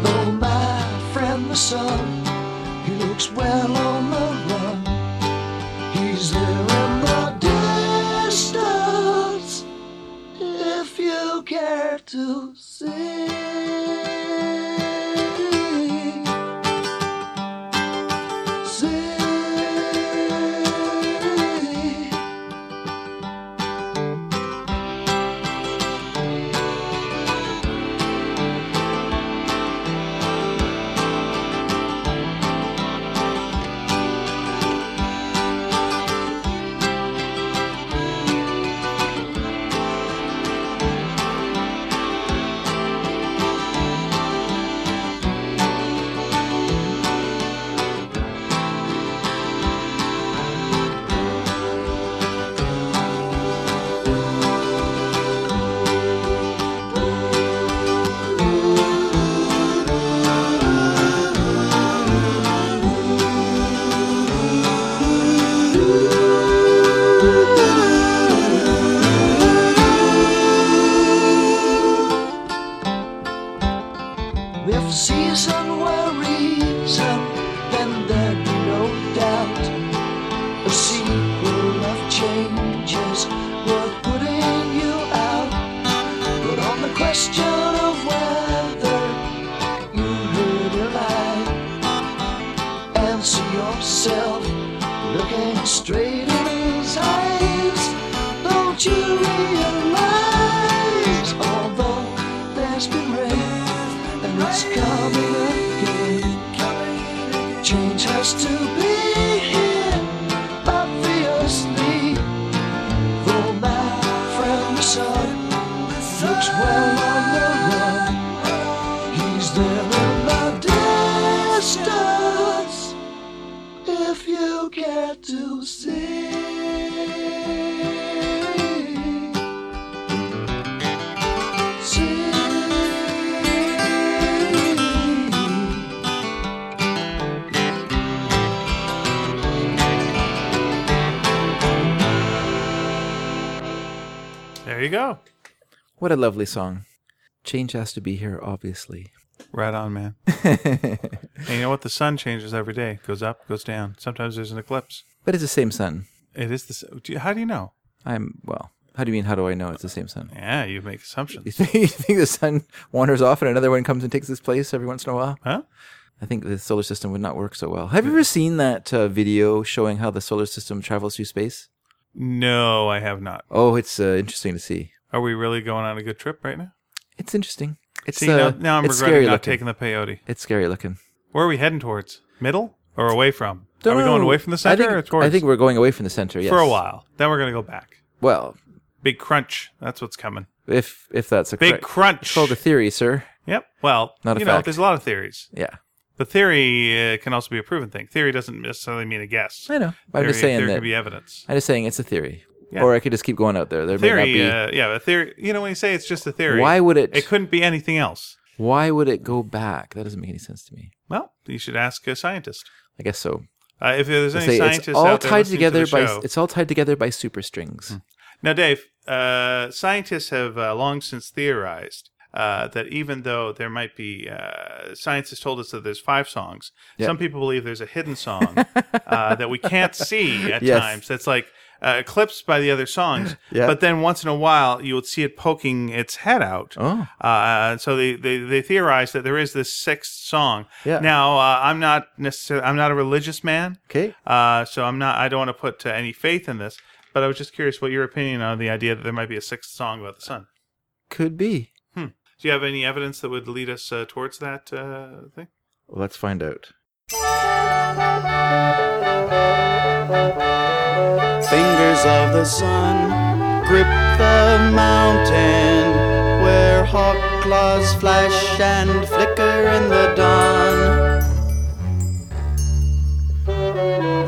Speaker 5: Though my friend the sun, he looks well on the run. He's there in the distance, if you care to see. See. If season were reason, then there'd be no doubt. A sequel of changes worth putting you out. But on the question of whether you heard a lie, answer yourself looking straight in his eyes. Don't you realize, although there's been rain, and it's coming again. Change has to be here, obviously. Though my friend the sun looks well on the run, he's there in the distance if you care to see. See.
Speaker 1: There you go.
Speaker 2: What a lovely song. Change has to be here, obviously.
Speaker 1: Right on, man. and you know what? The sun changes every day. Goes up, goes down. Sometimes there's an eclipse.
Speaker 2: But it's the same sun.
Speaker 1: It is the. s- do you- How do you know?
Speaker 2: I'm well. How do you mean? How do I know it's the same sun?
Speaker 1: Yeah, you make
Speaker 2: You
Speaker 1: assumptions.
Speaker 2: think, you think the sun wanders off and another one comes and takes its place every once in a while?
Speaker 1: Huh?
Speaker 2: I think the solar system would not work so well. Have you ever seen that uh, video showing how the solar system travels through space?
Speaker 1: No, I have not.
Speaker 2: Oh, it's uh, interesting to see.
Speaker 1: Are we really going on a good trip right now?
Speaker 2: It's interesting. It's
Speaker 1: See, now,
Speaker 2: uh,
Speaker 1: now I'm regretting
Speaker 2: it's scary
Speaker 1: not
Speaker 2: looking.
Speaker 1: taking the peyote.
Speaker 2: It's scary looking.
Speaker 1: Where are we heading towards? Middle or away from?
Speaker 2: Don't
Speaker 1: are we going
Speaker 2: know.
Speaker 1: away from the center
Speaker 2: Uh, I think,
Speaker 1: or towards?
Speaker 2: I think we're going away from the center. Yes.
Speaker 1: for a while. Then we're going to go back.
Speaker 2: Well,
Speaker 1: Big crunch. That's what's coming.
Speaker 2: if if that's a
Speaker 1: Big
Speaker 2: correct-
Speaker 1: crunch.
Speaker 2: It's called a theory, sir.
Speaker 1: yep. Well,
Speaker 2: Not a
Speaker 1: you know,
Speaker 2: fact.
Speaker 1: there's a lot of theories.
Speaker 2: Yeah,
Speaker 1: The theory uh, can also be a proven thing. Theory doesn't necessarily mean a guess.
Speaker 2: I know. But I'm
Speaker 1: Theory-
Speaker 2: just saying
Speaker 1: there
Speaker 2: that.
Speaker 1: could be evidence.
Speaker 2: I'm just saying it's a theory.
Speaker 1: Yeah.
Speaker 2: Or I could just keep going out there. There
Speaker 1: Theory,
Speaker 2: may not
Speaker 1: uh, yeah, but theory. You know, when you say it's just a
Speaker 2: be.
Speaker 1: theory,
Speaker 2: why would it?
Speaker 1: it couldn't be anything else.
Speaker 2: why would it go back? That doesn't make any sense to me.
Speaker 1: Well, you should ask a scientist.
Speaker 2: I guess so.
Speaker 1: Uh, if there's
Speaker 2: They
Speaker 1: any
Speaker 2: say
Speaker 1: scientists
Speaker 2: it's all
Speaker 1: out there
Speaker 2: tied
Speaker 1: listening to
Speaker 2: together
Speaker 1: the
Speaker 2: by
Speaker 1: show- Hmm.
Speaker 2: it's all tied together by superstrings.
Speaker 1: Now, Dave, uh, scientists have uh, long since theorized uh, that even though there might be, uh, science has told us that there's five songs.
Speaker 2: Yeah.
Speaker 1: Some people believe there's a hidden song uh, that we can't see at
Speaker 2: Yes.
Speaker 1: times. That's like uh, eclipsed by the other songs.
Speaker 2: Yeah.
Speaker 1: But then once in a while, you would see it poking its head out.
Speaker 2: Oh.
Speaker 1: Uh, so they, they, they theorize that there is this sixth song.
Speaker 2: Yeah.
Speaker 1: Now uh, I'm not necessarily I'm not a religious man.
Speaker 2: Okay.
Speaker 1: Uh, so I'm not. I don't want to put uh, any faith in this, but I was just curious what your opinion on the idea that there might be a sixth song about the sun.
Speaker 2: Could be.
Speaker 1: Do you have any evidence that would lead us uh, towards that uh, thing?
Speaker 2: Well, let's find out.
Speaker 5: Fingers of the sun grip the mountain where hawk claws flash and flicker in the dawn.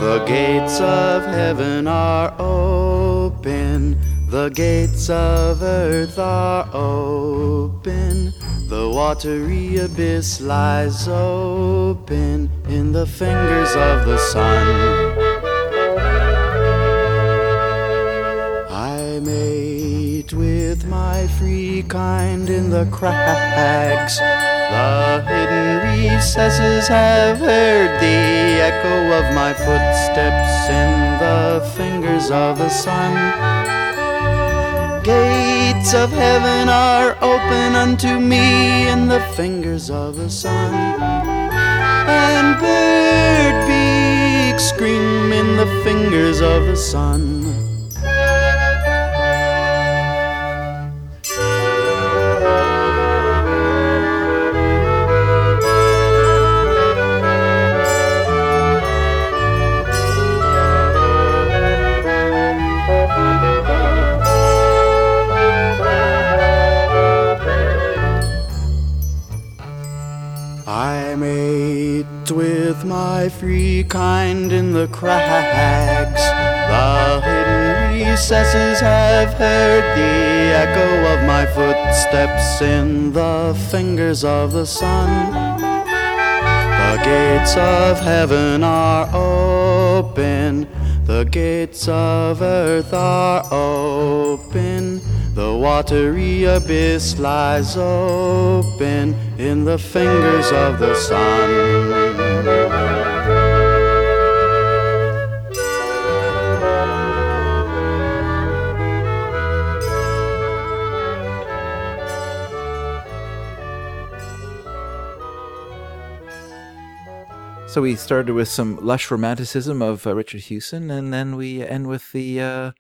Speaker 5: The gates of heaven are open, the gates of earth are open, the watery abyss lies open in the fingers of the sun. I mate with my free kind in the cracks. The hidden recesses have heard the echo of my footsteps in the fingers of the sun. Gates of heaven are open unto me in the fingers of the sun and bird beaks scream in the fingers of the sun. I mate with my free kind in the crags. The hidden recesses have heard the echo of my footsteps in the fingers of the sun. The gates of heaven are open, the gates of earth are open, the watery abyss lies open in the fingers of the sun.
Speaker 2: So we started with some lush romanticism of uh, Richard Hewson, and then we end with the uh,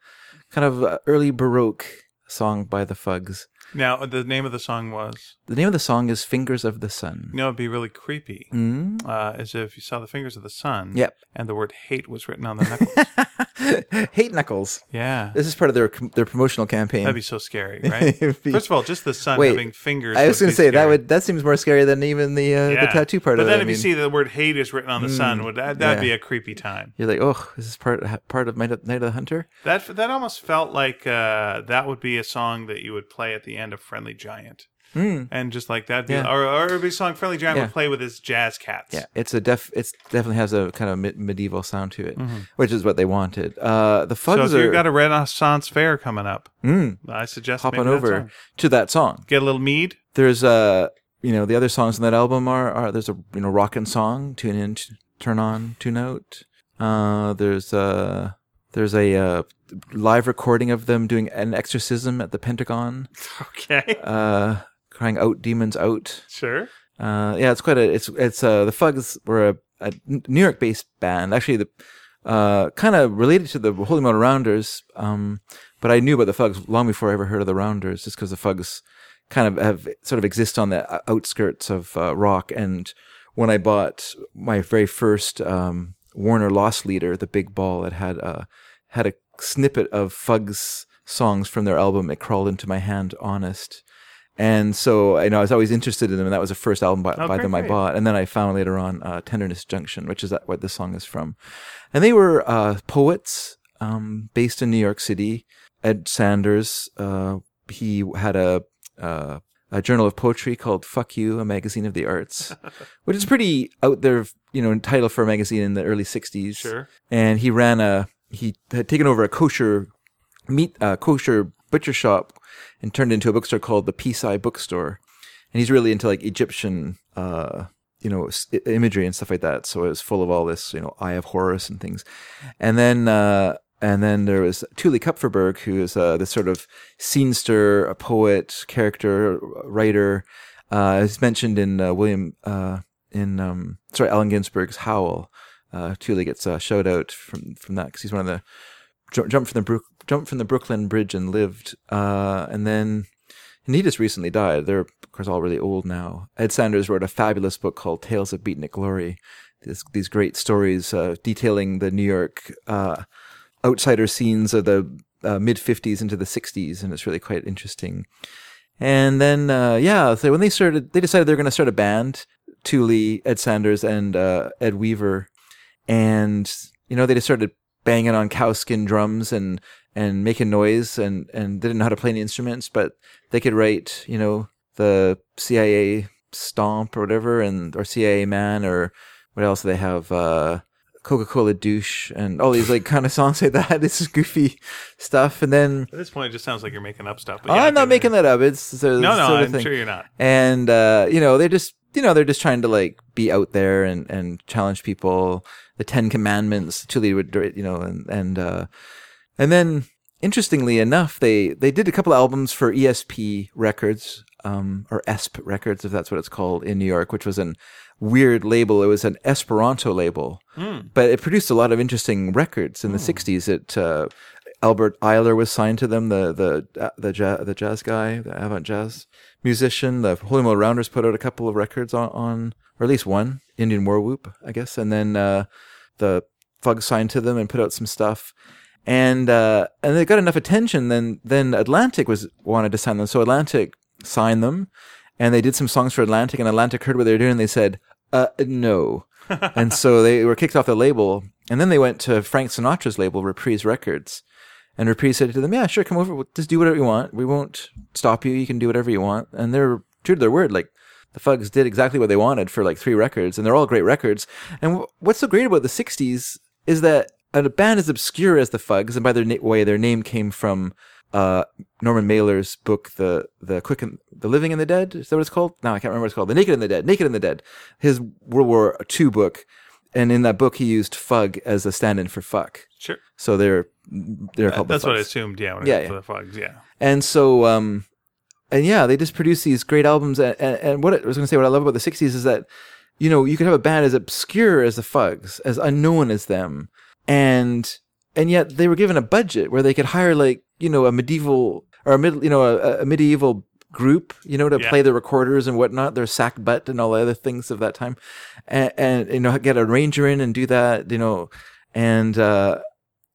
Speaker 2: kind of uh, early Baroque song by the Fugs.
Speaker 1: Now, the name of the song was.
Speaker 2: The name of the song is "Fingers of the Sun."
Speaker 1: You know, it'd be really creepy,
Speaker 2: Mm?
Speaker 1: uh, as if you saw the fingers of the sun.
Speaker 2: Yep.
Speaker 1: And the word hate was written on the necklace.
Speaker 2: Hate knuckles.
Speaker 1: yeah.
Speaker 2: This is part of their their promotional campaign.
Speaker 1: That'd be so scary, right?
Speaker 2: It'd be-
Speaker 1: First of all, just the sun
Speaker 2: Wait,
Speaker 1: having fingers.
Speaker 2: I was
Speaker 1: would
Speaker 2: going
Speaker 1: be
Speaker 2: to say that
Speaker 1: scary.
Speaker 2: would that seems more scary than even the uh, the
Speaker 1: Yeah.
Speaker 2: tattoo part
Speaker 1: But
Speaker 2: of it.
Speaker 1: then
Speaker 2: I
Speaker 1: if
Speaker 2: mean, mm,
Speaker 1: you see the word hate is written on the sun, would that that'd
Speaker 2: yeah.
Speaker 1: be a creepy time?
Speaker 2: you're like, oh, this is part part of Night of, Night of the Hunter.
Speaker 1: That that almost felt like uh, that would be a song that you would play at the end of Friendly Giant, mm. and just like that,
Speaker 2: Yeah.
Speaker 1: or or it'd be a song Friendly Giant
Speaker 2: Yeah.
Speaker 1: would play with his jazz cats.
Speaker 2: Yeah, it's a def. It's definitely has a kind of me- medieval sound to it, which is what they wanted. Uh, the
Speaker 1: Mm-hmm. So
Speaker 2: Fugs
Speaker 1: if you've
Speaker 2: are
Speaker 1: got a Renaissance fair coming up,
Speaker 2: Mm.
Speaker 1: I suggest
Speaker 2: hop
Speaker 1: maybe
Speaker 2: on
Speaker 1: that
Speaker 2: over
Speaker 1: song.
Speaker 2: to that song.
Speaker 1: get a little mead.
Speaker 2: There's uh, you know, the other songs on that album are, are there's a you know rockin' song, tune in, t- turn on, tune out. Uh, there's uh, there's a uh, live recording of them doing an exorcism at the Pentagon,
Speaker 1: Okay,
Speaker 2: uh, crying out demons out.
Speaker 1: sure.
Speaker 2: Uh, yeah, it's quite a. It's it's uh, the Fugs were a, a New York based band. Actually, the uh, kind of related to the Holy Mountain Rounders. Um, but I knew about the Fugs long before I ever heard of the Rounders, just because the Fugs kind of have sort of exist on the o- outskirts of uh, rock. And when I bought my very first um, Warner Loss Leader, the Big Ball, it had uh, had a snippet of Fugs songs from their album. It crawled into my hand, honest. And so, you know, I was always interested in them, and that was the first album by,
Speaker 1: Oh,
Speaker 2: by
Speaker 1: great,
Speaker 2: them I
Speaker 1: great.
Speaker 2: bought. And then I found later on uh, "Tenderness Junction," which is that, what this song is from. And they were uh, poets um, based in New York City. Ed Sanders, uh, he had a, uh, a journal of poetry called "Fuck You," a magazine of the arts, which is pretty out there, you know, title for a magazine in the early '60s
Speaker 1: Sure.
Speaker 2: and he ran a he had taken over a kosher meat uh, kosher butcher shop and turned it into a bookstore called the Peace Eye Bookstore, and he's really into like Egyptian uh, you know s- i- imagery and stuff like that. So it was full of all this you know Eye of Horus and things, and then. Uh, and then there was Thule Kupferberg, who is uh, this sort of scenester, a poet, character, writer. Uh, as mentioned in uh, William, uh, in um, sorry, Allen Ginsberg's Howl, uh, Thule gets a shout out from from that because he's one of the ju- jumped from the Brook, jumped from the Brooklyn Bridge and lived, uh, and then Anita's recently died. They're of course all really old now. Ed Sanders wrote a fabulous book called Tales of Beatnik Glory. This, these great stories uh, detailing the New York uh, outsider scenes of the uh, mid '50s into the '60s, and it's really quite interesting. And then, uh, yeah, so when they started, they decided they were going to start a band. Thule, Ed Sanders, and uh, Ed Weaver, and you know they just started banging on cowskin drums and and making noise and and they didn't know how to play any instruments but they could write you know the CIA stomp or whatever and or CIA man or what else do they have uh Coca-Cola douche and all these like kind of songs like that this is goofy stuff and then
Speaker 1: At this point, it just sounds like you're making up stuff. but
Speaker 2: Oh,
Speaker 1: yeah,
Speaker 2: I'm
Speaker 1: I
Speaker 2: not
Speaker 1: can-
Speaker 2: making that up it's sort of-
Speaker 1: No, no,
Speaker 2: sort of
Speaker 1: I'm
Speaker 2: thing
Speaker 1: sure you're not.
Speaker 2: and uh, you know they're just you know they're just trying to like be out there and and challenge people the ten commandments Tuli would you know and and uh, and then interestingly enough they they did a couple albums for ESP Records um, or ESP Records if that's what it's called in New York which was an weird label it was an Esperanto label but it produced a lot of interesting records in the 60s it uh, Albert Eiler was signed to them, the the uh, the jazz, the jazz guy, the avant jazz musician. The Holy Moly Rounders put out a couple of records on, on or at least one Indian War Whoop, I guess, and then uh, the Fug signed to them and put out some stuff, and uh, and they got enough attention. Then then Atlantic was wanted to sign them, so Atlantic signed them, and they did some songs for Atlantic, and Atlantic heard what they were doing, and they said, uh, no. and so they were kicked off the label, and then they went to Frank Sinatra's label, Reprise Records. And Reprise said to them, "Yeah, sure, come over. We'll just do whatever you want. We won't stop you. You can do whatever you want." And they're true to their word. Like the Fugs did exactly what they wanted for like three records, and they're all great records. And w- what's so great about the '60s is that a band as obscure as the Fugs, and by their na- way, their name came from uh, Norman Mailer's book, the the quick and the living and the dead. Is that what it's called? No, I can't remember what it's called. The naked and the dead. Naked and the dead. His World War II book, and in that book, he used Fug as a stand-in for fuck.
Speaker 1: Sure.
Speaker 2: So they're they're called the
Speaker 1: That's what I
Speaker 2: Fugs.
Speaker 1: assumed. Yeah. When
Speaker 2: Yeah,
Speaker 1: yeah.
Speaker 2: yeah.
Speaker 1: For the fugs. Yeah.
Speaker 2: And so, um, and yeah, they just produce these great albums. And, and, and what I was going to say, what I love about the 60s is that, you know, you could have a band as obscure as the Fugs, as unknown as them. And, and yet they were given a budget where they could hire like, you know, a medieval or a middle, you know, a, a medieval group, you know, to
Speaker 1: Yeah.
Speaker 2: play the recorders and whatnot, their sack butt and all the other things of that time. And, and, you know, get a ranger in and do that, you know, and, uh,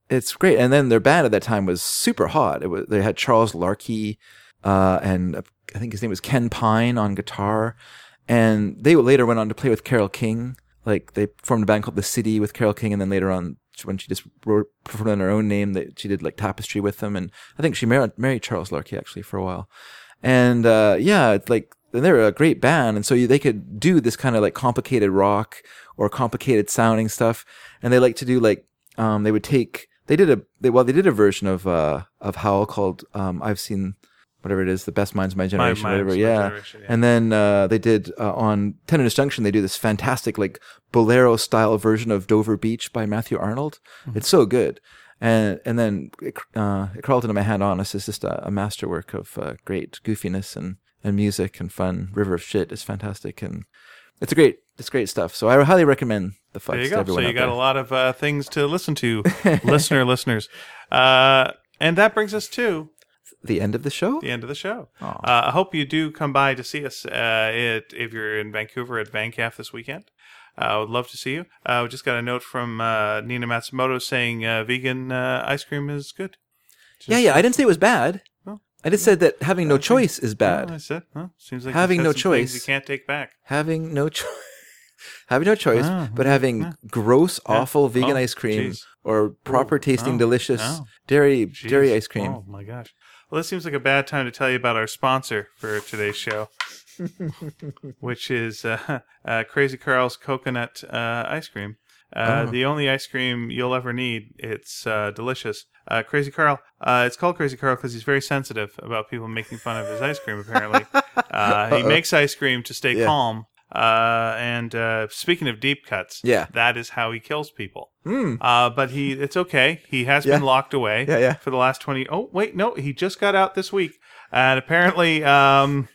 Speaker 2: it's great. And then their band at that time was super hot. It was they had Charles Larkey, uh, and uh, I think his name was Ken Pine on guitar, and they later went on to play with Carol King. Like they formed a band called The City with Carol King, and then later on, when she just wrote, performed in her own name, that she did like Tapestry with them, and I think she married, married Charles Larkey actually for a while. And uh, yeah, it's like and they were a great band, and so you, they could do this kind of like complicated rock or complicated sounding stuff. And they like to do like um, they would take they did a they, well they did a version of uh, of Howl called um, I've seen whatever it is the best minds of my generation
Speaker 1: Minds of
Speaker 2: whatever
Speaker 1: My
Speaker 2: yeah.
Speaker 1: Generation, yeah.
Speaker 2: and then uh, they did uh, on Tenderness Junction they do this fantastic like bolero style version of Dover Beach by Matthew Arnold it's so good. And and then it, cr- uh, it crawled into my hand. Honest is just a, a masterwork of uh, great goofiness and and music and fun. River of Shit is fantastic, and it's a great it's great stuff. So I highly recommend the Fucks
Speaker 1: There you
Speaker 2: to
Speaker 1: go. So
Speaker 2: everyone.
Speaker 1: you
Speaker 2: out
Speaker 1: got
Speaker 2: there.
Speaker 1: a lot of uh, things to listen to, listener, listeners. Uh, and that brings us to
Speaker 2: the end of the show.
Speaker 1: the end of the show. Uh, I hope you do come by to see us uh, it, if you're in Vancouver at VanCaf this weekend. Uh, I would love to see you. Uh, we just got a note from uh, Nina Matsumoto saying uh, vegan uh, ice cream is good.
Speaker 2: Yeah, yeah. I didn't say it was bad.
Speaker 1: Well,
Speaker 2: I just said that having no choice is
Speaker 1: Well, I
Speaker 2: bad.
Speaker 1: said, huh? Seems like you
Speaker 2: Uh, Having
Speaker 1: said
Speaker 2: no
Speaker 1: some things
Speaker 2: choice.
Speaker 1: you can't take back.
Speaker 2: Having no choice. Having no choice,
Speaker 1: Oh,
Speaker 2: but having gross, awful vegan
Speaker 1: Oh,
Speaker 2: ice cream
Speaker 1: jeez.
Speaker 2: or proper tasting,
Speaker 1: oh,
Speaker 2: delicious
Speaker 1: oh.
Speaker 2: dairy dairy
Speaker 1: Jeez.
Speaker 2: ice cream.
Speaker 1: Oh my gosh. Well, this seems like a bad time to tell you about our sponsor for today's show, which is uh, uh, Crazy Carl's Coconut uh, Ice Cream. Uh,
Speaker 2: Oh.
Speaker 1: The only ice cream you'll ever need. It's uh, delicious. Uh, Crazy Carl. Uh, it's called Crazy Carl because he's very sensitive about people making fun of his ice cream. Apparently, uh, he makes ice cream to stay
Speaker 2: Yeah.
Speaker 1: calm. Uh, and uh, speaking of deep cuts,
Speaker 2: Yeah.
Speaker 1: that is how he kills people. Uh, but he, it's okay. He has been
Speaker 2: Yeah.
Speaker 1: locked away
Speaker 2: Yeah, yeah.
Speaker 1: for the last 20 oh wait no he just got out this week and apparently um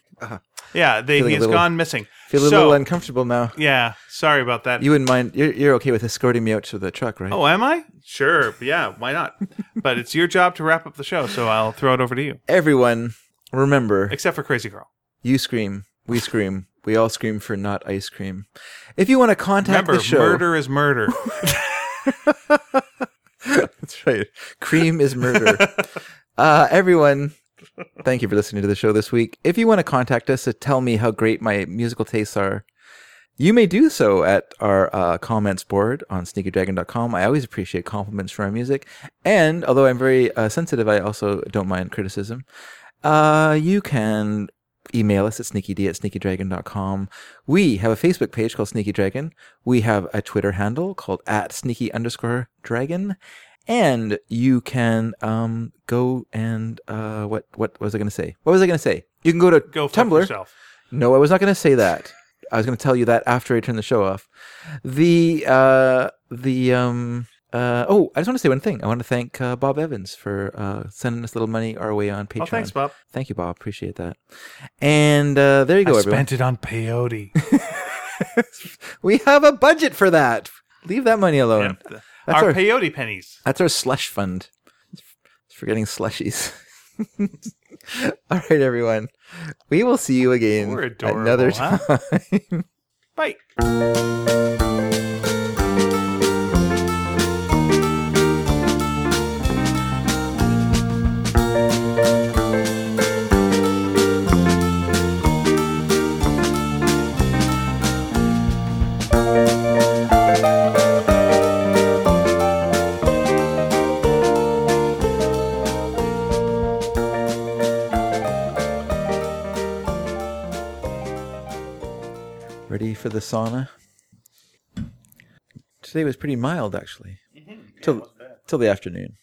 Speaker 1: yeah they,
Speaker 2: Uh-huh. Feeling
Speaker 1: he
Speaker 2: a
Speaker 1: has
Speaker 2: little-
Speaker 1: gone missing
Speaker 2: Feel a
Speaker 1: so,
Speaker 2: little uncomfortable now.
Speaker 1: yeah sorry about that
Speaker 2: You wouldn't mind. You're, you're okay with escorting me out to the truck, right?
Speaker 1: oh am i sure yeah why not but it's your job to wrap up the show so i'll throw it over to you
Speaker 2: Everyone, remember,
Speaker 1: except for crazy girl
Speaker 2: you scream, we scream, we all scream for not ice cream. If you want to contact
Speaker 1: remember
Speaker 2: the show,
Speaker 1: murder is murder
Speaker 2: that's right. Cream is murder. uh, everyone, thank you for listening to the show this week. If you want to contact us to tell me how great my musical tastes are, you may do so at our uh, comments board on sneakydragon.com. I always appreciate compliments for our music. And although I'm very uh, sensitive, I also don't mind criticism. Uh, you can email us at sneakyd at sneakydragon.com. We have a Facebook page called Sneaky Dragon. We have a Twitter handle called at sneaky underscore dragon. And you can um, go and uh, what what was I going to say? What was I going to say? You can go to
Speaker 1: go fuck
Speaker 2: Tumblr.
Speaker 1: yourself
Speaker 2: No, I was not going to say that. I was going to tell you that after I turn the show off. The uh, the um uh oh, I just want to say one thing. I want to thank uh, Bob Evans for uh, sending us a little money our way on Patreon.
Speaker 1: oh thanks bob
Speaker 2: Thank you, Bob. Appreciate that. And uh, there you go,
Speaker 1: i
Speaker 2: everyone.
Speaker 1: spent it on peyote
Speaker 2: We have a budget for that. Leave that money alone.
Speaker 1: Yep.
Speaker 2: That's
Speaker 1: our
Speaker 2: our-
Speaker 1: peyote pennies
Speaker 2: That's our slush fund. It's for getting slushies. All right, everyone. We will see you again
Speaker 1: We're adorable,
Speaker 2: another
Speaker 1: huh?
Speaker 2: time.
Speaker 1: bye
Speaker 2: Ready for the sauna? Today was pretty mild, actually. Till, till the afternoon.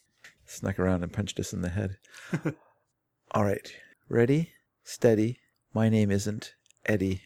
Speaker 2: Snuck around and punched us in the head. All right. Ready? Steady. My name isn't Eddie.